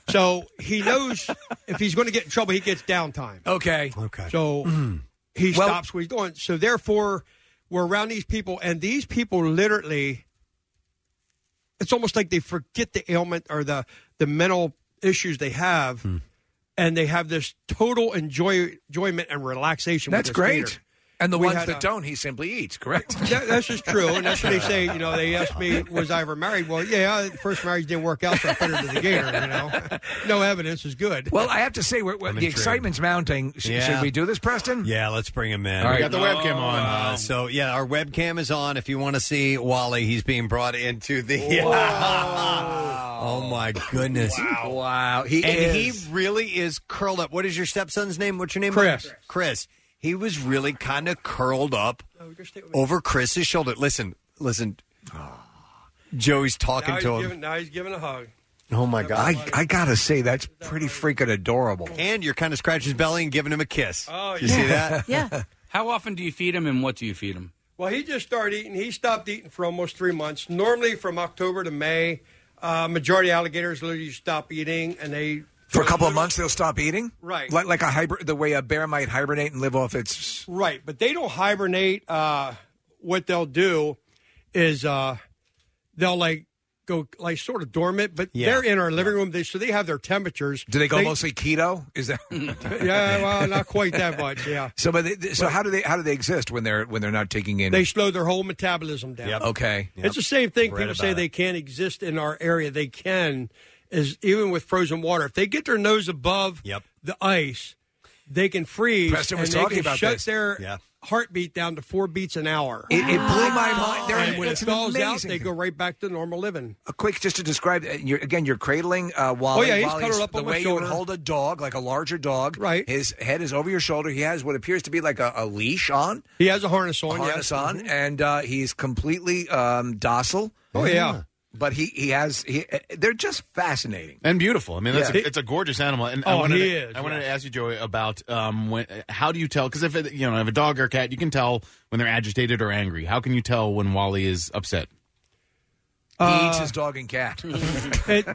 so he knows if he's going to get in trouble, he gets downtime. Okay. Mm-hmm. Okay. So he stops where he's going. So therefore, we're around these people, and these people literally, it's almost like they forget the ailment or the the mental issues they have, Hmm. and they have this total enjoy, enjoyment and relaxation. with That's this great. theater. And the We ones had that a- don't, he simply eats. Correct. (laughs) That- that's just true, and that's what they say. You know, they asked me, "Was I ever married?" Well, yeah, the first marriage didn't work out, so I put her to the gator. You (laughs) know, no evidence is good. Well, I have to say, we're, we're, the intrigued. excitement's mounting. Sh- Yeah. Should we do this, Preston? Yeah, let's bring him in. All right. um, We got the webcam on. Uh, so yeah, our webcam is on. If you want to see Wally, he's being brought into the. (laughs) Oh my goodness! Wow. Wow. He and is- he really is curled up. What is your stepson's name? What's your name? Chris. Chris. He was really kind of curled up over Chris's shoulder. Listen, listen. Joey's talking now he's to him. Giving, now he's giving a hug. oh my god! I, I gotta say that's pretty freaking adorable. And you're kind of scratching his belly and giving him a kiss. Oh, you see that? (laughs) Yeah. How often do you feed him, and what do you feed him? Well, he just started eating. He stopped eating for almost three months. Normally, from October to May, uh, majority of alligators literally stop eating, and they For a couple of months, they'll stop eating. Right. Like like a hiber- the way a bear might hibernate and live off its. right. But they don't hibernate. Uh, what they'll do is uh, they'll like go like sort of dormant, but Yeah. they're in our living room, they, so they have their temperatures. Do they go mostly keto? Is that? (laughs) yeah, well, not quite that much. Yeah, (laughs) So, but they, so how do they how do they exist when they're when they're not taking in? they slow their whole metabolism down. Okay. It's the same thing. Read People say about they can't exist in our area. They can, is even with frozen water. If they get their nose above the ice, they can freeze. Preston was and they talking can about shut this. their Yeah. heartbeat down to four beats an hour. It- it blew my mind. They're- and when it that's an thaws out, amazing they go right back to normal living. A quick, just to describe, uh, you're, again, you're cradling uh, Wally. Oh, yeah, he's Wally's cuddled up the on my way you would shoulder. hold a dog, like a larger dog. Right. His head is over your shoulder. He has what appears to be like a, a leash on. He has a harness on. harness yes. Mm-hmm. on, and uh, he's completely um, docile. Oh, yeah. But he he has he. uh, They're just fascinating. and beautiful. I mean, that's Yeah. a, it's a gorgeous animal. And I Oh, wanted he to, is, I wanted yeah. to ask you, Joey, about um, when, how do you tell? Because if it, you know, if a dog or a cat, you can tell when they're agitated or angry. How can you tell when Wally is upset? He Uh, eats his dog and cat. (laughs) it,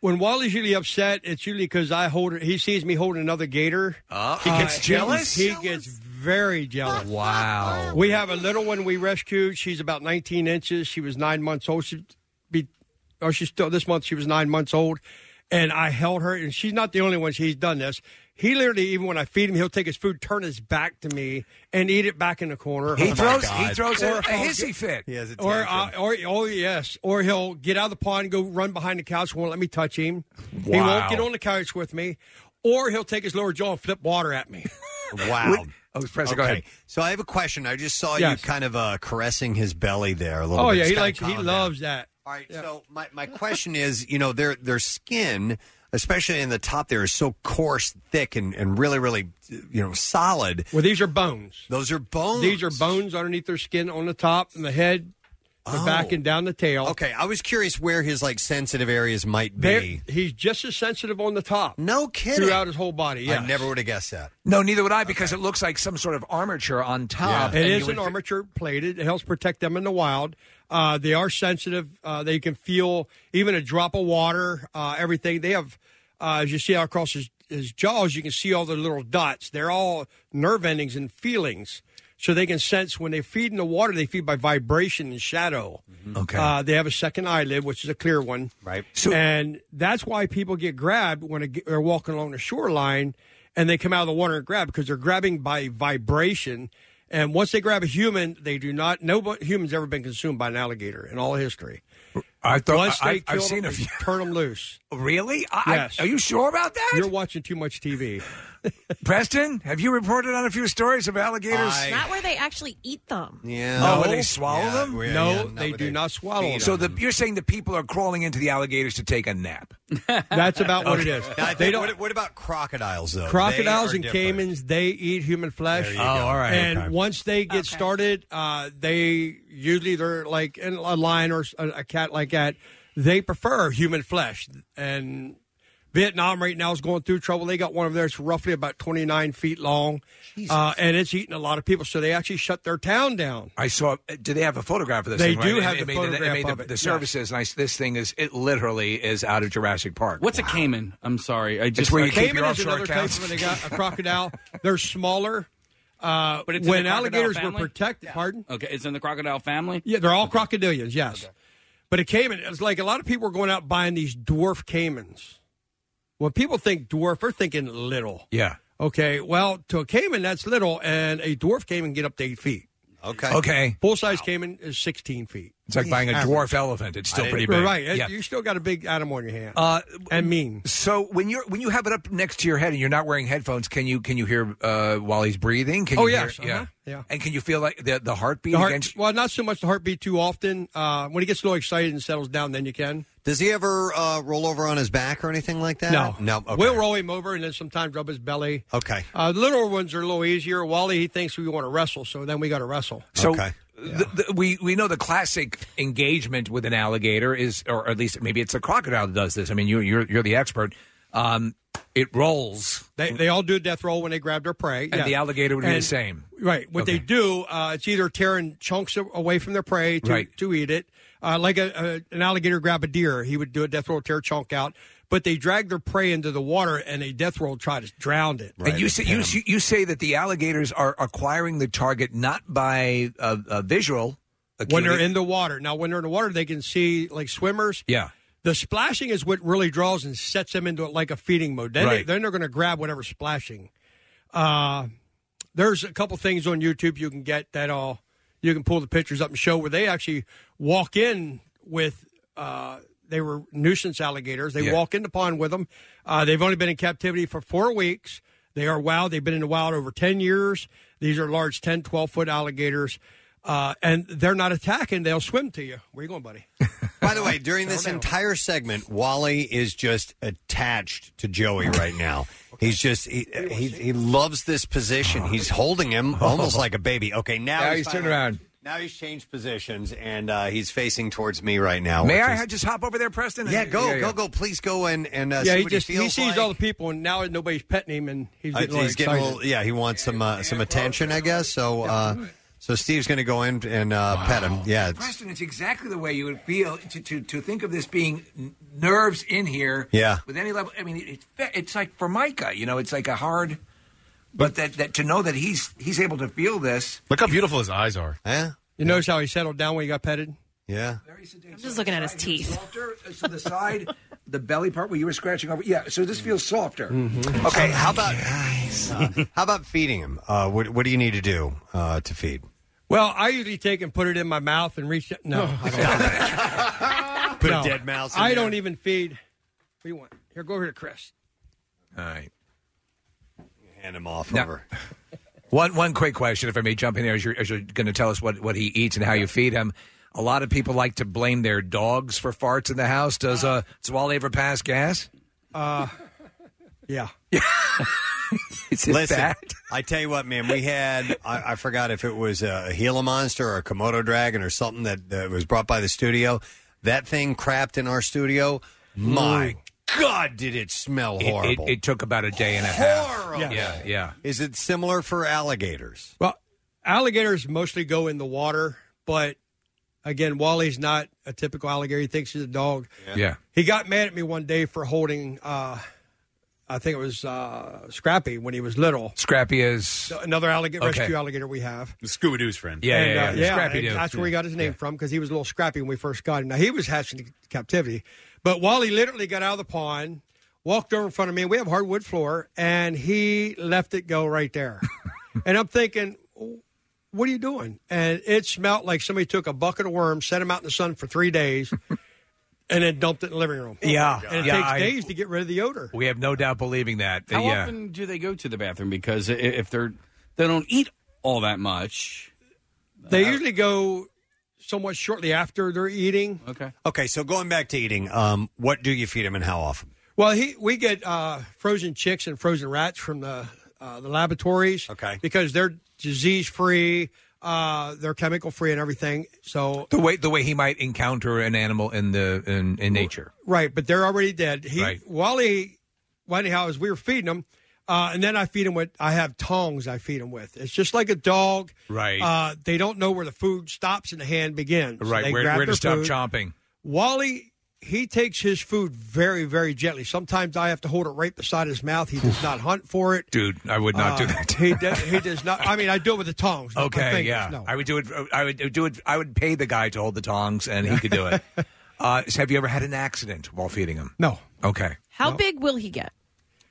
when Wally's usually upset, it's usually because I hold her. He sees me holding another gator. Uh, He gets jealous? He, gets very jealous. Wow. We have a little one we rescued. She's about 19 inches. She was nine months old. She be, or she's still this month. She was nine months old, and I held her. And she's not the only one. She's done this. He literally, even when I feed him, he'll take his food, turn his back to me, and eat it back in the corner. He Oh, my throws God. he throws a, Or a if I'll hissy get- fit. He has or, uh, or oh yes, or he'll get out of the pond, go run behind the couch, won't let me touch him. He Wow. won't get on the couch with me, or he'll take his lower jaw and flip water at me. (laughs) Wow. oh, Preston, go ahead. So I have a question. I just saw Yes. you kind of uh, caressing his belly there a little oh bit. yeah, Just he kinda likes he calm down. loves that. All right, so my, my question is, you know, their their skin, especially in the top there, is so coarse, thick, and, and really, really, you know, solid. Well, these are bones. Those are bones. These are bones underneath their skin on the top and the head, the back, Oh. and down the tail. Okay, I was curious where his like sensitive areas might They're- be. He's just as sensitive on the top. No kidding. Throughout his whole body. Yes. I never would have guessed that. No, neither would I, because it looks like some sort of armature on top. It and you is would an armature plated. It helps protect them in the wild. Uh, they are sensitive. Uh, they can feel even a drop of water, uh, everything. They have, uh, as you see out across his, his jaws, you can see all the little dots. They're all nerve endings and feelings. So they can sense when they feed in the water, they feed by vibration and shadow. Okay. Uh, they have a second eyelid, which is a clear one. Right. and that's why people get grabbed when they get- they're walking along the shoreline and they come out of the water and grab because they're grabbing by vibration. And once they grab a human, they do not, no bu- human's ever been consumed by an alligator in all history. I thought- Once I- they I've kill seen them, a few- they turn them loose. Really? I- Yes. are you sure about that? You're watching too much TV. Preston, have you reported on a few stories of alligators? Not where they actually eat them. Yeah. Oh, when they swallow them? No, they do not swallow them. So the, you're saying the people are crawling into the alligators to take a nap? That's about (laughs) what it is. Now, I They think- don't- what, what about crocodiles though? They Crocodiles are and different. caimans, they eat human flesh. There you Oh, go. all right. And Okay. once they get started, uh, they usually they're like in a lion or s- a, a cat like that. They prefer human flesh. And Vietnam right now is going through trouble. They got one over there. It's roughly about twenty nine feet long, uh, and it's eating a lot of people. So they actually shut their town down. I saw. Do they have a photograph of this? They thing, do right? have the made it photograph made of the, it, the yes. services, and I, this thing is it literally is out of Jurassic Park. What's a caiman? I'm sorry, I just where you I- keep your Caiman is offshore another accounts. type when they got (laughs) a crocodile. They're smaller. Uh, But it's in when the crocodile alligators family? were protected, pardon. Okay, it's in the crocodile family. Yeah, they're all crocodilians, yes. But it came in, it's like a lot of people were going out buying these dwarf caimans. When people think dwarf, they're thinking little. Yeah. Okay, well, to a caiman, that's little, and a dwarf caiman can get up to eight feet. Okay. Okay. Full size caiman is 16 feet. It's like buying a dwarf elephant. It's still pretty big. Right. Yeah. You still got a big animal on your hand. Uh, and mean. So when you're when you have it up next to your head and you're not wearing headphones, can you can you hear uh, while he's breathing? Can oh you yes, hear, uh-huh, yeah, yeah. And can you feel like the the heartbeat The heart- against? well, not so much the heartbeat too often. Uh, when he gets a little excited and settles down, then you can. Does he ever uh, roll over on his back or anything like that? No. No. Okay. We'll roll him over and then sometimes rub his belly. okay. Uh, the littler ones are a little easier. Wally, he thinks we want to wrestle, so then we got to wrestle. So the, the, we we know the classic engagement with an alligator is, or at least maybe it's a crocodile that does this. I mean, you you're you're the expert. Um, it rolls, They, they all do a death roll when they grab their prey. and the alligator would be the And- same. Right. What they do, uh, it's either tearing chunks a- away from their prey to, Right. to eat it, uh, like a, a, an alligator grab a deer. He would do a death roll, tear a chunk out, but they drag their prey into the water and a death roll try to drown it. and you say you, you you say that the alligators are acquiring the target not by uh, uh, visual when they're acuity- in the water. Now, when they're in the water, they can see like swimmers. yeah. The splashing is what really draws and sets them into like a feeding mode. Then, Right. they, then they're going to grab whatever's splashing. Uh, there's a couple things on YouTube you can get that all. You can pull the pictures up and show where they actually walk in with. Uh, they were nuisance alligators. They Yeah. walk in the pond with them. Uh, they've only been in captivity for four weeks. They are wild. They've been in the wild over 10 years. These are large 10, 12 foot alligators. Uh, and they're not attacking. They'll swim to you. Where you going, buddy? By the way, during this entire segment, Wally is just attached to Joey right now. He's just he, he he loves this position. He's holding him almost like a baby. Okay, now, Now he's turned around. Now he's changed positions and uh, he's facing towards me right now. May which I is- uh, ha- just hop over there, Preston? Yeah, go, go, go. Please go and and uh, yeah, see he what just he he, feels sees like. all the people, and now nobody's petting him, and he's Uh, getting, a little he's getting a excited. little, yeah, he wants some uh, some attention, I guess. So uh, so Steve's going to go in and uh, pet him. Yeah, it's- Preston, it's exactly the way you would feel to, to, to think of this being n- nerves in here. Yeah. With any level, I mean, it, it- it's like Formica, you know, it's like a hard. But that, that to know that he's he's able to feel this. Look how beautiful his eyes are. Yeah. You notice how he settled down when he got petted? Yeah. I'm just looking at his teeth. So the side, the belly part where you were scratching over. Yeah. So this feels softer. Mm-hmm. Okay, how about (laughs) uh, how about feeding him? Uh, what what do you need to do uh, to feed? Well, I usually take and put it in my mouth and reach. (laughs) No, I don't. Put No. a dead mouse. In I there. don't even feed. What do you want? Here, go over to Chris. All right. Hand him off over. (laughs) One one quick question, if I may jump in there, as you're, as you're going to tell us what, what he eats and how you feed him. A lot of people like to blame their dogs for farts in the house. Does uh, does Wally ever pass gas? Uh, (laughs) yeah. Is it Listen, bad? I tell you what, man, we had, I, I forgot if it was a Gila monster or a Komodo dragon or something that, that was brought by the studio. That thing crapped in our studio. My God, did it smell It- it- horrible. It, took about a day and a half. Horrible. Yeah, yeah. Is it similar for alligators? Well, alligators mostly go in the water, but again, Wally's not a typical alligator. He thinks he's a dog. Yeah. Yeah. He got mad at me one day for holding, uh, I think it was uh, Scrappy when he was little. Scrappy is Another alligator, Okay. rescue alligator we have. The Scooby Doo's friend. Yeah, yeah, uh, yeah. Scrappy and Doo. That's where Yeah. he got his name from because he was a little scrappy when we first got him. Now he was hatched into captivity, but Wally literally got out of the pond, walked over in front of me, and we have hardwood floor, and he left it go (laughs) right there. and I'm thinking, what are you doing? And it smelled like somebody took a bucket of worms, set them out in the sun for (laughs) three days, and then dumped it in the living room. Yeah. and it Yeah, takes I- days to get rid of the odor. We have no doubt believing that. Uh, How yeah. often do they go to the bathroom? Because i- if they're they don't eat all that much, They usually go somewhat shortly after they're eating. Okay. Okay, so going back to eating, um, what do you feed him and how often? Well, he we get uh, frozen chicks and frozen rats from the uh, the laboratories. Okay, because they're disease free, uh, they're chemical free, and everything. So the way the way he might encounter an animal in the in, in nature. right, but they're already dead. He Right. Wally, well, anyhow, as we were feeding him, uh, and then I feed him with I have tongs. I feed him with. It's just like a dog. Right. Uh, they don't know where the food stops and the hand begins. So right. they Where, grab where to their stop food. chomping? Wally, he takes his food very, very gently. Sometimes I have to hold it right beside his mouth. He does not hunt for it. Dude, I would not do Uh, (laughs) that. he, does, he does not. I mean, I do it with the tongs. not my Okay, fingers, yeah. No. I would do it. I would do it. I would pay the guy to hold the tongs, and he could do (laughs) it. uh, so have you ever had an accident while feeding him? No. Okay. How big will he get?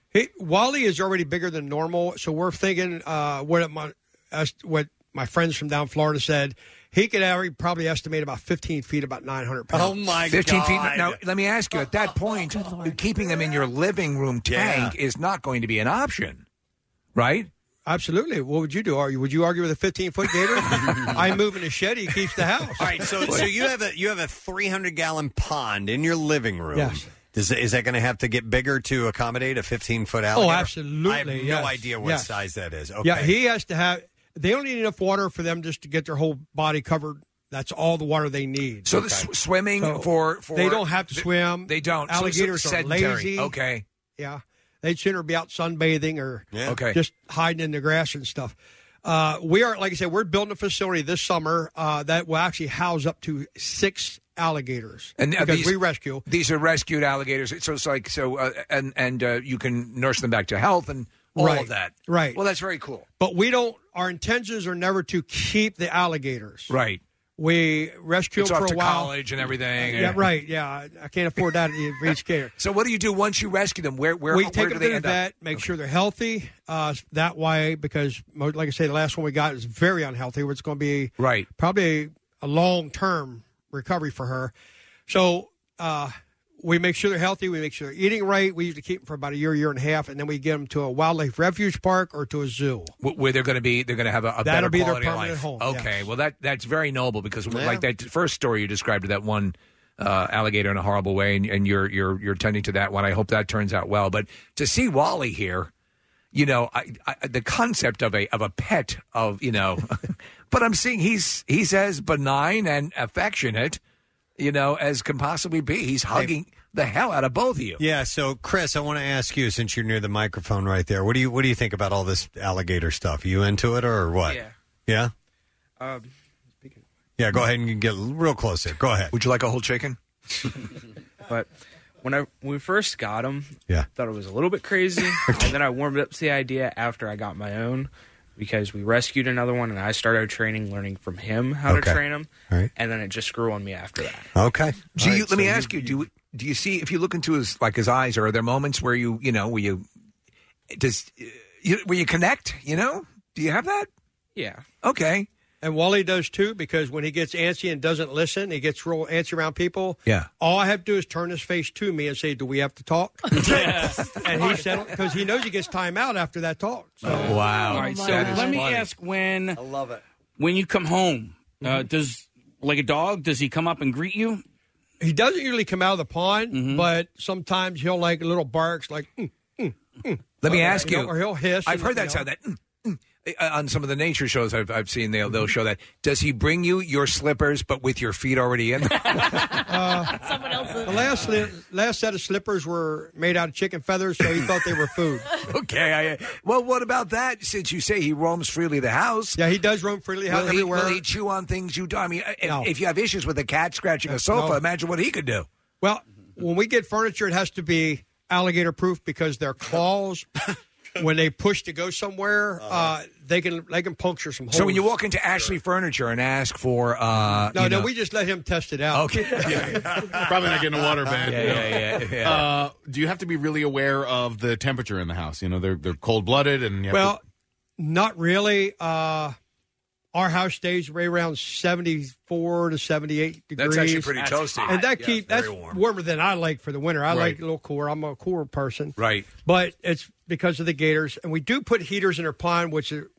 He, Wally is already bigger than normal, so we're thinking uh, what it, my as, what my friends from down Florida said. He could average, probably estimate about 15 feet, about 900 pounds. Oh, my 15 feet. Now, let me ask you at (laughs) that point, keeping them in your living room tank is not going to be an option, right? Absolutely. What would you do? Are you, would you argue with a 15 foot (laughs) gator? I move in a shed. He keeps the house. All right, so so you have a you have a 300 gallon pond in your living room. Yes. Does, is that going to have to get bigger to accommodate a 15 foot alligator? Oh, absolutely. I have no yes. idea what Yes. size that is. Okay. Yeah, he has to have. They only need enough water for them just to get their whole body covered. That's all the water they need. So the sw- swimming for, for they don't have to swim. They don't. So- so Alligators are sedentary. lazy. Okay. Yeah, they'd sooner be out sunbathing or Yeah. Okay. just hiding in the grass and stuff. Uh, we are, like I said, we're building a facility this summer uh, that will actually house up to six alligators. And uh, because these, we rescue. These are rescued alligators. So it's like so, uh, and and uh, you can nurse them back to health and all Right. of that. Right. Well, that's very cool. But we don't. Our intentions are never to keep the alligators. Right. We rescue it's them off for to a while. college and everything. Yeah, right. Yeah, I- I can't afford that (laughs) for each gator. So what do you do once you rescue them? Where where we where take do them they to the end up? vet, make sure they're healthy. Uh, that way, because mo- like I say, the last one we got is very unhealthy. It's going to be right, probably a long term recovery for her. So uh, we make sure they're healthy. We make sure they're eating right. We usually keep them for about a year, year and a half, and then we get them to a wildlife refuge park or to a zoo. Wh- where they're going to be they're going to have a, a better That'll be their quality of permanent life. home, okay, well that that's very noble because Yeah. like that first story you described of that one uh, alligator in a horrible way, and, and you're you're you're tending to that one. I hope that turns out well. But to see Wally here, you know, I, I, the concept of a of a pet of you know, (laughs) but I'm seeing he's he's as benign and affectionate, you know, as can possibly be. He's hugging the hell out of both of you. Yeah, so Chris, I want to ask you since you're near the microphone right there. What do you what do you think about all this alligator stuff? You into it or what? Yeah. Yeah? Um, Yeah, go ahead and get real close there. Go ahead. Would you like a whole chicken? but when I when we first got them, Yeah. thought it was a little bit (laughs) crazy, and then I warmed up to the idea after I got my own because we rescued another one, and I started training, learning from him how Okay. to train them, All right. and then it just grew on me after that. (laughs) Okay. Do you, let me ask you, do do you see if you look into his like his eyes, or are there moments where you you know where you does uh, you, where you connect? You know, do you have that? Yeah. Okay. And Wally does too because when he gets antsy and doesn't listen, he gets real antsy around people. Yeah. All I have to do is turn his face to me and say, "Do we have to (laughs) talk?" and he said because he knows he gets time out after that talk. So wow. Oh All right, so let me ask when I love it. when you come home, Mm-hmm. uh, does like a dog, does he come up and greet you? He doesn't usually come out of the pond, but sometimes he'll like little barks, like. "Mm, mm, mm." Let me Or, ask you. know, or he'll hiss. I've and, heard you that know. sound. That mm, mm, uh, on some of the nature shows I've I've seen they'll they'll show that. Does he bring you your slippers but with your feet already in? (laughs) Someone else's. Uh, The last li- last set of slippers were made out of chicken feathers, so he thought they were food. (laughs) okay. I, uh, well, what about that? Since you say he roams freely the house, yeah, he does roam freely the house will everywhere. He, will he chew on things you? do? I mean, uh, if, No. if you have issues with a cat scratching a sofa, No. imagine what he could do. Well, when we get furniture, it has to be alligator proof because (laughs) their claws, when they push to go somewhere, Uh-huh. uh, they can they can puncture some holes. So when you walk into Ashley Furniture and ask for, uh, no, you no, know- we just let him test it out. (laughs) Okay. Probably not getting a water bed. Yeah, yeah, yeah, yeah. (laughs) Uh, do you have to be really aware of the temperature in the house? You know, they're they're cold blooded and you have well, not really. Uh, our house stays right around seventy-four to seventy-eight degrees. That's actually pretty That's toasty. hot. and that Yeah, keep it's very that's warm. warmer than I like for the winter. I Right. like a little cooler. I'm a cooler person, right. but it's because of the gators. And we do put heaters in our pond, which are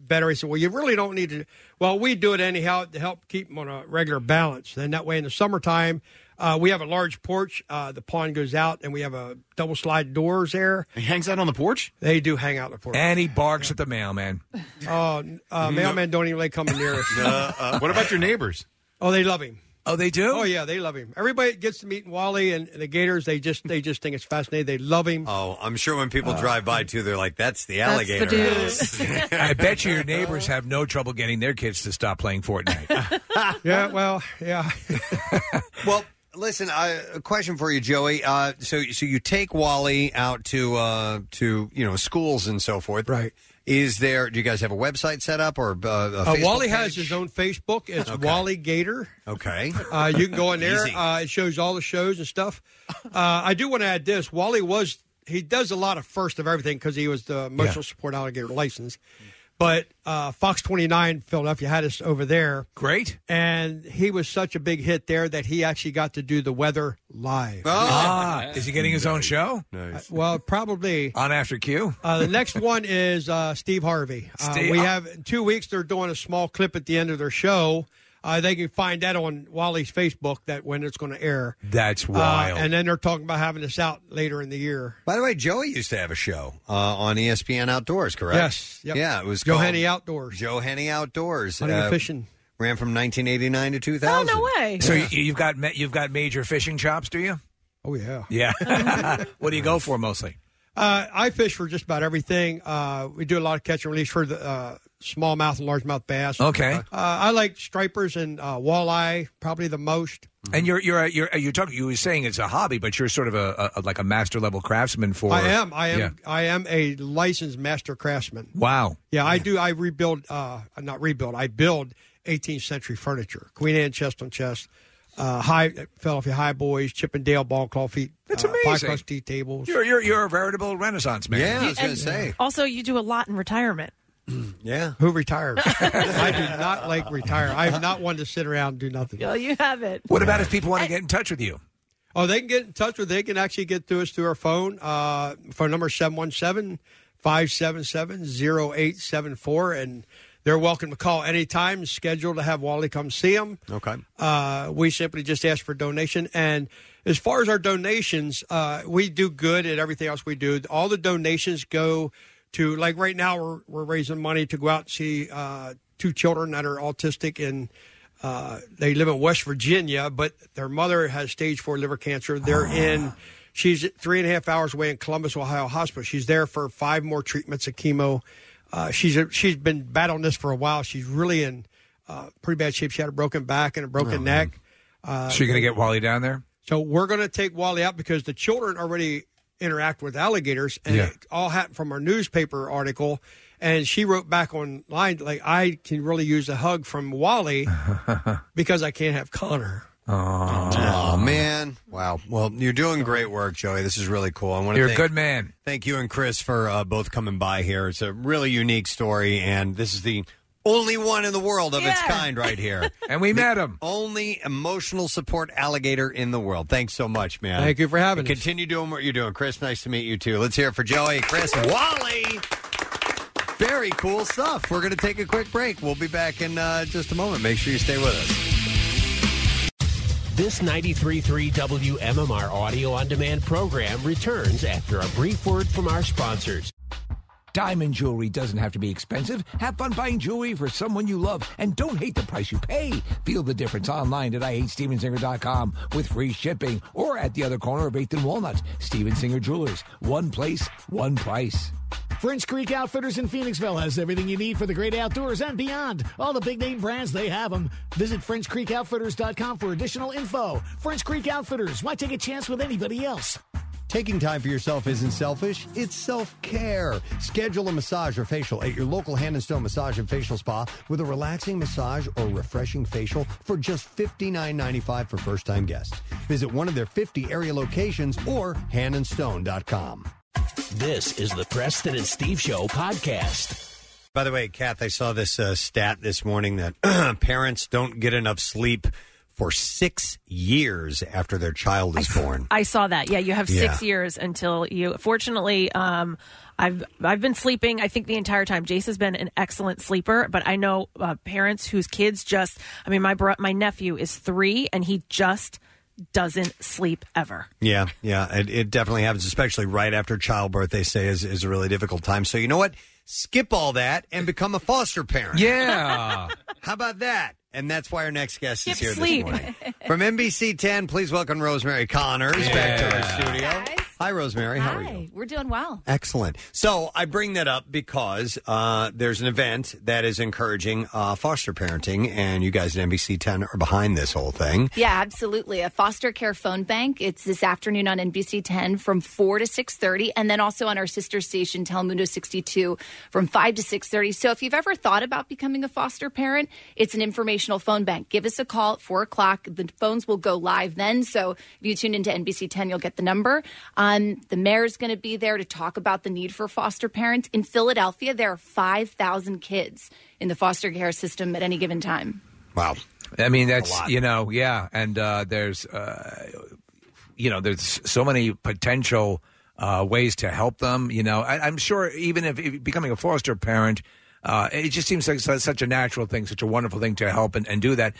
better. I said, well, you really don't need to. Well, we do it anyhow to help keep them on a regular balance. Then that way in the summertime, uh, we have a large porch. Uh, the pond goes out, and we have a double slide doors there. He hangs out on the porch? They do hang out on the porch. And he barks at (laughs) the mailman. Oh, uh, mailmen don't even like coming near us. what about your neighbors? Oh, they love him. Oh, they do. Oh, yeah, they love him. Everybody gets to meet Wally and the Gators. They just they just think it's fascinating. They (laughs) love him. Oh, I'm sure when Uh, people drive by too, they're like, "That's the That's the alligator." (laughs) I bet you your neighbors have no trouble getting their kids to stop playing (laughs) Fortnite. yeah, well, yeah. (laughs) well, listen, I, a question for you, Joey. Uh, so, so you take Wally out to uh, to you know schools and so forth, right? Is there? Do you guys have a website set up or uh, a Uh, Facebook Wally page? has his own Facebook. It's Wally Gator. Okay, Uh, you can go in (laughs) there. Easy. Uh, it shows all the shows and stuff. Uh, I do want to add this. Wally was he does a lot of first of everything because he was the emotional support alligator license. But uh, Fox 29, Philadelphia, had us over there. Great. And he was such a big hit there that he actually got to do the weather live. Ah, is he getting his own show? Oh. Uh, Well, probably. On After Q? Uh, (laughs) the next one is uh, Steve Harvey. Uh, Steve- we have in two weeks. They're doing a small clip at the end of their show. Uh, they can find that on Wally's Facebook. That when it's going to air. That's Uh, wild. and then they're talking about having this out later in the year. By the way, Joey used to have a show uh, on ESPN Outdoors, correct? Yes. Yep. Yeah, it was Joe called Henny Outdoors. Joe Henny Outdoors. Hunting and uh, fishing. Ran from 1989 to 2000. way. So Yeah. you, you've got ma- you've got major fishing chops, do you? Oh yeah. Yeah. (laughs) (laughs) what do you go for mostly? Uh, I fish for just about everything. Uh, we do a lot of catch and release for the uh, smallmouth and largemouth bass. Okay. Uh, I like stripers and uh, walleye probably the most. Mm-hmm. And you're you're a- you're you're talking. You were saying it's a hobby, but you're sort of a, a like a master level craftsman for. I am. I am. Yeah. I am a licensed master craftsman. Wow. Yeah, I do. I rebuild. Uh, not rebuild. I build 18th century furniture. Queen Anne chest on chest. Uh, high Philadelphia High Boys, Chippendale ball claw feet. That's Pie amazing. crust tea tables. You're you're you're a veritable renaissance man. Yeah, I was And Also, you do a lot in retirement. Yeah. Who retired? (laughs) I do not like retire. I have not wanted to sit around and do nothing. Well, you have it. What about if people want to get in touch with you? Oh, they can get in touch with. They can actually get to us through our phone. Uh, phone number 717-577-0874. and they're welcome to call anytime. Scheduled to have Wally come see them. (laughs) Okay. Uh, we simply just ask for donation. And as far as our donations, uh, we do good at everything else we do. All the donations go to like right now we're we're raising money to go out and see uh, two children that are autistic and uh, they live in West Virginia, but their mother has stage four liver cancer. They're in. She's three and a half hours away in Columbus, Ohio hospital. She's there for five more treatments of chemo. Uh, she's she's been battling this for a while. She's really in uh, pretty bad shape. She had a broken back and a Oh, broken neck. Uh, so you're going to get Wally down there. so we're going to take Wally out because the children already interact with alligators, and Yeah. it all happened from our newspaper article. And she wrote back online like, "I can really use a hug from Wally Uh-huh. because I can't have Connor." Oh, Oh, man. Wow. Well, you're doing great work, Joey. This is really cool. I want to You're a thank, good man. Thank you and Chris for uh, both coming by here. It's a really unique story, and this is the only one in the world of its kind right here. (laughs) and we met him. Only emotional support alligator in the world. Thanks so much, man. Thank you for having And Continue doing what you're doing. Chris, nice to meet you, too. Let's hear it for Joey, Chris, Wally. Very cool stuff. We're going to take a quick break. We'll be back in uh, just a moment. Make sure you stay with us. This 93.3 WMMR audio on demand program returns after a brief word from our sponsors. Diamond jewelry doesn't have to be expensive. Have fun buying jewelry for someone you love and don't hate the price you pay. Feel the difference online at IHateStevensinger.com with free shipping or at the other corner of 8th and Walnut. Steven Singer Jewelers. One place, one price. French Creek Outfitters in Phoenixville has everything you need for the great outdoors and beyond. All the big name brands, they have them. Visit FrenchCreekOutfitters.com for additional info. French Creek Outfitters, why take a chance with anybody else? Taking time for yourself isn't selfish, it's self care. Schedule a massage or facial at your local Hand and Stone Massage and Facial Spa with a relaxing massage or refreshing facial for just $59.95 for first time guests. Visit one of their 50 area locations or handandstone.com. This is the Preston and Steve Show podcast. By the way, Kath, I saw this uh, stat this morning that (clears throat) parents don't get enough sleep for six years after their child is born. I saw that. Yeah, you have six Yeah. years until you. Fortunately, um, I've I've been sleeping. I think the entire time. Jace has been an excellent sleeper, but I know uh, parents whose kids just. I mean, my bro- my nephew is three, and he just doesn't sleep ever. Yeah, yeah, it, it definitely happens, especially right after childbirth. They say is is a really difficult time. So you know what? Skip all that and become a foster parent. Yeah. (laughs) how about that? And that's why our next guest is here sleep. (laughs) this morning from NBC Ten. Please welcome Rosemary Connors back to our studio. Hi, Rosemary. How are you? We're doing well. Excellent. So I bring that up because uh, there's an event that is encouraging uh, foster parenting, and you guys at NBC 10 are behind this whole thing. Yeah, absolutely. A foster care phone bank. It's this afternoon on NBC 10 from 4 to 6:30 and then also on our sister station Telemundo 62 from 5 to 6:30. So if you've ever thought about becoming a foster parent, it's an informational phone bank. Give us a call at 4 o'clock. The phones will go live then. So if you tune into NBC 10, you'll get the number. Um, Um, the mayor's going to be there to talk about the need for foster parents. In Philadelphia, there are 5,000 kids in the foster care system at any given time. Wow. I mean, that's, you know, yeah. And uh, there's, uh, you know, there's so many potential uh, ways to help them. You know, I, I'm sure even if, if becoming a foster parent, uh, it just seems like su- such a natural thing, such a wonderful thing to help and, and do that.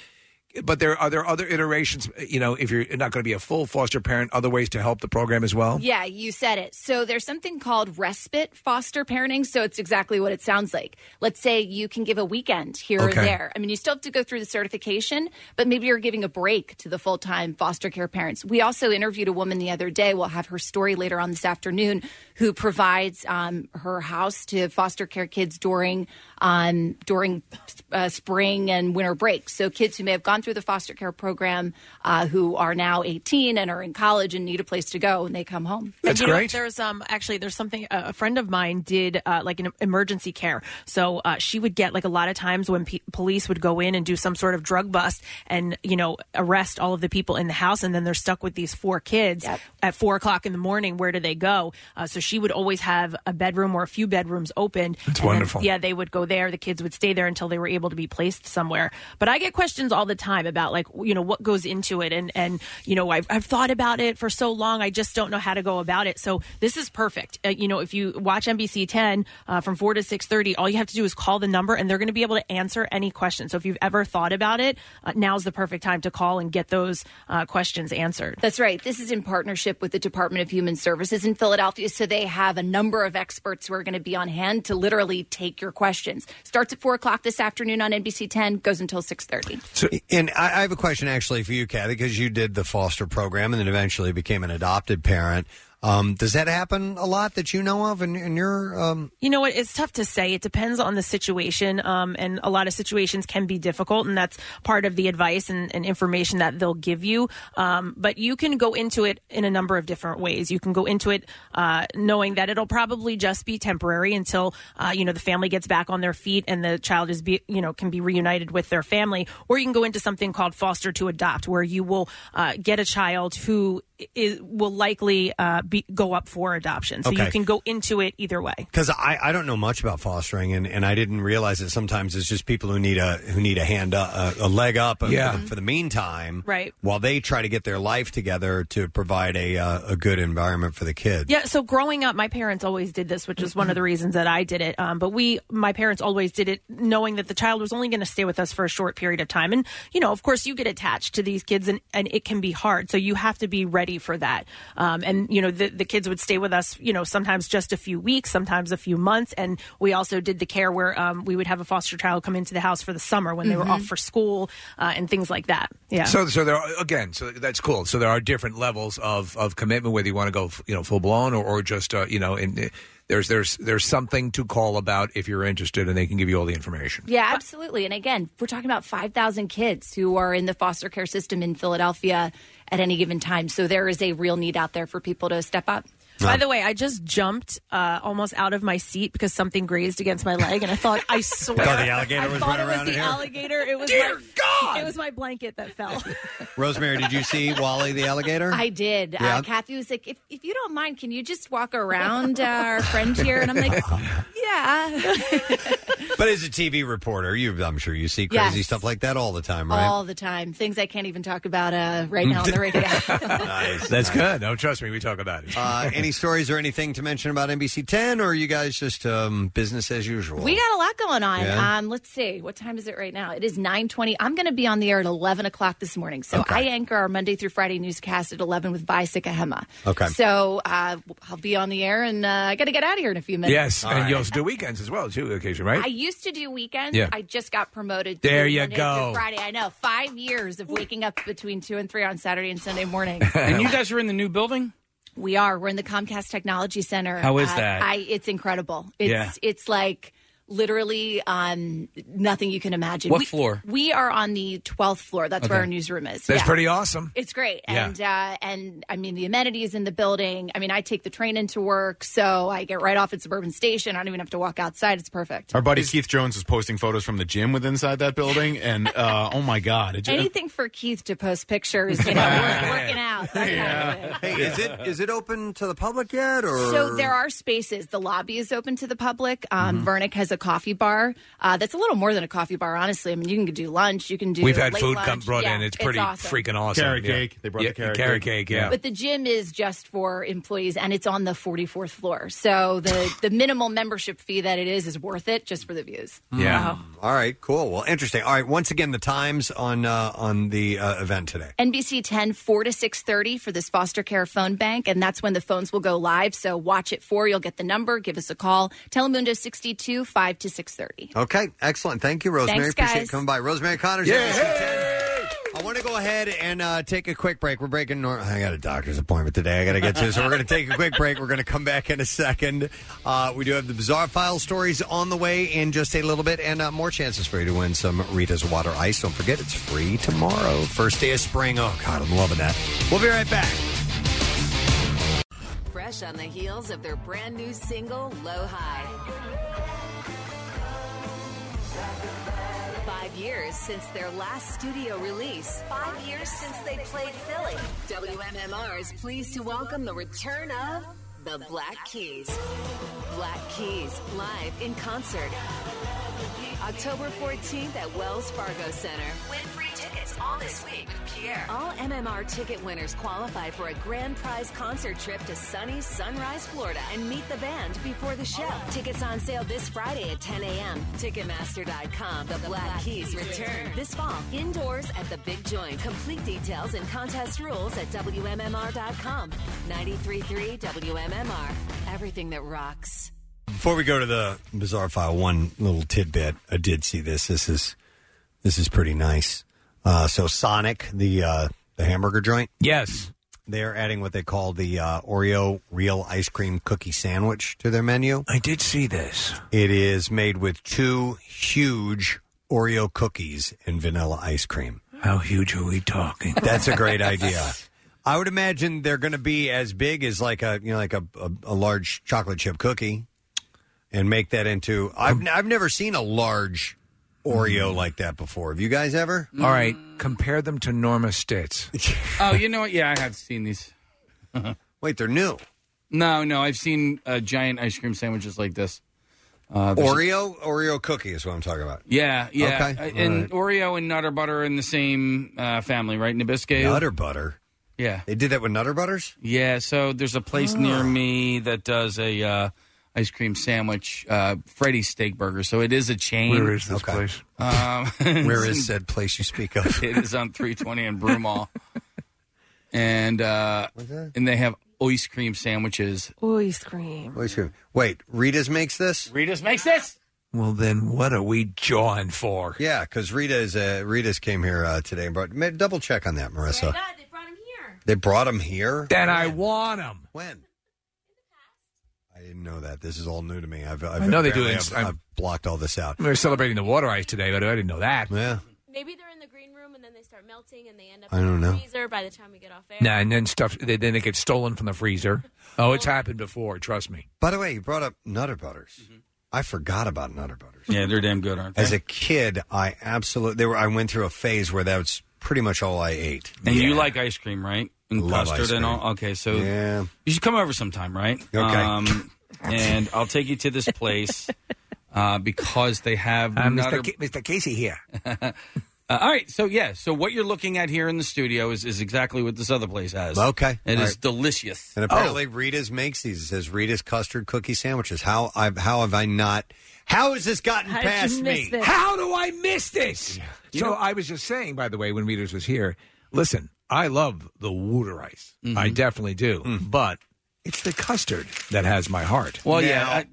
But there are there other iterations, you know, if you're not going to be a full foster parent, other ways to help the program as well? Yeah, you said it. So there's something called respite foster parenting. So it's exactly what it sounds like. Let's say you can give a weekend here Okay. or there. I mean, you still have to go through the certification, but maybe you're giving a break to the full time foster care parents. We also interviewed a woman the other day. We'll have her story later on this afternoon who provides um, her house to foster care kids during um, during uh, spring and winter break. So kids who may have gone through the foster care program uh, who are now 18 and are in college and need a place to go when they come home. And you know, there's um actually there's something a a friend of mine did uh, like an emergency care. So uh, she would get like a lot of times when pe- police would go in and do some sort of drug bust and you know arrest all of the people in the house, and then they're stuck with these four kids at four o'clock in the morning. Where do they go? Uh, so she would always have a bedroom or a few bedrooms opened. That's And then, wonderful. yeah, they would go there. The kids would stay there until they were able to be placed somewhere. But I get questions all the time about like you know what goes into it, and and you know I've, I've thought about it for so long. I just don't know how to go about it. So this is perfect. Uh, you know, if you watch NBC 10 uh, from four to six thirty, all you have to do is call the number, and they're going to be able to answer any question. So if you've ever thought about it, uh, now's the perfect time to call and get those uh, questions answered. That's right. This is in partnership with the Department of Human Services in Philadelphia. So they have a number of experts who are going to be on hand to literally take your questions. Starts at 4 o'clock this afternoon on NBC 10, goes until 6.30. and I, I have a question actually for you, Kathy, because you did the foster program and then eventually became an adopted parent. Um, does that happen a lot that you know of in, in your um, You know what? It's tough to say. It depends on the situation, um, and a lot of situations can be difficult, and that's part of the advice and, and information that they'll give you. Um, but you can go into it in a number of different ways. You can go into it uh, knowing that it'll probably just be temporary until uh, you know the family gets back on their feet and the child is be, you know can be reunited with their family, or you can go into something called foster to adopt, where you will uh, get a child who is, will likely uh, be, go up for adoption. So Okay. you can go into it either way. Because I, I don't know much about fostering, and, and I didn't realize that sometimes it's just people who need a who need a hand up, a, a leg up uh, Yeah. for, the, for the meantime, Right. While they try to get their life together to provide a uh, a good environment for the kid. Yeah, so growing up, my parents always did this, which is one of the reasons that I did it. Um, but we, my parents always did it knowing that the child was only going to stay with us for a short period of time. And, you know, of course, you get attached to these kids and, and it can be hard. So you have to be ready for that. Um, and, you know, the, the kids would stay with us, you know, sometimes just a few weeks, sometimes a few months. And we also did the care where um, we would have a foster child come into the house for the summer when they were Mhm. off for school uh, and things like that. Yeah. So, so there are, again. So that's cool. So there are different levels of, of commitment, whether you want to go, you know, full blown or, or just, uh, you know, in, there's there's there's something to call about if you're interested, and they can give you all the information. Yeah, absolutely. And again, we're talking about 5,000 kids who are in the foster care system in Philadelphia at any given time. So there is a real need out there for people to step up. By the way, I just jumped uh, almost out of my seat because something grazed against my leg, and I thought, (laughs) I swear, I thought the alligator I was thought running it was around the in here. alligator. It was Dear my, It was my blanket that (laughs) fell. Rosemary, did you see Wally the alligator? I did. Yeah. Uh, Kathy was like, if, if you don't mind, can you just walk around uh, (laughs) our friend here? And I'm like, yeah, but as a TV reporter, you I'm sure you see crazy Yes. stuff like that all the time, right? all the time. Things I can't even talk about uh, right now on the (laughs) radio. nice. That's good. No, trust me, we talk about it. Uh, any stories or anything to mention about NBC 10, or are you guys just um, business as usual? We got a lot going on. Yeah. Um, let's see. What time is it right now? It is 920. I'm going to be on the air at 11 o'clock this morning. So I anchor our Monday through Friday newscast at 11 with Visika Hema. Okay. So uh, I'll be on the air, and uh, I got to get out of here in a few minutes. Yes, and you also do weekends as well, too, occasionally, I right? used to do weekends. Yeah. I just got promoted. There to you Monday go. Through Friday. I know. Five years of waking up between two and three on Saturday and (laughs) Sunday morning. and you guys are in the new building? We are. We're in the Comcast Technology Center. How is that? I, it's incredible. It's Yeah. it's like literally um, nothing you can imagine. What we, floor? We are on the twelfth floor. That's where Okay. our newsroom is. That's pretty awesome. It's great, Yeah. and uh, and I mean the amenities in the building. I mean, I take the train into work, so I get right off at Suburban Station. I don't even have to walk outside. It's perfect. Our buddy Keith Jones was posting photos from the gym with inside that building, and uh, oh my god! It ju- (laughs) Anything for Keith to post (laughs) pictures, you know, work- working out. that kind of yeah. (laughs) Hey, is it is it open to the public yet? Or So there are spaces. The lobby is open to the public. Um, Mm-hmm. Vernick has a coffee bar uh, that's a little more than a coffee bar, honestly. I mean, you can do lunch, you can do. We've had late food come lunch. brought Yeah, in. It's pretty awesome. freaking awesome. Carrot cake. They brought the carrot cake. cake. Yeah. But the gym is just for employees, and it's on the 44th floor. So the the minimal membership fee that it is is worth it just for the views. Yeah. Hmm. Oh. All right. Cool. Well, interesting. All right. Once again, the times on uh, on the uh, event today. NBC 10, 4 to 6.30 for this foster care phone bank, and that's when the phones will go live. So watch it 4. You'll get the number. Give us a call. Telemundo 62, 5 to 6.30. Okay. Excellent. Thank you, Rosemary. Thanks, Appreciate guys. you coming by. Rosemary Connors. Yeah. NBC 10. I want to go ahead and uh, take a quick break. We're breaking. Nor- I got a doctor's appointment today. I got to get to. So we're (laughs) going to take a quick break. We're going to come back in a second. Uh, we do have the bizarre file stories on the way in just a little bit, and uh, more chances for you to win some Rita's water ice. Don't forget, it's free tomorrow. First day of spring. Oh God, I'm loving that. We'll be right back. Fresh on the heels of their brand new single, Low High. Five years since their last studio release. Five years since they played Philly. WMMR is pleased to welcome the return of the Black Keys. Black Keys live in concert. October 14th at Wells Fargo Center. Win free tickets all this week with Pierre. All MMR ticket winners qualify for a grand prize concert trip to sunny Sunrise, Florida, and meet the band before the show. Tickets on sale this Friday at 10 a.m. Ticketmaster.com. The Black Keys return this fall indoors at the Big Joint. Complete details and contest rules at WMMR.com. 93.3 WMMR. Everything that rocks. Before we go to the bizarre file, one little tidbit. I did see this. This is this is pretty nice. Uh, so Sonic, the uh, the hamburger joint, yes, they are adding what they call the uh, Oreo real ice cream cookie sandwich to their menu. I did see this. It is made with two huge Oreo cookies and vanilla ice cream. How huge are we talking? That's a great (laughs) idea. I would imagine they're going to be as big as like a you know like a, a, a large chocolate chip cookie, and make that into. I've n- Um, I've never seen a large Oreo like that before. Have you guys ever? Mm-hmm. All right, compare them to (laughs) Norma Stitz. Oh, you know what? Yeah, I have seen these. Wait, they're new. No, no, I've seen uh, giant ice cream sandwiches like this. Uh, there's- Oreo Oreo cookie is what I'm talking about. Yeah, yeah. Okay, Uh, and alright. Oreo and Nutter Butter are in the same uh, family, right? Nabisco. Nutter Butter. Yeah. They did that with Nutter (laughs) Butters. Yeah. So there's a place near Oh. me that does a uh, ice cream sandwich, uh, Freddy's Steak Burger. So it is a chain. Where is this place? Um, (laughs) Where is said place you speak of? it is on 320 in Broomall, and uh, and they have ice cream sandwiches. Ice cream. Wait, wait, Rita's makes this. Rita's makes this. Well, then what are we jawing for? Yeah, because Rita's uh, Rita's came here uh, today and brought. ma- Double check on that, Marissa. they brought him here. Then I want them. When? I didn't know that. This is all new to me. I've, I've I know they do apparently it in- I've, I'm- I've blocked all this out. We were celebrating the water ice today, but I didn't know that. Yeah. Maybe they're in the green room and then they start melting and they end up I in don't the know. freezer by the time we get off air. Nah, and then stuff. They, then it gets stolen from the freezer. Oh, it's happened before. Trust me. By the way, you brought up Nutter Butters. I forgot about Nutter Butters. Yeah, they're damn good, aren't they? As a kid, I absolutely they were. I went through a phase where that was pretty much all I ate. And you like ice cream, right? And Love ice custard and all. Okay, so Yeah. you should come over sometime, right? Okay. Um, and I'll take you to this (laughs) place uh, because they have Uh, Nutter- Mr. Ca- Mr. Casey here. (laughs) Uh, all right, so yeah, so what you're looking at here in the studio is, is exactly what this other place has. Okay. it is All right. delicious. Oh. And apparently, Rita's makes these. It says Rita's custard cookie sandwiches. How I've how have I not? How has this gotten past me? How do I miss this? So I was just saying, by the way, when Readers was here, listen, I love the water ice. Mm-hmm. I definitely do. Mm. But it's the custard that has my heart. Now,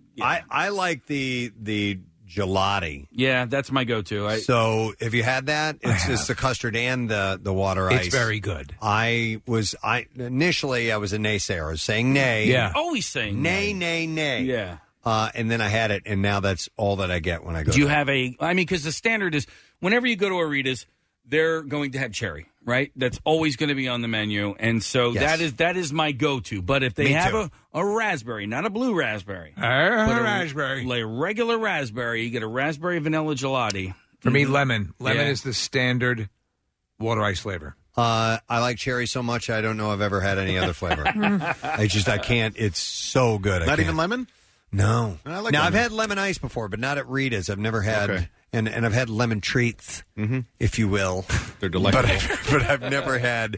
(laughs) I, I like the the gelati. Yeah, that's my go-to. I, so have you had that? It's it's the custard and the the water ice. It's very good. I was I initially I was a naysayer. I was saying nay. Oh. Yeah. Always saying nay, nay, nay. Yeah. uh, and then I had it, and now that's all that I get when I go. Do you have a? I mean, because the standard is whenever you go to Aritas, they're going to have cherry, right? That's always going to be on the menu, and so Yes. that is that is my go-to. But if they Me have too. a, a raspberry, not a blue raspberry, Ah, but a raspberry, like a regular raspberry, you get a raspberry vanilla gelati. Mm-hmm. For me, lemon. Lemon Yeah. is the standard water ice flavor. Uh, I like cherry so much I don't know I've ever had any other flavor. I just I can't. It's so good. I Not even can't. lemon? No. I like now lemon. I've had lemon ice before, but not at Rita's. I've never had, Okay. Mm-hmm. and and I've had lemon treats, if you will. They're delightful. But I've, (laughs) but I've never had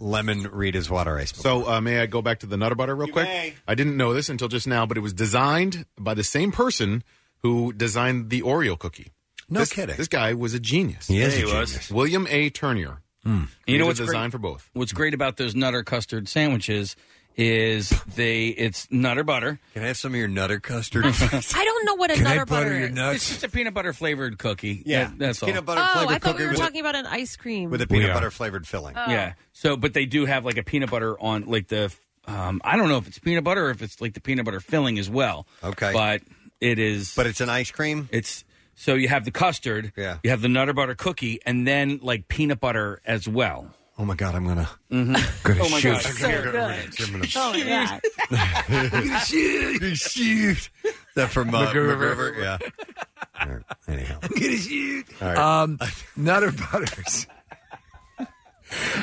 lemon Rita's water ice. So uh, may I go back to the Nutter Butter real quick? I didn't know this until just now, but it was designed by the same person who designed the Oreo cookie. No This- kidding. This guy was a genius. He is Yeah, he a was. genius. William A. Turner. You know He what's did design great? for both. Mm-hmm. What's great about those nutter custard sandwiches is they it's nutter butter. Can I have some of your (laughs) nutter custard? I don't know what a nutter butter, is. It's just a peanut butter flavored cookie. Yeah, That- that's it's all. peanut butter Oh, flavored I thought we cookie were with- talking about an ice cream with a peanut butter flavored filling. Oh. Yeah. So, but they do have like a peanut butter on like the. Um, I don't know if it's peanut butter or if it's like the peanut butter filling as well. Okay. But it is. But it's an ice cream. It's so you have the custard. Yeah. You have the nutter butter cookie, and then like peanut butter as well. Oh my god, I'm gonna. Mm-hmm. Gonna oh my shoot. God. I'm gonna- I'm gonna- I'm gonna- Oh, yeah. shoot. (laughs) shoot. That from uh, McGruver. McGruver, Yeah. All right, Anyhow. I'm gonna shoot. All right. Um, Nutter Butters. (laughs)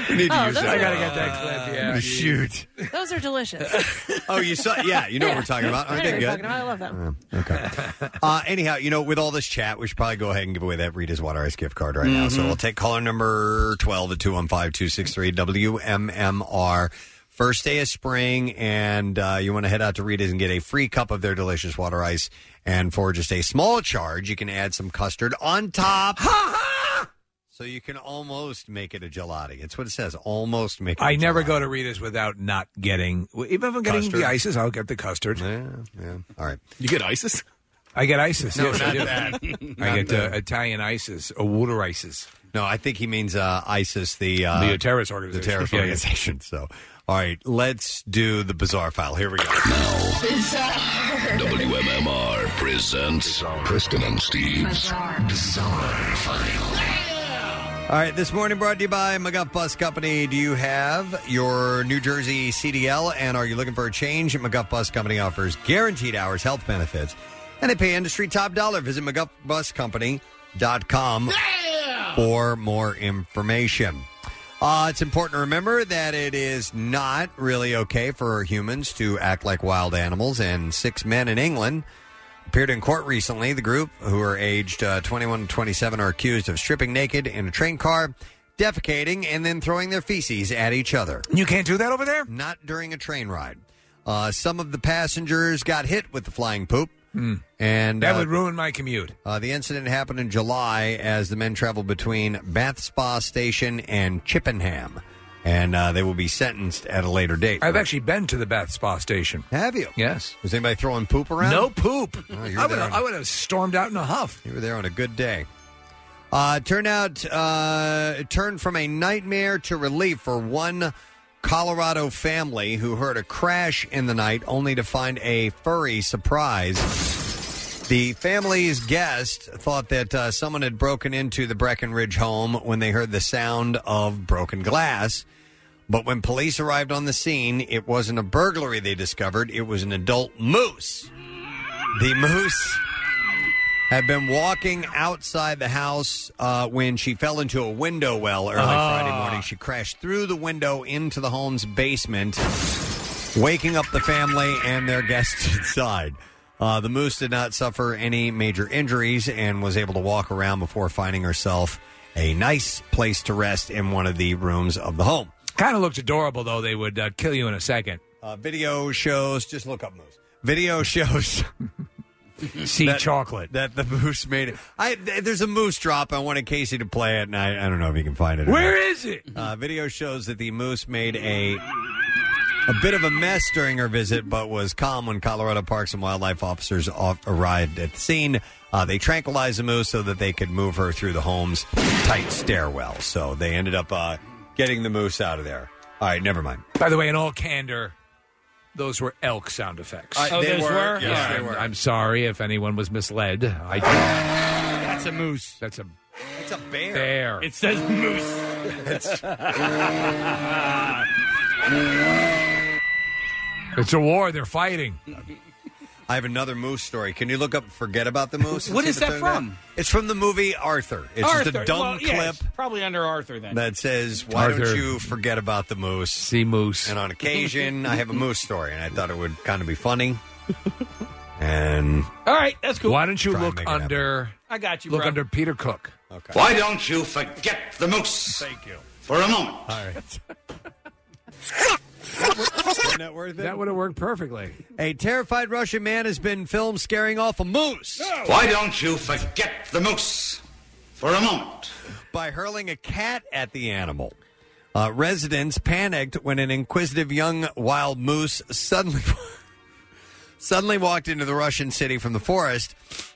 We need to Oh, use those that. are- I gotta get that clip. Yeah. Uh, shoot. Those are delicious. Oh, you saw? Yeah, you know what we're (laughs) talking about. I Aren't know they what you're good? talking about. I love them. (laughs) Uh, anyhow, you know, with all this chat, we should probably go ahead and give away that Rita's Water Ice gift card right now. So Mhm. we'll take caller number 12 at 215 263 WMMR. First day of spring, and uh, you want to head out to Rita's and get a free cup of their delicious water ice. And for just a small charge, you can add some custard on top. so you can almost make it a gelati. It's what it says almost make it I never go to Rita's without not getting. well, Even if I'm getting Custard. the ISIS, I'll get the custard. Yeah, yeah. All right. You get ISIS? I get ISIS. No, yes, not I do. that. (laughs) I Not get uh, that. Italian ISIS or water ISIS. No, I think he means uh, ISIS, the uh, The terrorist organization. The terrorist (laughs) Yeah, yeah. organization. So, all right, let's do the bizarre file. Here we go. WMMR presents Preston and Steve's Bizarre, File. All right, this morning brought to you by McGuff Bus Company. Do you have your New Jersey CDL and are you looking for a change? McGuff Bus Company offers guaranteed hours, health benefits, and they pay industry top dollar. Visit McGuffBusCompany.com for more information. Uh, it's important to remember that it is not really okay for humans to act like wild animals, and six men in England appeared in court recently. The group, who are aged uh, 21 to 27, are accused of stripping naked in a train car, defecating, and then throwing their feces at each other. You can't do that over there? Not during a train ride. Uh, some of the passengers got hit with the flying poop. And Hmm. That uh, would ruin my commute. uh, the incident happened in July as the men traveled between Bath Spa Station and Chippenham, and uh, they will be sentenced at a later date. I've actually been to the Bath Spa Station. Have you? Yes. Was anybody throwing poop around? No poop. Oh, you were I would there on- I would have stormed out in a huff. You were there on a good day. Uh, turned out, uh, it turned from a nightmare to relief for one Colorado family who heard a crash in the night, only to find a furry surprise. The family's guest thought that uh, someone had broken into the Breckenridge home when they heard the sound of broken glass. But when police arrived on the scene, it wasn't a burglary they discovered, it was an adult moose. The moose had been walking outside the house uh, when she fell into a window well early Ah. Friday morning. She crashed through the window into the home's basement, waking up the family and their guests (laughs) inside. Uh, the moose did not suffer any major injuries and was able to walk around before finding herself a nice place to rest in one of the rooms of the home. Kind of looked adorable though. They would uh, kill you in a second. Uh, video shows, just look up moose. Video shows. See chocolate. That the moose made it. I, th- there's a moose drop. I wanted Casey to play it, and I, I don't know if you can find it. or Where not. is it? Uh, video shows that the moose made a a bit of a mess during her visit, but was calm when Colorado Parks and Wildlife officers off- arrived at the scene. Uh, they tranquilized the moose so that they could move her through the home's tight stairwell. So they ended up uh, getting the moose out of there. All right, never mind. By the way, in all candor, Those were elk sound effects. I- Oh, they those were? were? Yes, Yeah. they were. I'm sorry if anyone was misled. I Ah. That's a moose. That's a It's a bear. bear. It says moose. It's a war. They're fighting. I have another moose story. Can you look up Forget About the Moose? and What see is if it's that on from? there? It's from the movie Arthur. It's just a Arthur. dumb Well, clip yeah, it's probably under Arthur then. that says, Why Arthur. don't you forget about the moose? See moose. And on occasion, I have a moose story, and I thought it would kind of be (laughs) funny. And All right, that's cool. Why don't you Try and look make it happen. under? I got you, Look bro. under Peter Cook. Okay. Why don't you forget the moose? Thank you. For a moment. All right. that worth That would have worked perfectly. A terrified Russian man has been filmed scaring off a moose. Why don't you forget the moose? For a moment. By hurling a cat at the animal. Uh, residents panicked when an inquisitive young wild moose suddenly (laughs) suddenly walked into the Russian city from the forest.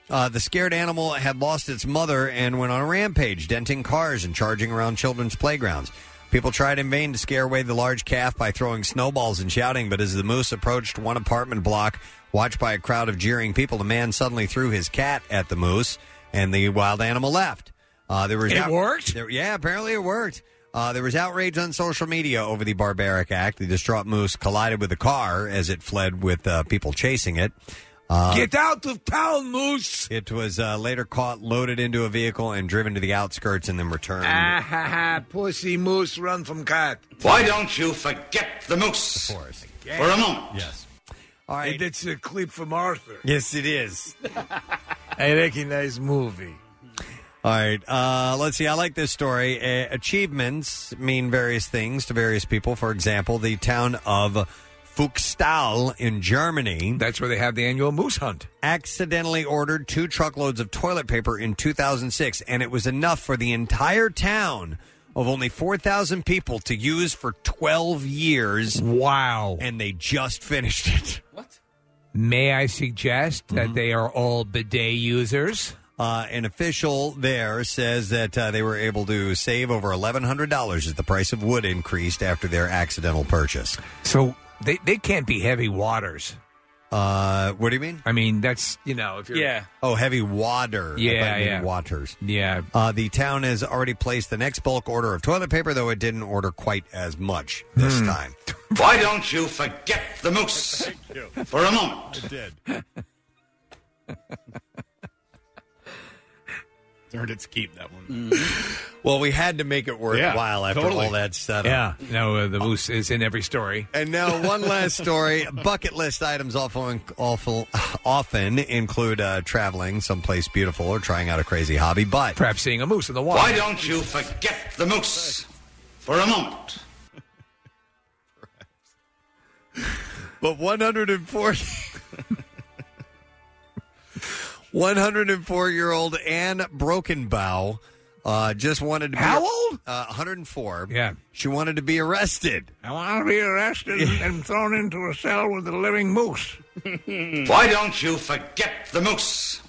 Uh, the scared animal had lost its mother and went on a rampage, denting cars and charging around children's playgrounds. People tried in vain to scare away the large calf by throwing snowballs and shouting, but as the moose approached one apartment block, watched by a crowd of jeering people, the man suddenly threw his cat at the moose, and the wild animal left. Uh, there was It (laughs) worked? there- yeah, apparently it worked. Uh, there was outrage on social media over the barbaric act. The distraught moose collided with a car as it fled with uh, people chasing it. Uh, Get out of town, moose! It was uh, later caught, loaded into a vehicle, and driven to the outskirts and then returned. Ah ha ha! Pussy moose run from cat. Why don't you forget the moose? For a moment. Yes. All right. it's a clip from Arthur. Yes, it (laughs) is. I recognize movie. All right. Uh, let's see. I like this story. Uh, achievements mean various things to various people. For example, the town of Fuchstal in Germany. That's where they have the annual moose hunt. Accidentally ordered two truckloads of toilet paper in 2006, and it was enough for the entire town of only 4,000 people to use for 12 years. Wow. And they just finished it. May I suggest that they are all bidet users? Mm-hmm. Uh, an official there says that uh, they were able to save over $1,100 as the price of wood increased after their accidental purchase. So they, they can't be heavy waters. Uh, what do you mean? I mean, that's, you know, if you're. Oh, heavy water. I Yeah, thought you meant yeah. Waters. Yeah. Uh, the town has already placed the next bulk order of toilet paper, though it didn't order quite as much this time. Why don't you forget the moose? For a moment. did. Earned its keep that one. (laughs) Well, we had to make it worthwhile after totally. all that setup. Yeah. No, uh, the moose is in every story. And now one last (laughs) story. (laughs) Bucket list items often, awful, often include uh, traveling someplace beautiful or trying out a crazy hobby, but perhaps seeing a moose in the Why don't you forget the moose? For a moment. (laughs) But (laughs) 140. 104 year old Anne Brokenbow uh, just wanted to be. How old? Uh, 104. Yeah. She wanted to be arrested. I want to be arrested and thrown into a (laughs) cell with a living moose. Why don't you forget the moose?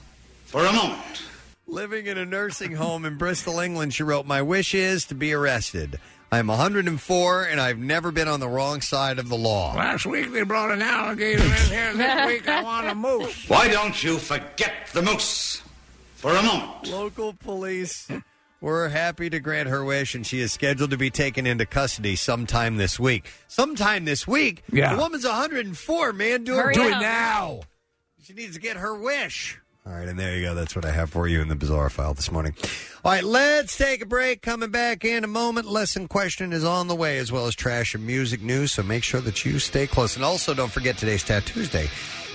For a moment. Living in a nursing home in Bristol, England, she wrote, My wish is to be arrested. I'm 104 and I've never been on the wrong side of the law. Last week they brought an alligator in (laughs) here. This week I want a moose. Why don't you forget the moose? For a moment. Local police were happy to grant her wish, and she is scheduled to be taken into custody sometime this week. Sometime this week? Yeah. The woman's 104, man. Do, Hurry it, do it up. now. She needs to get her wish. All right, and there you go. That's what I have for you in the bizarre file this morning. All right, let's take a break. Coming back in a moment. Lesson question is on the way, as well as trash and music news. So make sure that you stay close. And also, don't forget today's Tattoos Day.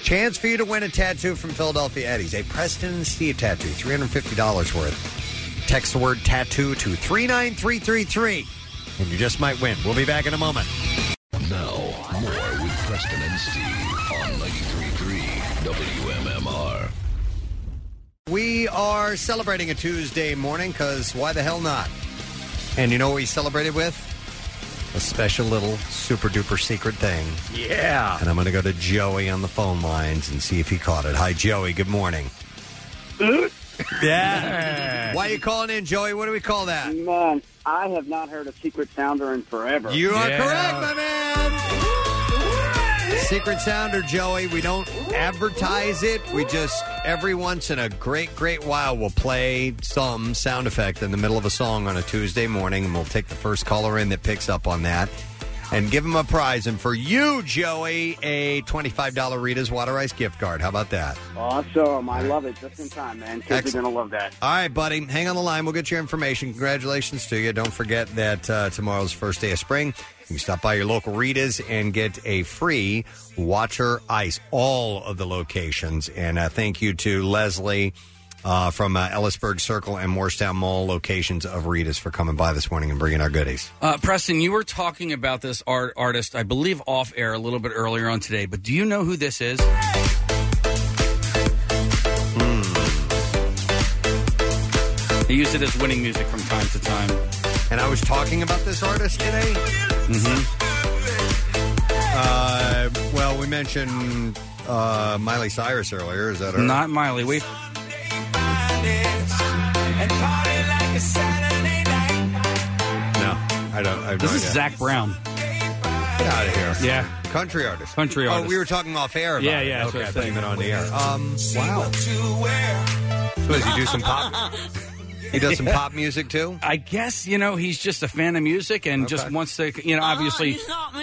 Chance for you to win a tattoo from Philadelphia Eddie's, a Preston and Steve tattoo, $350 worth. Text the word tattoo to 39333, and you just might win. We'll be back in a moment. Now, more with Preston and Steve on 93.3 WMMR. We are celebrating a Tuesday morning because why the hell not? And you know what we celebrated with? A special little super duper secret thing. Yeah. And I'm going to go to Joey on the phone lines and see if he caught it. Hi, Joey. Good morning. Yeah. Why are you calling in, Joey? What do we call that? Man, I have not heard a secret sounder in forever. You are correct, my man. Secret Sounder, Joey. We don't advertise it. We just, every once in a great, great while, we'll play some sound effect in the middle of a song on a Tuesday morning, and we'll take the first caller in that picks up on that and give him a prize. And for you, Joey, a $25 Rita's Water Ice gift card. How about that? Awesome. I love it. Just in time, man. Kids are Excellent. going to love that. All right, buddy. Hang on the line. We'll get your information. Congratulations to you. Don't forget that uh, tomorrow's the first day of spring. You can stop by your local Rita's and get a free Watcher Ice, all of the locations. And uh, thank you to Leslie uh, from uh, Ellisburg Circle and Morristown Mall locations of Rita's for coming by this morning and bringing our goodies. Uh, Preston, you were talking about this art artist, I believe, off air a little bit earlier on today. But do you know who this Hmm. is? They use it as winning music from time to time. And I was talking about this artist today. Mm-hmm. Uh, well, we mentioned uh, Miley Cyrus earlier. Is that her? Not Miley. We No, I don't. I have This is Zach Brown. Get out of here. Yeah. Country artist. Country Oh, artist. we were talking off air. About Yeah, it. yeah, that's Okay, what I I'm thought you saying. meant on the air. Um, wow. So does he do some pop? He does some pop music too. I guess you know he's just a fan of music and just wants to. You know, obviously (laughs)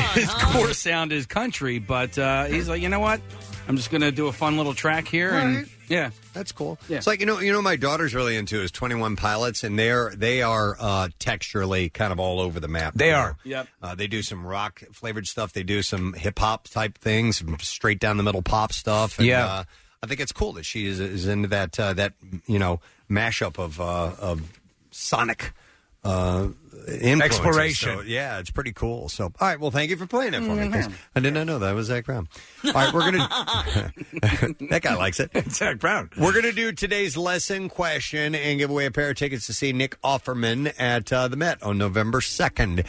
(laughs) his core sound is country, but uh, he's like, you know what? I'm just going to do a fun little track here, and Right. yeah, (laughs) that's cool. It's like you know, you know, my daughter's really into is Twenty One Pilots, and they're they are uh, texturally kind of all over the map. They are. Yep. Uh, they do some rock flavored stuff. They do some hip hop type things, some straight down the middle pop stuff. And, Yeah. uh, I think it's cool that she is, is into that uh, that you know mashup of uh, of sonic uh, influences. Exploration. So, yeah, it's pretty cool. So, all right. Well, thank you for playing it for me. 'cause I did not know that was Zach Brown. All right, we're gonna. (laughs) that guy likes it. Zach Brown. We're going to do today's lesson question and give away a pair of tickets to see Nick Offerman at uh, the Met on November 2nd.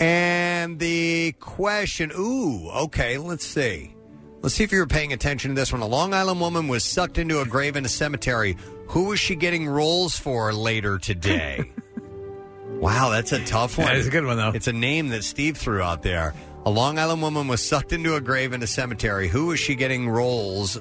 And the question, ooh, okay, let's see. Let's see if you were paying attention to this one. A Long Island woman was sucked into a grave in a cemetery. Who was she getting roles for later today? wow, that's a tough one. (laughs) It's a good one, though. It's a name that Steve threw out there. A Long Island woman was sucked into a grave in a cemetery. Who was she getting roles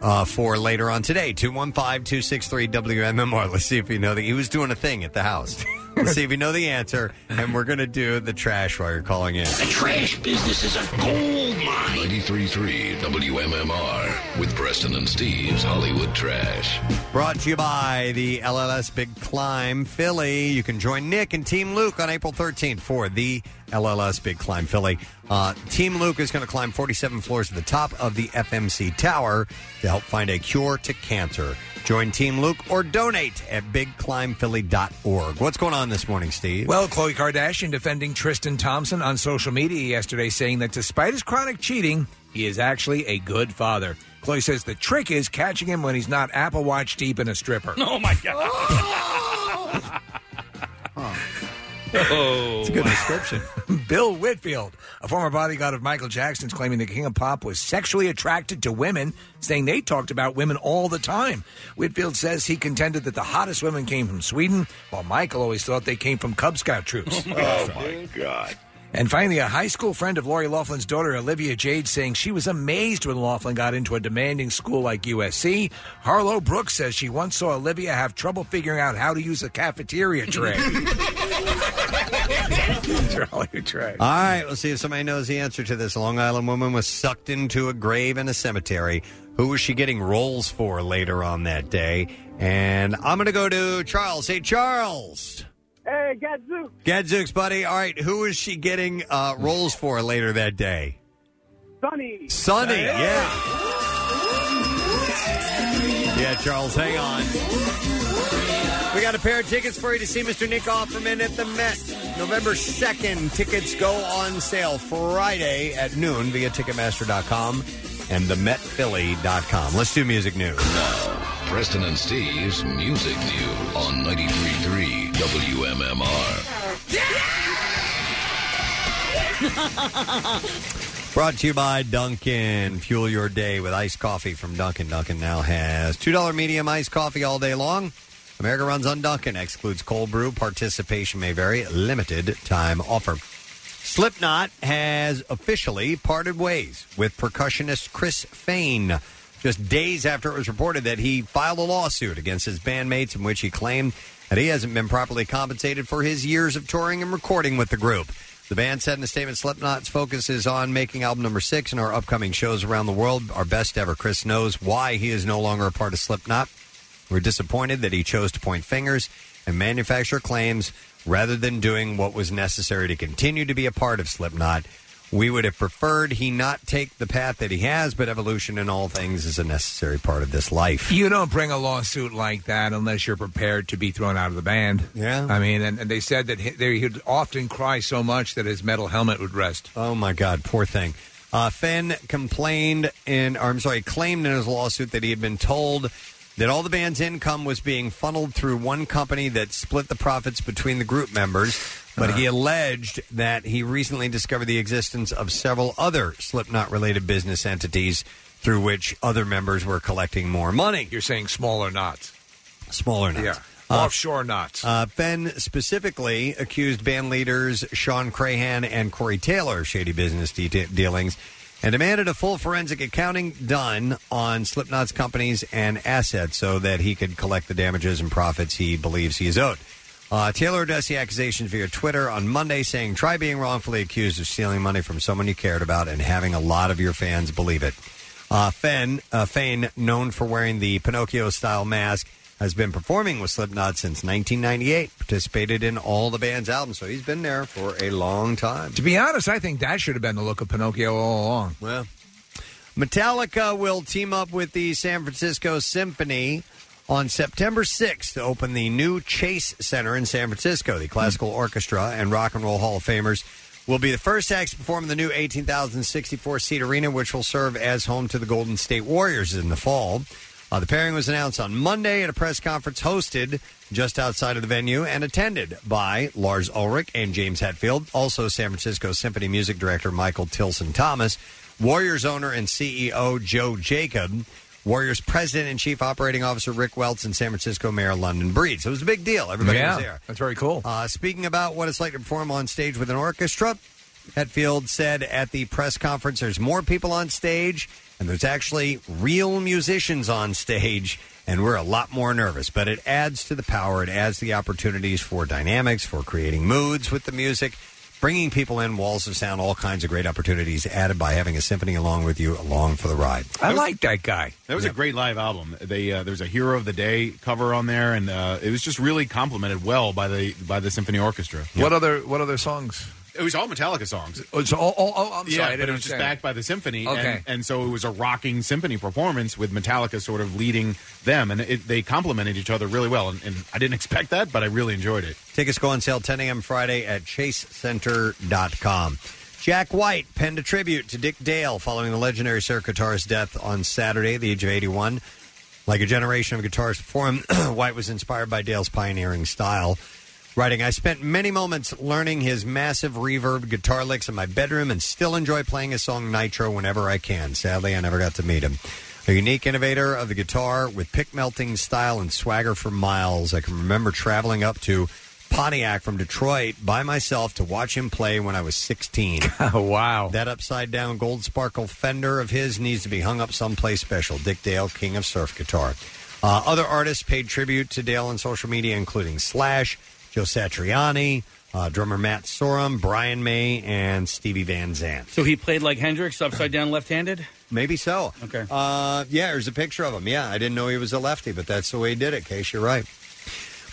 uh, for later on today. 215 263 WMMR. Let's see if you know that he was doing a thing at the house. Let's see if you know the answer. And we're going to do the trash while you're calling in. The trash business is a gold mine. 93.3 WMMR with Preston and Steve's Hollywood Trash. Brought to you by the LLS Big Climb Philly. You can join Nick and Team Luke on April 13th for the LLS Big Climb Philly. Uh, Team Luke is going to climb 47 floors to the top of the FMC Tower to help find a cure to cancer. Join Team Luke or donate at bigclimbphilly.org. What's going on this morning, Steve? Well, Khloe Kardashian defending Tristan Thompson on social media yesterday, saying that despite his chronic cheating, he is actually a good father. Khloe says the trick is catching him when he's not Apple Watch deep in a stripper. (laughs) Oh my god! Oh, it's a good description. (laughs) Bill Whitfield, a former bodyguard of Michael Jackson's, claiming the King of Pop was sexually attracted to women, saying they talked about women all the time. Whitfield says he contended that the hottest women came from Sweden, while Michael always thought they came from Cub Scout (laughs) troops. Oh, Oh, my God. And finally, a high school friend of Lori Laughlin's daughter, Olivia Jade, saying she was amazed when Laughlin got into a demanding school like USC. Harlow Brooks says she once saw Olivia have trouble figuring out how to use a cafeteria (laughs) tray. All right, let's see if somebody knows the answer to this. A Long Island woman was sucked into a grave in a cemetery. Who was she getting rolls for later on that day? And I'm going to go to Charles. Hey, Charles. Hey, Gadzoo. Gadzooks, buddy. All right, who was she getting uh, rolls for later that day? Sonny. Sonny, yeah. Yeah, Charles, hang on. We got a pair of tickets for you to see Mr. Nick Offerman at the Met. November 2nd, tickets go on sale Friday at noon via Ticketmaster.com and themetphilly.com. Let's do music news. Preston and Steve's Music News on 93.3 WMMR. Brought to you by Dunkin'. Fuel your day with iced coffee from Dunkin'. Dunkin' now has $2 medium iced coffee all day long. America runs on Dunkin'. Excludes cold brew. Participation may vary. Limited time offer. Slipknot has officially parted ways with percussionist Chris Fain just days after it was reported that he filed a lawsuit against his bandmates in which he claimed that he hasn't been properly compensated for his years of touring and recording with the group. The band said in a statement Slipknot's focus is on making album number six and our upcoming shows around the world our best ever. Chris knows why he is no longer a part of Slipknot. We're disappointed that he chose to point fingers and manufacture claims rather than doing what was necessary to continue to be a part of Slipknot. We would have preferred he not take the path that he has, but evolution in all things is a necessary part of this life. You don't bring a lawsuit like that unless you're prepared to be thrown out of the band. Yeah. I mean, and, and they said that he, they, he'd often cry so much that his metal helmet would rest. Oh, my God. Poor thing. Uh, Fenn complained in, or I'm sorry, claimed in his lawsuit that he had been told that all the band's income was being funneled through one company that split the profits between the group members. But he Uh-huh. alleged that he recently discovered the existence of several other Slipknot related business entities through which other members were collecting more money. You're saying smaller knots. Smaller knots. Yeah. Uh, Offshore knots. uh, Fenn specifically accused band leaders Sean Crahan and Corey Taylor of shady business de- dealings and demanded a full forensic accounting done on Slipknot's companies and assets so that he could collect the damages and profits he believes he is owed. Uh, Taylor addressed the accusations via Twitter on Monday, saying, Try being wrongfully accused of stealing money from someone you cared about and having a lot of your fans believe it. Uh, Fenn, uh, Fane, known for wearing the Pinocchio style mask, has been performing with Slipknot since 1998, participated in all the band's albums, so he's been there for a long time. To be honest, I think that should have been the look of Pinocchio all along. Well, Metallica will team up with the San Francisco Symphony on September 6th to open the new Chase Center in San Francisco. The Classical Orchestra and Rock and Roll Hall of Famers will be the first acts to perform in the new 18,064 seat arena, which will serve as home to the Golden State Warriors in the fall. Uh, the pairing was announced on Monday at a press conference hosted just outside of the venue and attended by Lars Ulrich and James Hetfield, also San Francisco Symphony music director Michael Tilson Thomas, Warriors owner and CEO Joe Jacob, Warriors president and chief operating officer Rick Welts, and San Francisco Mayor London Breed. So it was a big deal. Everybody yeah, was there. That's very cool. Uh, speaking about what it's like to perform on stage with an orchestra, Hetfield said at the press conference there's more people on stage, and there's actually real musicians on stage, and we're a lot more nervous. But it adds to the power, it adds the opportunities for dynamics, for creating moods with the music. Bringing people in, walls of sound, all kinds of great opportunities added by having a symphony along with you, along for the ride. I like that guy. That was a great live album. They uh, there was a Hero of the Day cover on there, and uh, it was just really complimented well by the by the symphony orchestra. What other What other songs? It was all Metallica songs. Oh, it's all, all, all- I'm yeah, sorry, I but didn't it was just understand. backed by the symphony, Okay. and, and so it was a rocking symphony performance with Metallica sort of leading them, and it, they complemented each other really well. And, and I didn't expect that, but I really enjoyed it. Tickets go on sale 10 a.m. Friday at chasecenter.com. Jack White penned a tribute to Dick Dale following the legendary Sir Guitarist's death on Saturday, at the age of 81. Like a generation of guitarists before him, (clears throat) White was inspired by Dale's pioneering style. Writing, I spent many moments learning his massive reverb guitar licks in my bedroom and still enjoy playing his song Nitro whenever I can. Sadly, I never got to meet him. A unique innovator of the guitar with pick melting style and swagger for miles. I can remember traveling up to Pontiac from Detroit by myself to watch him play when I was 16. wow. That upside down gold sparkle fender of his needs to be hung up someplace special. Dick Dale, king of surf guitar. Uh, other artists paid tribute to Dale on social media, including Slash, Joe Satriani, uh, drummer Matt Sorum, Brian May, and Stevie Van Zandt. So he played like Hendrix, upside down, left-handed. Maybe so. Okay. Uh, yeah, there's a picture of him. Yeah, I didn't know he was a lefty, but that's the way he did it, Case. You're right.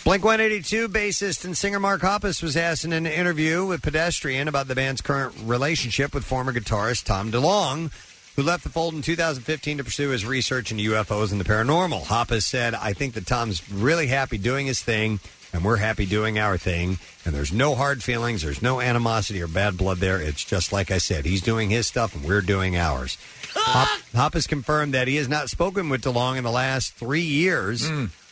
Blink 182 bassist and singer Mark Hoppus was asked in an interview with Pedestrian about the band's current relationship with former guitarist Tom DeLong, who left the fold in 2015 to pursue his research into UFOs and the paranormal. Hoppus said, I think that Tom's really happy doing his thing, and we're happy doing our thing, and there's no hard feelings, there's no animosity or bad blood there. It's just like I said, he's doing his stuff, and we're doing ours. Hop, Hop has confirmed that he has not spoken with DeLong in the last three years,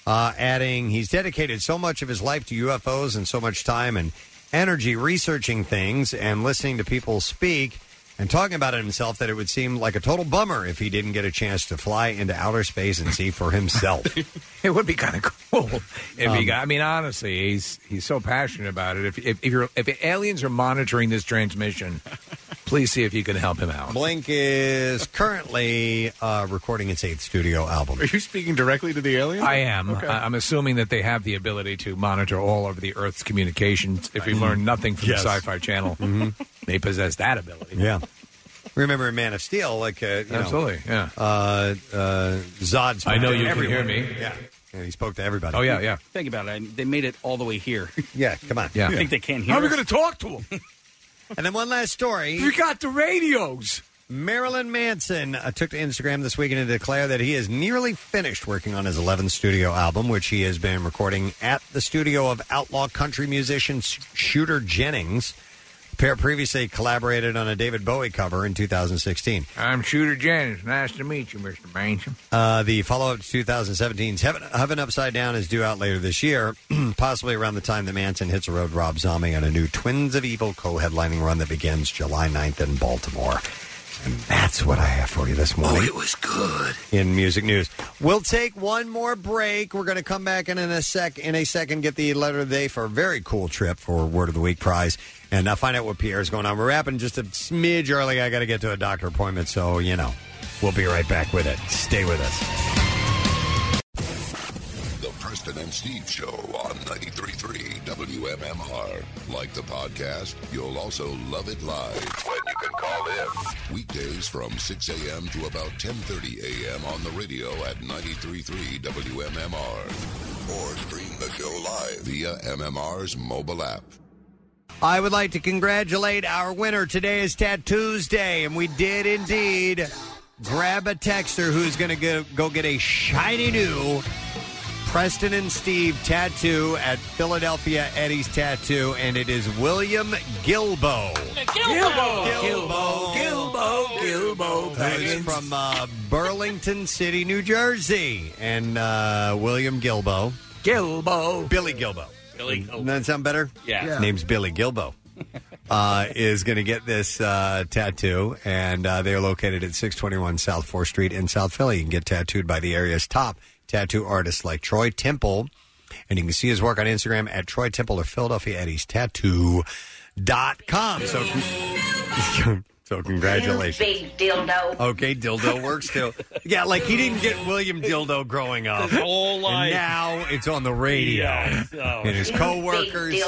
uh, adding, he's dedicated so much of his life to UFOs and so much time and energy researching things and listening to people speak and talking about it himself that it would seem like a total bummer if he didn't get a chance to fly into outer space and see for himself. it would be kind of cool if Um, he got. I mean, honestly, he's he's so passionate about it. If if, if you're if aliens are monitoring this (laughs) transmission, please see if you can help him out. Blink is currently uh, recording its eighth studio album. Are you speaking directly to the alien? I am. Okay. I- I'm assuming that they have the ability to monitor all of the Earth's communications. If we Mhm. learn nothing from Yes. Mm-hmm. the Sci-Fi Channel, they possess that ability. Yeah. Remember in Man of Steel, like uh, you know, Absolutely, yeah. Uh, uh, Zod. I know you can everyone. hear me. Oh, Yeah, and he spoke to everybody. Think about it. I- They made it all the way here. (laughs) yeah. Come on. Yeah. I think they can't hear How are we us? gonna to talk to him? (laughs) and then one last story. You got the radios. Marilyn Manson uh, took to Instagram this weekend to declare that he is nearly finished working on his 11th studio album, which he has been recording at the studio of outlaw country musician Sh- Shooter Jennings. The pair previously collaborated on a David Bowie cover in 2016. I'm Shooter Jennings. Nice to meet you, Mr. Manson. Uh, the follow up to 2017's Heaven, Heaven Upside Down is due out later this year, (clears throat) possibly around the time that Manson hits a road Rob Zombie on a new Twins of Evil co headlining run that begins July 9th in Baltimore. And that's what I have for you this morning. Oh, it was good. In music news. We'll take one more break. We're going to come back in, in a sec. In a second, get the letter of the day for a very cool trip for Word of the Week prize, and uh, find out what Pierre's going on. We're wrapping just a smidge early. I got to get to a doctor appointment, so you know, we'll be right back with it. Stay with us. The Preston and Steve Show on 93.3 WMMR. Like the podcast, you'll also love it live when you can call in. Weekdays from 6 a.m. to about 10.30 a.m. on the radio at 93.3 WMMR. Or stream the show live via MMR's mobile app. I would like to congratulate our winner. Today is Tattoos Day, and we did indeed grab a texter who's going to go get a shiny new Preston and Steve tattoo at Philadelphia Eddie's Tattoo, and it is William Gilbo. Gilbo. Gilbo. Gilbo. Gilbo. Who's from uh, Burlington City, New Jersey. And uh, William Gilbo. Gilbo. Billy Gilbo. Billy Doesn't that sound better? Yeah. His name's Billy Gilbo. Uh, is going to get this uh, tattoo, and uh, they are located at 621 South 4th Street in South Philly. You can get tattooed by the area's top tattoo artists like Troy Temple, and you can see his work on Instagram at Troy Temple or Philadelphia Eddie's Tattoo.com. So, con- (laughs) so congratulations. Big dildo. Okay, dildo works too. Yeah, like he didn't get William Dildo growing up. His whole life. And now it's on the radio. Yes. Oh. And his Big coworkers.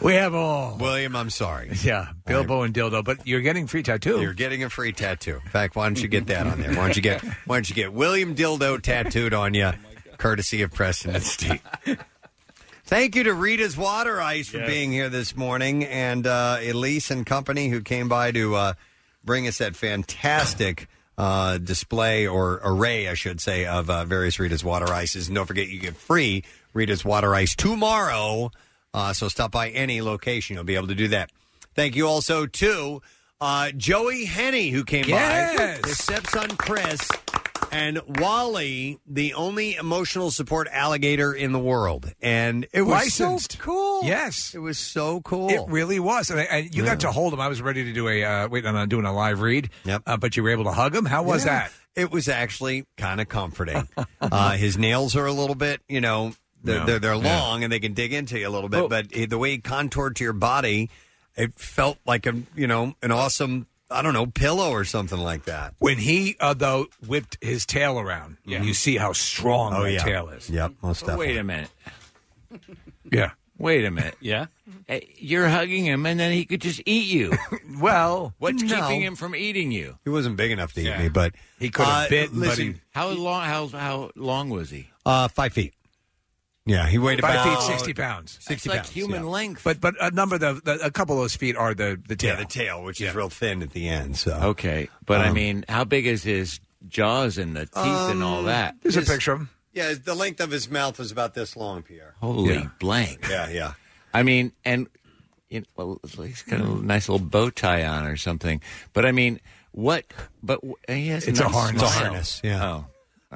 We have all. William, I'm sorry. (laughs) Yeah, Bilbo and Dildo, but you're getting free tattoo. You're getting a free tattoo. In fact, why don't you get that on there? Why don't you get why don't you get William Dildo tattooed on you, courtesy of Preston and Steve. Thank you to Rita's Water Ice for Yes. being here this morning, and uh, Elise and company who came by to uh, bring us that fantastic uh, display or array, I should say, of uh, various Rita's Water Ices. And don't forget, you get free Rita's Water Ice tomorrow. Uh, so stop by any location; you'll be able to do that. Thank you also to uh, Joey Henney who came Yes. by, his stepson Chris, and Wally, the only emotional support alligator in the world, and it was Licensed. so cool. Yes, it was so cool. It really was, and, I, and you got to hold him. I was ready to do a uh, wait on doing a live read. Yep. Uh, but you were able to hug him. How was Yeah. that? It was actually kind of (laughs) comforting. uh, his nails are a little bit, you know, they're Yeah. they're, they're Yeah. long and they can dig into you a little bit, but eh, the way he contoured to your body, it felt like a you know an awesome I don't know pillow or something like that. When he uh, though whipped his tail around, Yeah. you see how strong Oh, the yeah. tail is. Yep, most definitely. a minute. Yeah. Wait a minute. Yeah. Uh, You're hugging him, and then he could just eat you. (laughs) well, what's no. keeping him from eating you? He wasn't big enough to eat me, but He could've Uh, bitten, but listen- he- how long? How how long was he? uh, five feet. Yeah, he weighed Five about feet, sixty pounds. Sixty pounds. yeah. length. But but a number of the, the- a couple of those feet are the the tail. Yeah, the tail, which is real thin at the end. So okay, but I mean, how big is his jaws and the teeth and all Um, that? there's a His- picture of him. Yeah, the length of his mouth is about this long, Pierre. Holy blank! Yeah, yeah. I mean, and you know, well, he's got a nice little bow tie on or something. But I mean, what? But wh- he has It's a nice harness. It's a smile. harness, yeah.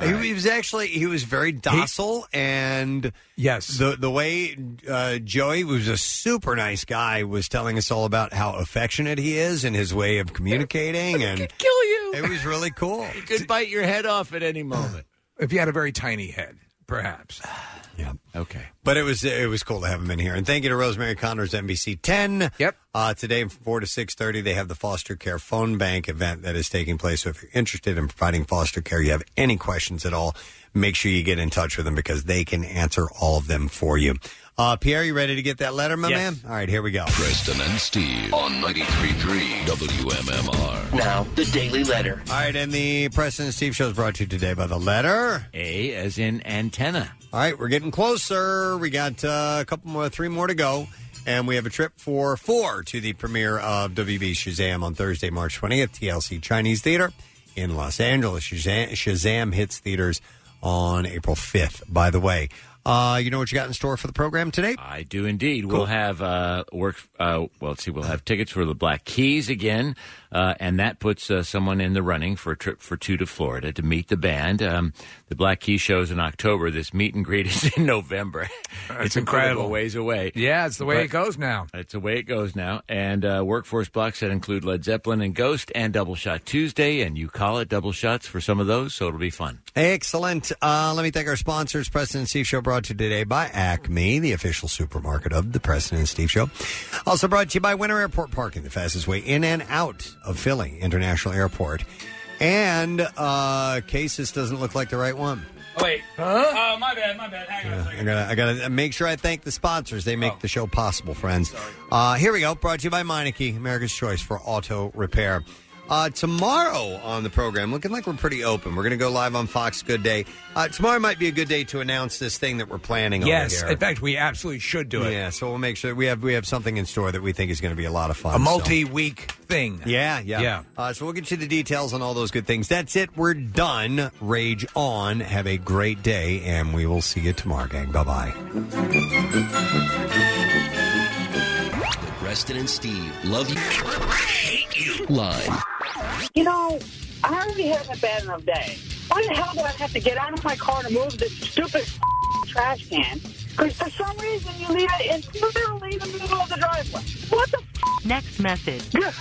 Oh. He, he was actually he was very docile and yes the the way uh, Joey who was a super nice guy was telling us all about how affectionate he is and his way of communicating and Kill you. It was really cool. You could bite your head off at any moment. (laughs) If you had a very tiny head, perhaps. Okay. But it was it was cool to have him in here, and thank you to Rosemary Connors, NBC Ten. Yep. Uh, today from four to six thirty, they have the foster care phone bank event that is taking place. So if you're interested in providing foster care, you have any questions at all, make sure you get in touch with them because they can answer all of them for you. Uh, Pierre, you ready to get that letter, my man? All right, here we go. Preston and Steve on 93.3 WMMR. Now, the Daily Letter. All right, and the Preston and Steve show is brought to you today by the letter A, as in antenna. All right, we're getting closer. We got uh, a couple more, three more to go. And we have a trip for four to the premiere of WB Shazam on Thursday, March 20th, TLC Chinese Theater in Los Angeles. Shazam, Shazam hits theaters on April 5th, by the way. Uh, you know what you got in store for the program today? I do indeed. We'll have uh, work. Uh, well, let's see. We'll have tickets for the Black Keys again, uh, and that puts uh, someone in the running for a trip for two to Florida to meet the band. Um, the Black Keys shows in October. This meet and greet (laughs) is in November. That's it's a bit of a incredible. Ways away. Yeah, it's the way But- it goes now. That's the way it goes now. And uh, workforce blocks that include Led Zeppelin and Ghost and Double Shot Tuesday, and you call it Double Shots for some of those, so it'll be fun. Excellent. Uh, let me thank our sponsors, President and Steve Show, brought to you today by Acme, the official supermarket of the President and Steve Show. Also brought to you by Winter Airport Parking, the fastest way in and out of Philly International Airport. And uh, Cases doesn't look like the right one. Oh, wait. Huh? my bad, my bad. Hang on. Yeah, I gotta, I gotta make sure I thank the sponsors. They make the show possible, friends. Uh, here we go. Brought to you by Meineke, America's Choice for Auto Repair. Uh, tomorrow on the program, looking like we're pretty open. We're going to go live on Fox Good Day. Uh, tomorrow might be a good day to announce this thing that we're planning. Yes, over in here. fact, we absolutely should do it. Yeah, so we'll make sure we have we have something in store that we think is going to be a lot of fun. A so- multi-week thing. Yeah, yeah, yeah. Uh, so we'll get you the details on all those good things. That's it. We're done. Rage on. Have a great day, and we will see you tomorrow, gang. Bye bye. Preston and Steve love you, hate you live. You know, I already had a bad enough day. Why the hell do I have to get out of my car to move this stupid (laughs) trash can? Because for some reason you leave it in literally the middle of the driveway. What the Next message. Good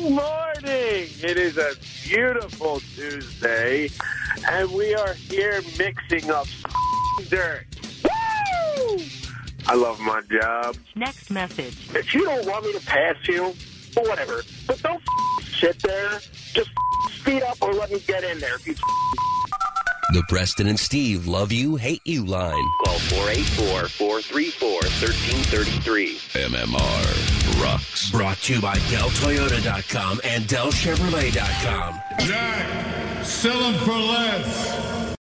morning. It is a beautiful Tuesday, and we are here mixing up (laughs) dirt. Woo! I love my job. Next message. If you don't want me to pass you, or whatever, but don't (laughs) sit there. Just (laughs) speed up or let me get in there. If you The Preston and Steve love you, hate you line. Call 484 434 1333. MMR rocks. Brought to you by DellToyota.com and DellChevrolet.com. Jack, sell them for less.